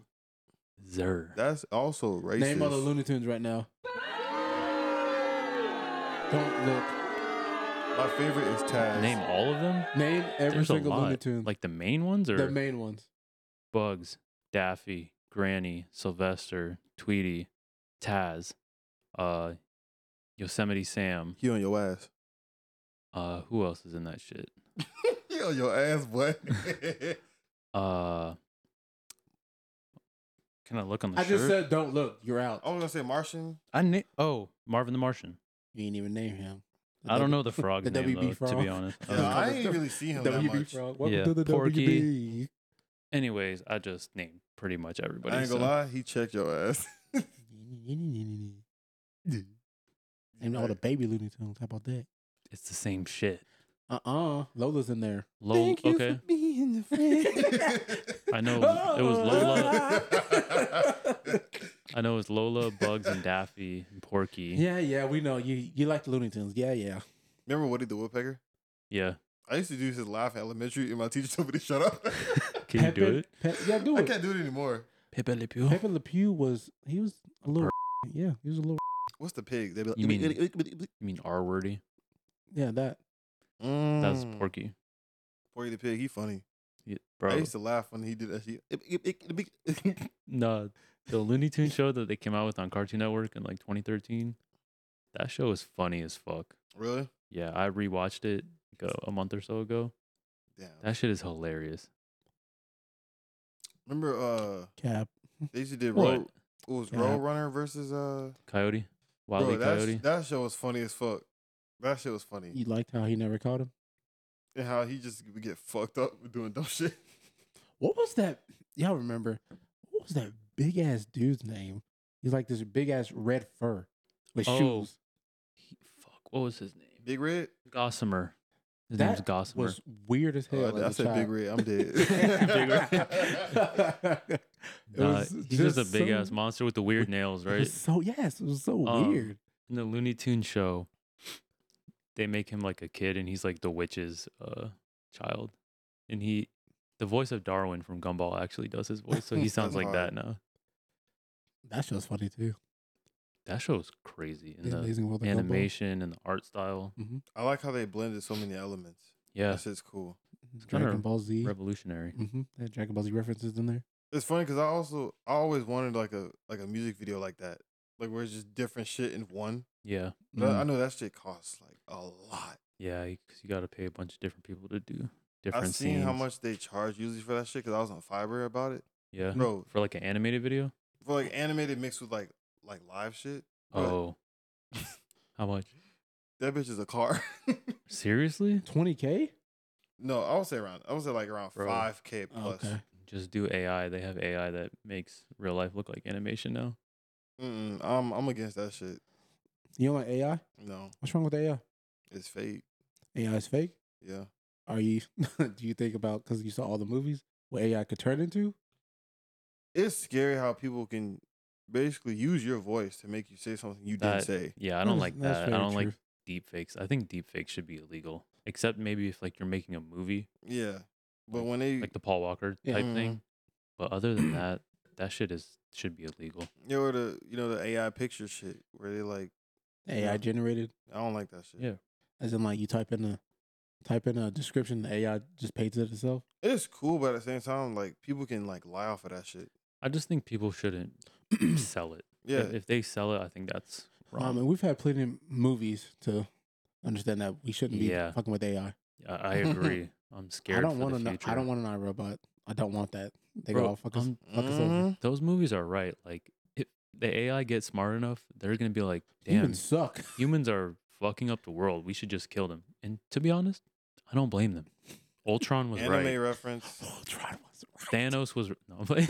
Speaker 2: Zer.
Speaker 5: That's also racist.
Speaker 4: Name all the Looney Tunes right now. Don't look.
Speaker 5: My favorite is Taz.
Speaker 2: Name all of them?
Speaker 4: Name every
Speaker 2: There's a
Speaker 4: single
Speaker 2: lot.
Speaker 4: Looney Tune.
Speaker 2: Like the main ones or
Speaker 4: the main ones.
Speaker 2: Bugs, Daffy, Granny, Sylvester, Tweety, Taz, uh, Yosemite Sam.
Speaker 5: He on your ass.
Speaker 2: Uh, who else is in that shit?
Speaker 5: He on your ass, boy.
Speaker 2: Uh, can I look on the
Speaker 4: I
Speaker 2: shirt?
Speaker 4: just said, don't look. You're out.
Speaker 5: <laughs> I was gonna say Martian.
Speaker 2: I na- oh Marvin the Martian.
Speaker 4: You ain't even name him.
Speaker 2: I don't know the frog's
Speaker 4: the
Speaker 2: name
Speaker 4: WB
Speaker 2: though, to be
Speaker 4: frog.
Speaker 2: honest.
Speaker 4: <laughs> Yeah,
Speaker 5: Yeah,
Speaker 2: Um,
Speaker 5: I didn't really see him that
Speaker 4: WB
Speaker 5: much.
Speaker 4: Frog. Welcome
Speaker 2: Yeah,
Speaker 4: to the
Speaker 2: Porky.
Speaker 4: WB.
Speaker 2: anyways, I just named pretty much everybody.
Speaker 5: I ain't gonna
Speaker 2: so-
Speaker 5: lie, he checked your ass. <laughs>
Speaker 4: Name all the baby Looney Tunes. How about that?
Speaker 2: It's the same shit.
Speaker 4: Uh uh Lola's in there.
Speaker 2: Low, okay.
Speaker 4: being <laughs> the friend.
Speaker 2: I
Speaker 4: <laughs>
Speaker 2: know it was
Speaker 5: Lola.
Speaker 2: I know it's Lola, Bugs, and Daffy, and Porky.
Speaker 4: Yeah, yeah, we know you. You like the Looney Tunes. Yeah, yeah.
Speaker 5: Remember Woody the Woodpecker?
Speaker 2: Yeah.
Speaker 5: I used to do his laugh in elementary, and my teacher told me to shut up. <laughs>
Speaker 2: Can you
Speaker 4: Pepe-
Speaker 2: do it?
Speaker 4: Pe- yeah, do
Speaker 5: I
Speaker 4: it.
Speaker 5: can't do it anymore.
Speaker 2: Pepe Le Pew.
Speaker 4: Pepe Le Pew was he was a little. <laughs> Yeah, he was a little.
Speaker 5: What's the pig? They'd be like,
Speaker 2: You mean- You mean R wordy?
Speaker 4: Yeah, that.
Speaker 2: That's
Speaker 5: Mm.
Speaker 2: Porky.
Speaker 5: Porky the pig. He funny.
Speaker 2: Yeah, bro.
Speaker 5: I used to laugh when he did that shit.
Speaker 2: No, the Looney Tune show that they came out with on Cartoon Network in like 2013. That show is funny as fuck.
Speaker 5: <laughs> really?
Speaker 2: Yeah, I rewatched it like a, a month or so ago.
Speaker 5: Damn.
Speaker 2: That shit is hilarious.
Speaker 5: Remember, uh,
Speaker 4: Cap.
Speaker 5: they used
Speaker 4: <laughs>
Speaker 5: to do
Speaker 2: What?
Speaker 5: Road. It was
Speaker 4: Yeah.
Speaker 5: Road Runner versus uh.
Speaker 2: Coyote, Wile
Speaker 5: Bro,
Speaker 2: E.
Speaker 5: that
Speaker 2: Coyote.
Speaker 5: sh- that show was funny as fuck. That shit was funny.
Speaker 4: You liked how he never caught him.
Speaker 5: And how he just would get fucked up <laughs> with doing dumb shit.
Speaker 4: What was that? Y'all remember? What was that big ass dude's name? He's like this big ass red fur with
Speaker 2: Oh,
Speaker 4: shoes.
Speaker 2: He- fuck, what was his name?
Speaker 4: <laughs>
Speaker 5: Big Red.
Speaker 2: Gossamer. His name's
Speaker 4: That
Speaker 2: Gossamer.
Speaker 4: Was weird as hell.
Speaker 5: Oh, I, I
Speaker 4: as a
Speaker 5: said Big
Speaker 4: child.
Speaker 5: Red.
Speaker 4: <laughs>
Speaker 5: I'm dead.
Speaker 4: It
Speaker 2: Nah,
Speaker 4: was
Speaker 2: he's just a
Speaker 4: so-
Speaker 2: big ass monster with the weird nails,
Speaker 4: it was
Speaker 2: right?
Speaker 4: So yes, it was so
Speaker 2: Um,
Speaker 4: weird.
Speaker 2: in the Looney Tune show, they make him like a kid, and he's like the witch's uh, child, and he, the voice of Darwin from Gumball actually does his voice, so he sounds like
Speaker 5: That's
Speaker 2: that now.
Speaker 4: That show's funny too.
Speaker 2: That show's crazy, and
Speaker 4: The
Speaker 2: the
Speaker 4: Amazing World of Gumball.
Speaker 2: animation and the art style.
Speaker 5: <laughs> I like how they blended so many elements.
Speaker 2: Yeah,
Speaker 5: That shit's cool.
Speaker 2: kinda
Speaker 4: Dragon Ball Z.
Speaker 2: revolutionary.
Speaker 4: Mm-hmm. That Dragon Ball Z references in there.
Speaker 5: It's funny because I also I always wanted like a like a music video like that, like where it's just different shit in one.
Speaker 2: Yeah,
Speaker 5: But Uh,
Speaker 4: Mm.
Speaker 2: Mm.
Speaker 5: I, I know that shit costs like a lot.
Speaker 2: yeah, because you got to pay a bunch of different people to do
Speaker 5: I've
Speaker 2: different
Speaker 5: seen how
Speaker 2: scenes.
Speaker 5: much they charge usually for that shit because I was on Fiverr about it,
Speaker 2: Yeah,
Speaker 5: bro.
Speaker 2: for like an animated video.
Speaker 5: For like animated mixed with like like live shit. bro,
Speaker 2: Oh, <laughs> how much?
Speaker 5: that bitch is a car. <laughs>
Speaker 2: Seriously?
Speaker 4: Twenty K.
Speaker 5: no, I would say around. I would say like around
Speaker 2: Bro. Oh,
Speaker 5: five k plus.
Speaker 4: Oh, Okay.
Speaker 2: Just do AI. They have AI that makes real life look like animation now.
Speaker 5: Mm-mm, I'm I'm against that shit.
Speaker 4: You don't like AI?
Speaker 5: No,
Speaker 4: What's wrong with AI?
Speaker 5: it's fake.
Speaker 4: AI is fake.
Speaker 5: Yeah,
Speaker 4: Are you? <laughs> do you think about because you saw all the movies what AI could turn into?
Speaker 5: it's scary how people can basically use your voice to make you say something you didn't
Speaker 2: That-
Speaker 5: say.
Speaker 2: Yeah, I don't
Speaker 4: That's-
Speaker 2: like
Speaker 4: that's
Speaker 2: that. I
Speaker 4: very
Speaker 2: don't like
Speaker 4: true.
Speaker 2: deep fakes. I think deep fakes should be illegal, except maybe if like you're making a movie,
Speaker 5: Yeah, but when they
Speaker 2: like the Paul Walker
Speaker 4: Yeah.
Speaker 2: type thing. But other than that, that shit is should be illegal.
Speaker 5: Yeah, or the you know the AI picture shit where they like
Speaker 4: AI
Speaker 5: Yeah.
Speaker 4: generated,
Speaker 5: I don't like that shit.
Speaker 2: Yeah.
Speaker 4: as in like you type in a type in a description, the AI just paints it itself.
Speaker 5: It's cool, but at the same time, like people can like lie off of that shit.
Speaker 2: I just think people shouldn't sell it. If-
Speaker 5: Yeah,
Speaker 2: If, they sell it, I think that's
Speaker 4: Um,
Speaker 2: wrong.
Speaker 4: and we've had plenty of movies to understand that we shouldn't be
Speaker 2: Yeah.
Speaker 4: fucking with AI.
Speaker 2: I, I agree. I'm scared.
Speaker 4: I don't
Speaker 2: for
Speaker 4: want
Speaker 2: the
Speaker 4: an
Speaker 2: future.
Speaker 4: I don't want an iRobot. I don't want that. They
Speaker 2: Bro, um, mm-hmm.
Speaker 4: go all fuck us,
Speaker 2: I'm-
Speaker 4: fuck us over.
Speaker 5: Mhm.
Speaker 2: Those movies are right. Like if the AI gets smart enough, they're gonna be like, damn,
Speaker 4: Humans suck. <laughs>
Speaker 2: humans are fucking up the world. We should just kill them. And to be honest, I don't blame them. Ultron was
Speaker 5: anime
Speaker 2: right. <laughs>
Speaker 5: reference.
Speaker 4: Ultron Oh, was right.
Speaker 2: Thanos was. r- No, <laughs> I'm playing.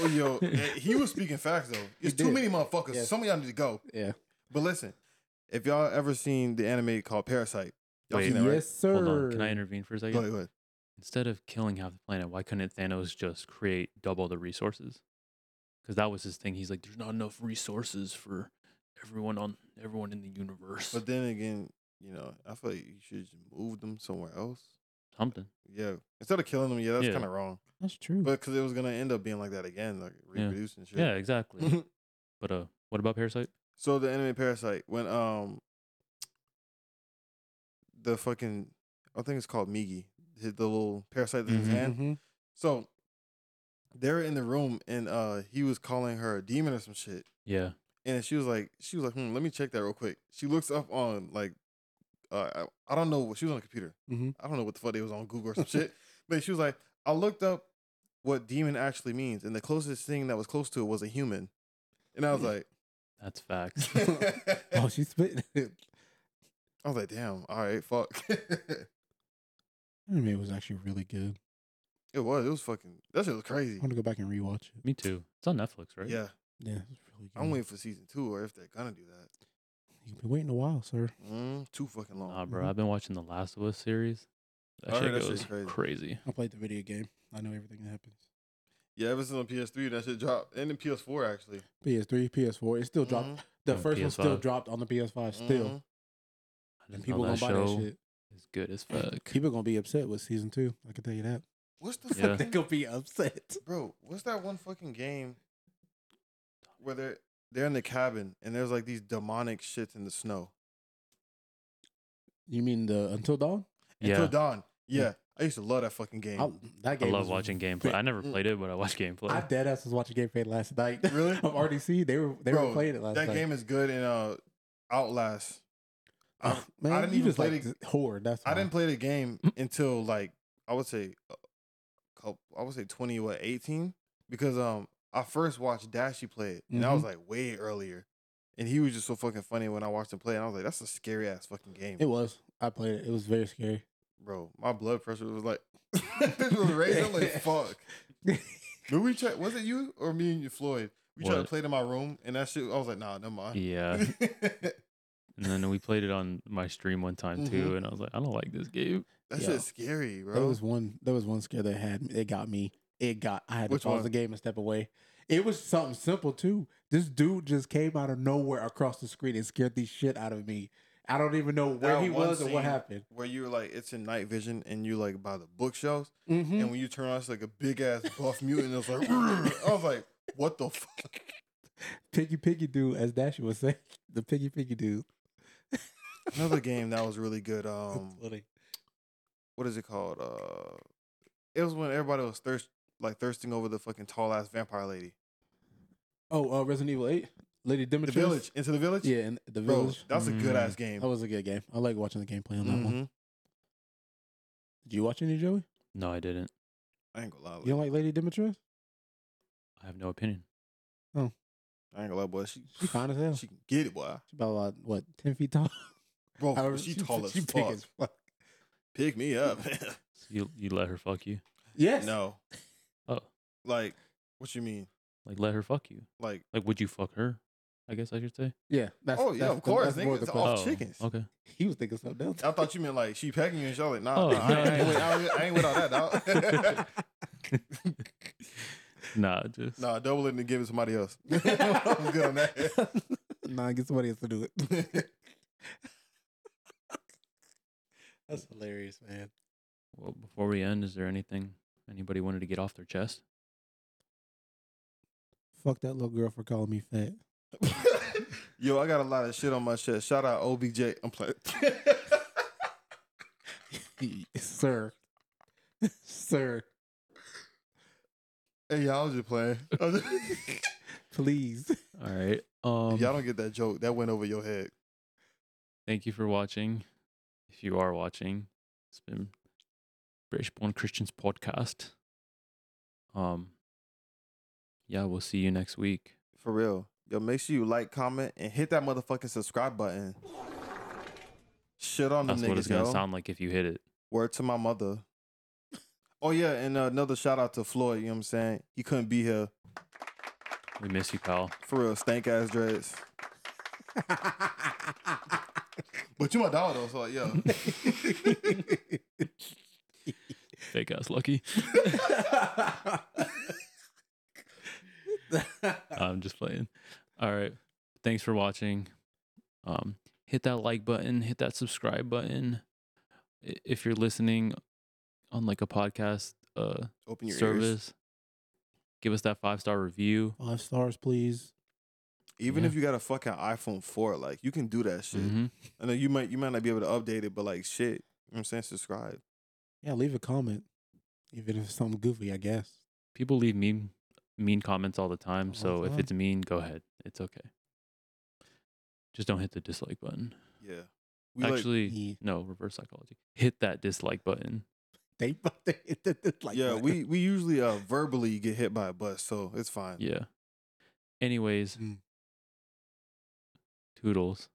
Speaker 5: Oh yo, eh, he was speaking
Speaker 2: <laughs>
Speaker 5: facts though. It's too
Speaker 4: did.
Speaker 5: many motherfuckers.
Speaker 4: Yes.
Speaker 5: Some of y'all need to go.
Speaker 4: Yeah.
Speaker 5: But listen, if y'all ever seen the anime called Parasite, y'all
Speaker 2: Wait.
Speaker 5: seen that, right?
Speaker 4: Yes, sir.
Speaker 2: Hold on. Can I intervene for a second?
Speaker 5: Go ahead, go ahead.
Speaker 2: Instead of killing half the planet, why couldn't Thanos just create double the resources? Because that was his thing. He's like, there's not enough resources for everyone on everyone in the universe.
Speaker 5: But then again, you know, I feel like you should just move them somewhere else.
Speaker 2: <laughs> something.
Speaker 4: <laughs>
Speaker 5: Yeah. Instead of killing them, yeah, that's
Speaker 2: Yeah.
Speaker 5: kind of wrong.
Speaker 4: That's true.
Speaker 5: But because it was gonna end up being like that again, like
Speaker 2: Yeah.
Speaker 5: reproducing shit. <laughs>
Speaker 2: Yeah, exactly. but uh, what about Parasite?
Speaker 5: So the anime parasite when um the fucking I think it's called Migi hit the little parasite in his
Speaker 4: Mm-hmm.
Speaker 2: Mhm.
Speaker 5: hand. So they're in the room and uh he was calling her a demon or some shit.
Speaker 2: Yeah,
Speaker 5: And she was like, she was like, hmm, let me check that real quick. She looks up on like, uh, I, I don't know. She was on a computer.
Speaker 4: Mhm.
Speaker 5: I don't know what the fuck it was on Google or some shit. But she was like, I looked up what demon actually means, and the closest thing that was close to it was a human. And I was like,
Speaker 2: that's
Speaker 4: <laughs>
Speaker 2: facts.
Speaker 5: I
Speaker 4: <laughs> Oh, she's spitting. <laughs>
Speaker 5: was like, damn, all right, fuck. <laughs> it
Speaker 4: Anime was actually really good.
Speaker 5: was, it was fucking. That shit
Speaker 4: I'm
Speaker 5: was crazy.
Speaker 4: gonna go back and rewatch it.
Speaker 2: Me too. It's on Netflix, right?
Speaker 5: Yeah,
Speaker 4: Yeah, it's really good.
Speaker 5: I'm waiting for season two, or if they're gonna do that,
Speaker 4: You've been waiting a while, sir.
Speaker 5: mm, too fucking long.
Speaker 2: Nah, bro.
Speaker 4: Mhm.
Speaker 2: I've been watching the Last of Us series. That
Speaker 5: I heard
Speaker 2: shit
Speaker 5: that
Speaker 2: goes
Speaker 5: shit's crazy.
Speaker 2: crazy.
Speaker 4: I played the video game. I know everything that happens.
Speaker 5: Yeah, ever since on PS3, that shit dropped, and then PS4 actually
Speaker 4: PS3, PS4, it still dropped.
Speaker 5: Mhm,
Speaker 4: The
Speaker 2: On
Speaker 4: first one still
Speaker 2: PS5.
Speaker 4: dropped on the PS5 still.
Speaker 2: I
Speaker 5: mhm.
Speaker 4: And
Speaker 2: didn't
Speaker 4: people
Speaker 2: know
Speaker 4: gonna
Speaker 2: that
Speaker 4: buy that
Speaker 2: show
Speaker 4: shit.
Speaker 2: is good as fuck.
Speaker 4: <laughs> People gonna be upset with season two. I can tell you that.
Speaker 5: What's the
Speaker 2: Yeah.
Speaker 4: <laughs>
Speaker 5: fuck?
Speaker 4: they gonna be upset.
Speaker 5: Bro, what's that one fucking game where they're they're in the cabin and there's like these demonic shits in the snow
Speaker 4: You mean the Until Dawn?
Speaker 5: until
Speaker 2: Yeah,
Speaker 5: dawn. Yeah,
Speaker 4: Yeah.
Speaker 5: I used to love that fucking game.
Speaker 4: I, that
Speaker 2: I
Speaker 4: game.
Speaker 2: love
Speaker 4: was- <laughs>
Speaker 2: watching gameplay. I never played it, but I watch gameplay.
Speaker 4: Mm. I dead ass was watching gameplay last <laughs> night.
Speaker 5: Really?
Speaker 4: of RDC, they were they
Speaker 5: Bro,
Speaker 4: were playing it last
Speaker 5: that
Speaker 4: night.
Speaker 5: game is good in uh Outlast. I,
Speaker 4: Ugh, Oh, man,
Speaker 5: I didn't
Speaker 4: you
Speaker 5: even
Speaker 4: just
Speaker 5: play
Speaker 4: like
Speaker 5: the,
Speaker 4: to hoard. That's
Speaker 5: I
Speaker 4: why.
Speaker 5: didn't play the game until like I would say a couple, I would say 20 what 18 because um I first watched Dashy play it and I
Speaker 4: Mm-hmm.
Speaker 5: was like way earlier. And he was just so fucking funny when I watched him play, and I was like, "That's a scary ass fucking game."
Speaker 4: It was. I played it. It was very scary.
Speaker 5: bro, my blood pressure was like <laughs> this
Speaker 4: <laughs>
Speaker 5: was raised. I'm like, fuck. Did we try? Was it you or me and you, Floyd? We tried to
Speaker 2: What?
Speaker 5: play it in my room, and that shit. I was like, nah, never mind.
Speaker 2: <laughs> yeah, and then we played it on my stream one time too, and I was like, I don't like this game.
Speaker 5: that
Speaker 4: Yeah.
Speaker 5: shit's scary, bro.
Speaker 4: There was one. There was one scare that had. It got me. It got. I had to
Speaker 5: Which
Speaker 4: pause
Speaker 5: one?
Speaker 4: the game and step away. It was something simple too. This dude just came out of nowhere across the screen and scared the shit out of me. I don't even know where
Speaker 5: That
Speaker 4: he
Speaker 5: one
Speaker 4: was or what
Speaker 5: scene-
Speaker 4: happened.
Speaker 5: Where you were like, it's in night vision, and you like by the bookshelves,
Speaker 4: Mhm.
Speaker 5: and when you turn on, it's like a big ass buff mutant. It's like, I was like, what the fuck?
Speaker 4: Piggy piggy dude, as Dashy would say, <laughs> the piggy piggy dude.
Speaker 5: Another game that was really good. Um, <laughs> what is it called? Uh, it was when everybody was thirst like thirsting over the fucking tall ass vampire lady.
Speaker 4: Oh, uh, Resident Evil Eight, Lady
Speaker 5: The
Speaker 4: Demetrius.
Speaker 5: village into the village.
Speaker 4: Yeah, and the
Speaker 5: Bro,
Speaker 4: village.
Speaker 5: that's a good ass
Speaker 2: Mm.
Speaker 5: game.
Speaker 4: That was a good game. I like watching the gameplay on that one.
Speaker 5: Mhm.
Speaker 4: Did you watch any, Joey?
Speaker 2: No, I didn't.
Speaker 5: I ain't gonna lie, like,
Speaker 4: You don't like Lady Demetrius?
Speaker 2: I have no opinion.
Speaker 5: I ain't gonna lie, boy. She
Speaker 4: She fine as hell.
Speaker 5: she can get it, boy.
Speaker 4: She's about like, what ten feet tall. <laughs>
Speaker 5: Bro,
Speaker 4: However,
Speaker 5: she tall
Speaker 4: <laughs>
Speaker 5: as
Speaker 4: she
Speaker 5: fuck.
Speaker 4: big as fuck.
Speaker 5: Pick me up. <laughs>
Speaker 4: <laughs>
Speaker 2: So you you let her fuck you?
Speaker 4: Yes.
Speaker 5: no,
Speaker 2: Oh,
Speaker 5: like what you mean?
Speaker 2: like let her fuck you?
Speaker 5: Like
Speaker 2: Like would you fuck her? I guess I should say. Oh,
Speaker 4: Yeah. That's,
Speaker 5: oh yeah,
Speaker 4: that's
Speaker 5: of
Speaker 4: the-
Speaker 5: course.
Speaker 4: that's more
Speaker 5: Nigga,
Speaker 4: the
Speaker 5: it's
Speaker 4: question.
Speaker 5: all chickens.
Speaker 2: Okay.
Speaker 4: He was thinking something
Speaker 5: <laughs>
Speaker 4: else.
Speaker 5: I thought you meant like she packing you and shit. I was like, nah,
Speaker 2: Oh,
Speaker 5: nah, <laughs> I, ain't, I, ain't
Speaker 2: no.
Speaker 5: with, I, ain't with, I ain't with all that, dog.
Speaker 2: Nah, just
Speaker 5: <laughs> nah, double it and give it to somebody else. <laughs> I'm good on that.
Speaker 4: <laughs> nah, get somebody else to do
Speaker 5: <laughs>
Speaker 4: it. that's hilarious, man.
Speaker 2: Well, before we end, is there anything anybody wanted to get off their chest?
Speaker 4: Fuck that little girl for calling me
Speaker 5: <laughs>
Speaker 4: fat.
Speaker 5: Yo, I got a lot of shit on my chest. Shout out OBJ. I'm playing. <laughs>
Speaker 4: Sir. Sir,
Speaker 5: hey, y'all, I was just playing. <laughs> I was just-
Speaker 4: please.
Speaker 2: All right. Um,
Speaker 5: y'all don't get that joke. That went over your head.
Speaker 2: thank you for watching. If you are watching, it's been British Born Christians podcast. Um, yeah, we'll see you next week.
Speaker 5: For real. Yo, make sure you like, comment, and hit that motherfucking subscribe button. Shit on them
Speaker 2: That's what it's
Speaker 5: niggas,
Speaker 2: gonna
Speaker 5: yo.
Speaker 2: sound like if you hit it.
Speaker 5: Word to my mother. <laughs> Oh yeah, and uh, another shout out to Floyd. You know what I'm saying? He couldn't be here
Speaker 2: We miss you, pal.
Speaker 5: for real. Stank ass dreads. <laughs> But you my dog though, so
Speaker 2: <laughs>
Speaker 5: like, yo.
Speaker 2: Fake ass
Speaker 5: <laughs>
Speaker 2: lucky. I'm just playing. All right. Thanks for watching. Um, hit that like button, hit that subscribe button. I- If you're listening on like a podcast uh
Speaker 5: Open your
Speaker 2: service,
Speaker 5: ears.
Speaker 2: give us that five star review.
Speaker 4: Five stars, please.
Speaker 5: Even
Speaker 2: Yeah.
Speaker 5: if you got a fucking iPhone 4, like you can do that shit.
Speaker 2: hmm
Speaker 5: I know you might you might not be able to update it, but like shit, you know what I'm saying? Subscribe.
Speaker 4: Yeah, leave a comment, even if it's something goofy. I guess.
Speaker 2: People leave mean mean comments all the time,
Speaker 4: All the
Speaker 2: so if
Speaker 4: time.
Speaker 2: it's mean, go ahead. It's okay. Just don't hit the dislike button.
Speaker 5: Yeah. We like,
Speaker 2: Actually,
Speaker 4: Yeah.
Speaker 2: no, reverse psychology. Hit that dislike button.
Speaker 4: They, <laughs> they like
Speaker 5: yeah,
Speaker 4: that.
Speaker 5: we we usually uh verbally get hit by a bus, so it's fine.
Speaker 2: Yeah. Anyways,
Speaker 4: Mm.
Speaker 2: toodles.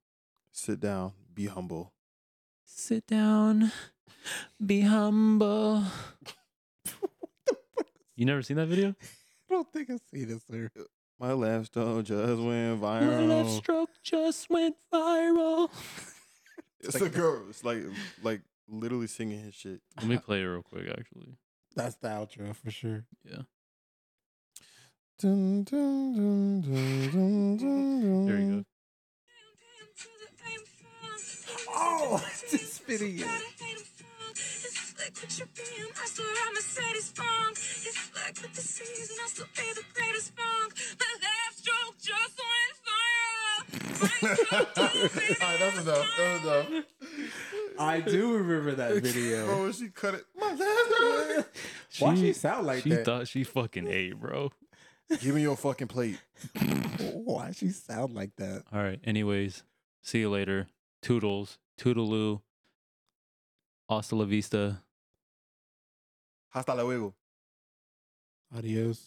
Speaker 5: Sit down, be humble.
Speaker 2: Sit down. Be
Speaker 4: <laughs>
Speaker 2: humble. You never seen that
Speaker 4: <laughs>
Speaker 2: video?
Speaker 4: I don't think I see this here.
Speaker 5: My left stone just went
Speaker 2: My
Speaker 5: viral.
Speaker 2: left stroke just went viral.
Speaker 5: it's a girl. It's like like literally singing his <laughs> shit.
Speaker 2: Let me play it real quick, actually.
Speaker 4: That's the outro for sure.
Speaker 2: Yeah.
Speaker 5: Dun, dun, dun, dun, dun, dun,
Speaker 2: There
Speaker 4: Mm.
Speaker 5: dun.
Speaker 2: you go.
Speaker 4: Oh, <laughs> this video. <laughs>
Speaker 5: Alright, that's enough. That's enough.
Speaker 4: I do remember that video.
Speaker 5: Bro, when Oh, she cut it. My left
Speaker 4: Why she sound like
Speaker 2: she
Speaker 4: that?
Speaker 2: thought she fucking ate, bro.
Speaker 5: stone. Give me your fucking plate.
Speaker 4: Why she sound like that?
Speaker 2: All right. Anyways, see you later. Toodles. Toodaloo. Hasta la vista.
Speaker 5: Hasta luego.
Speaker 4: Adios.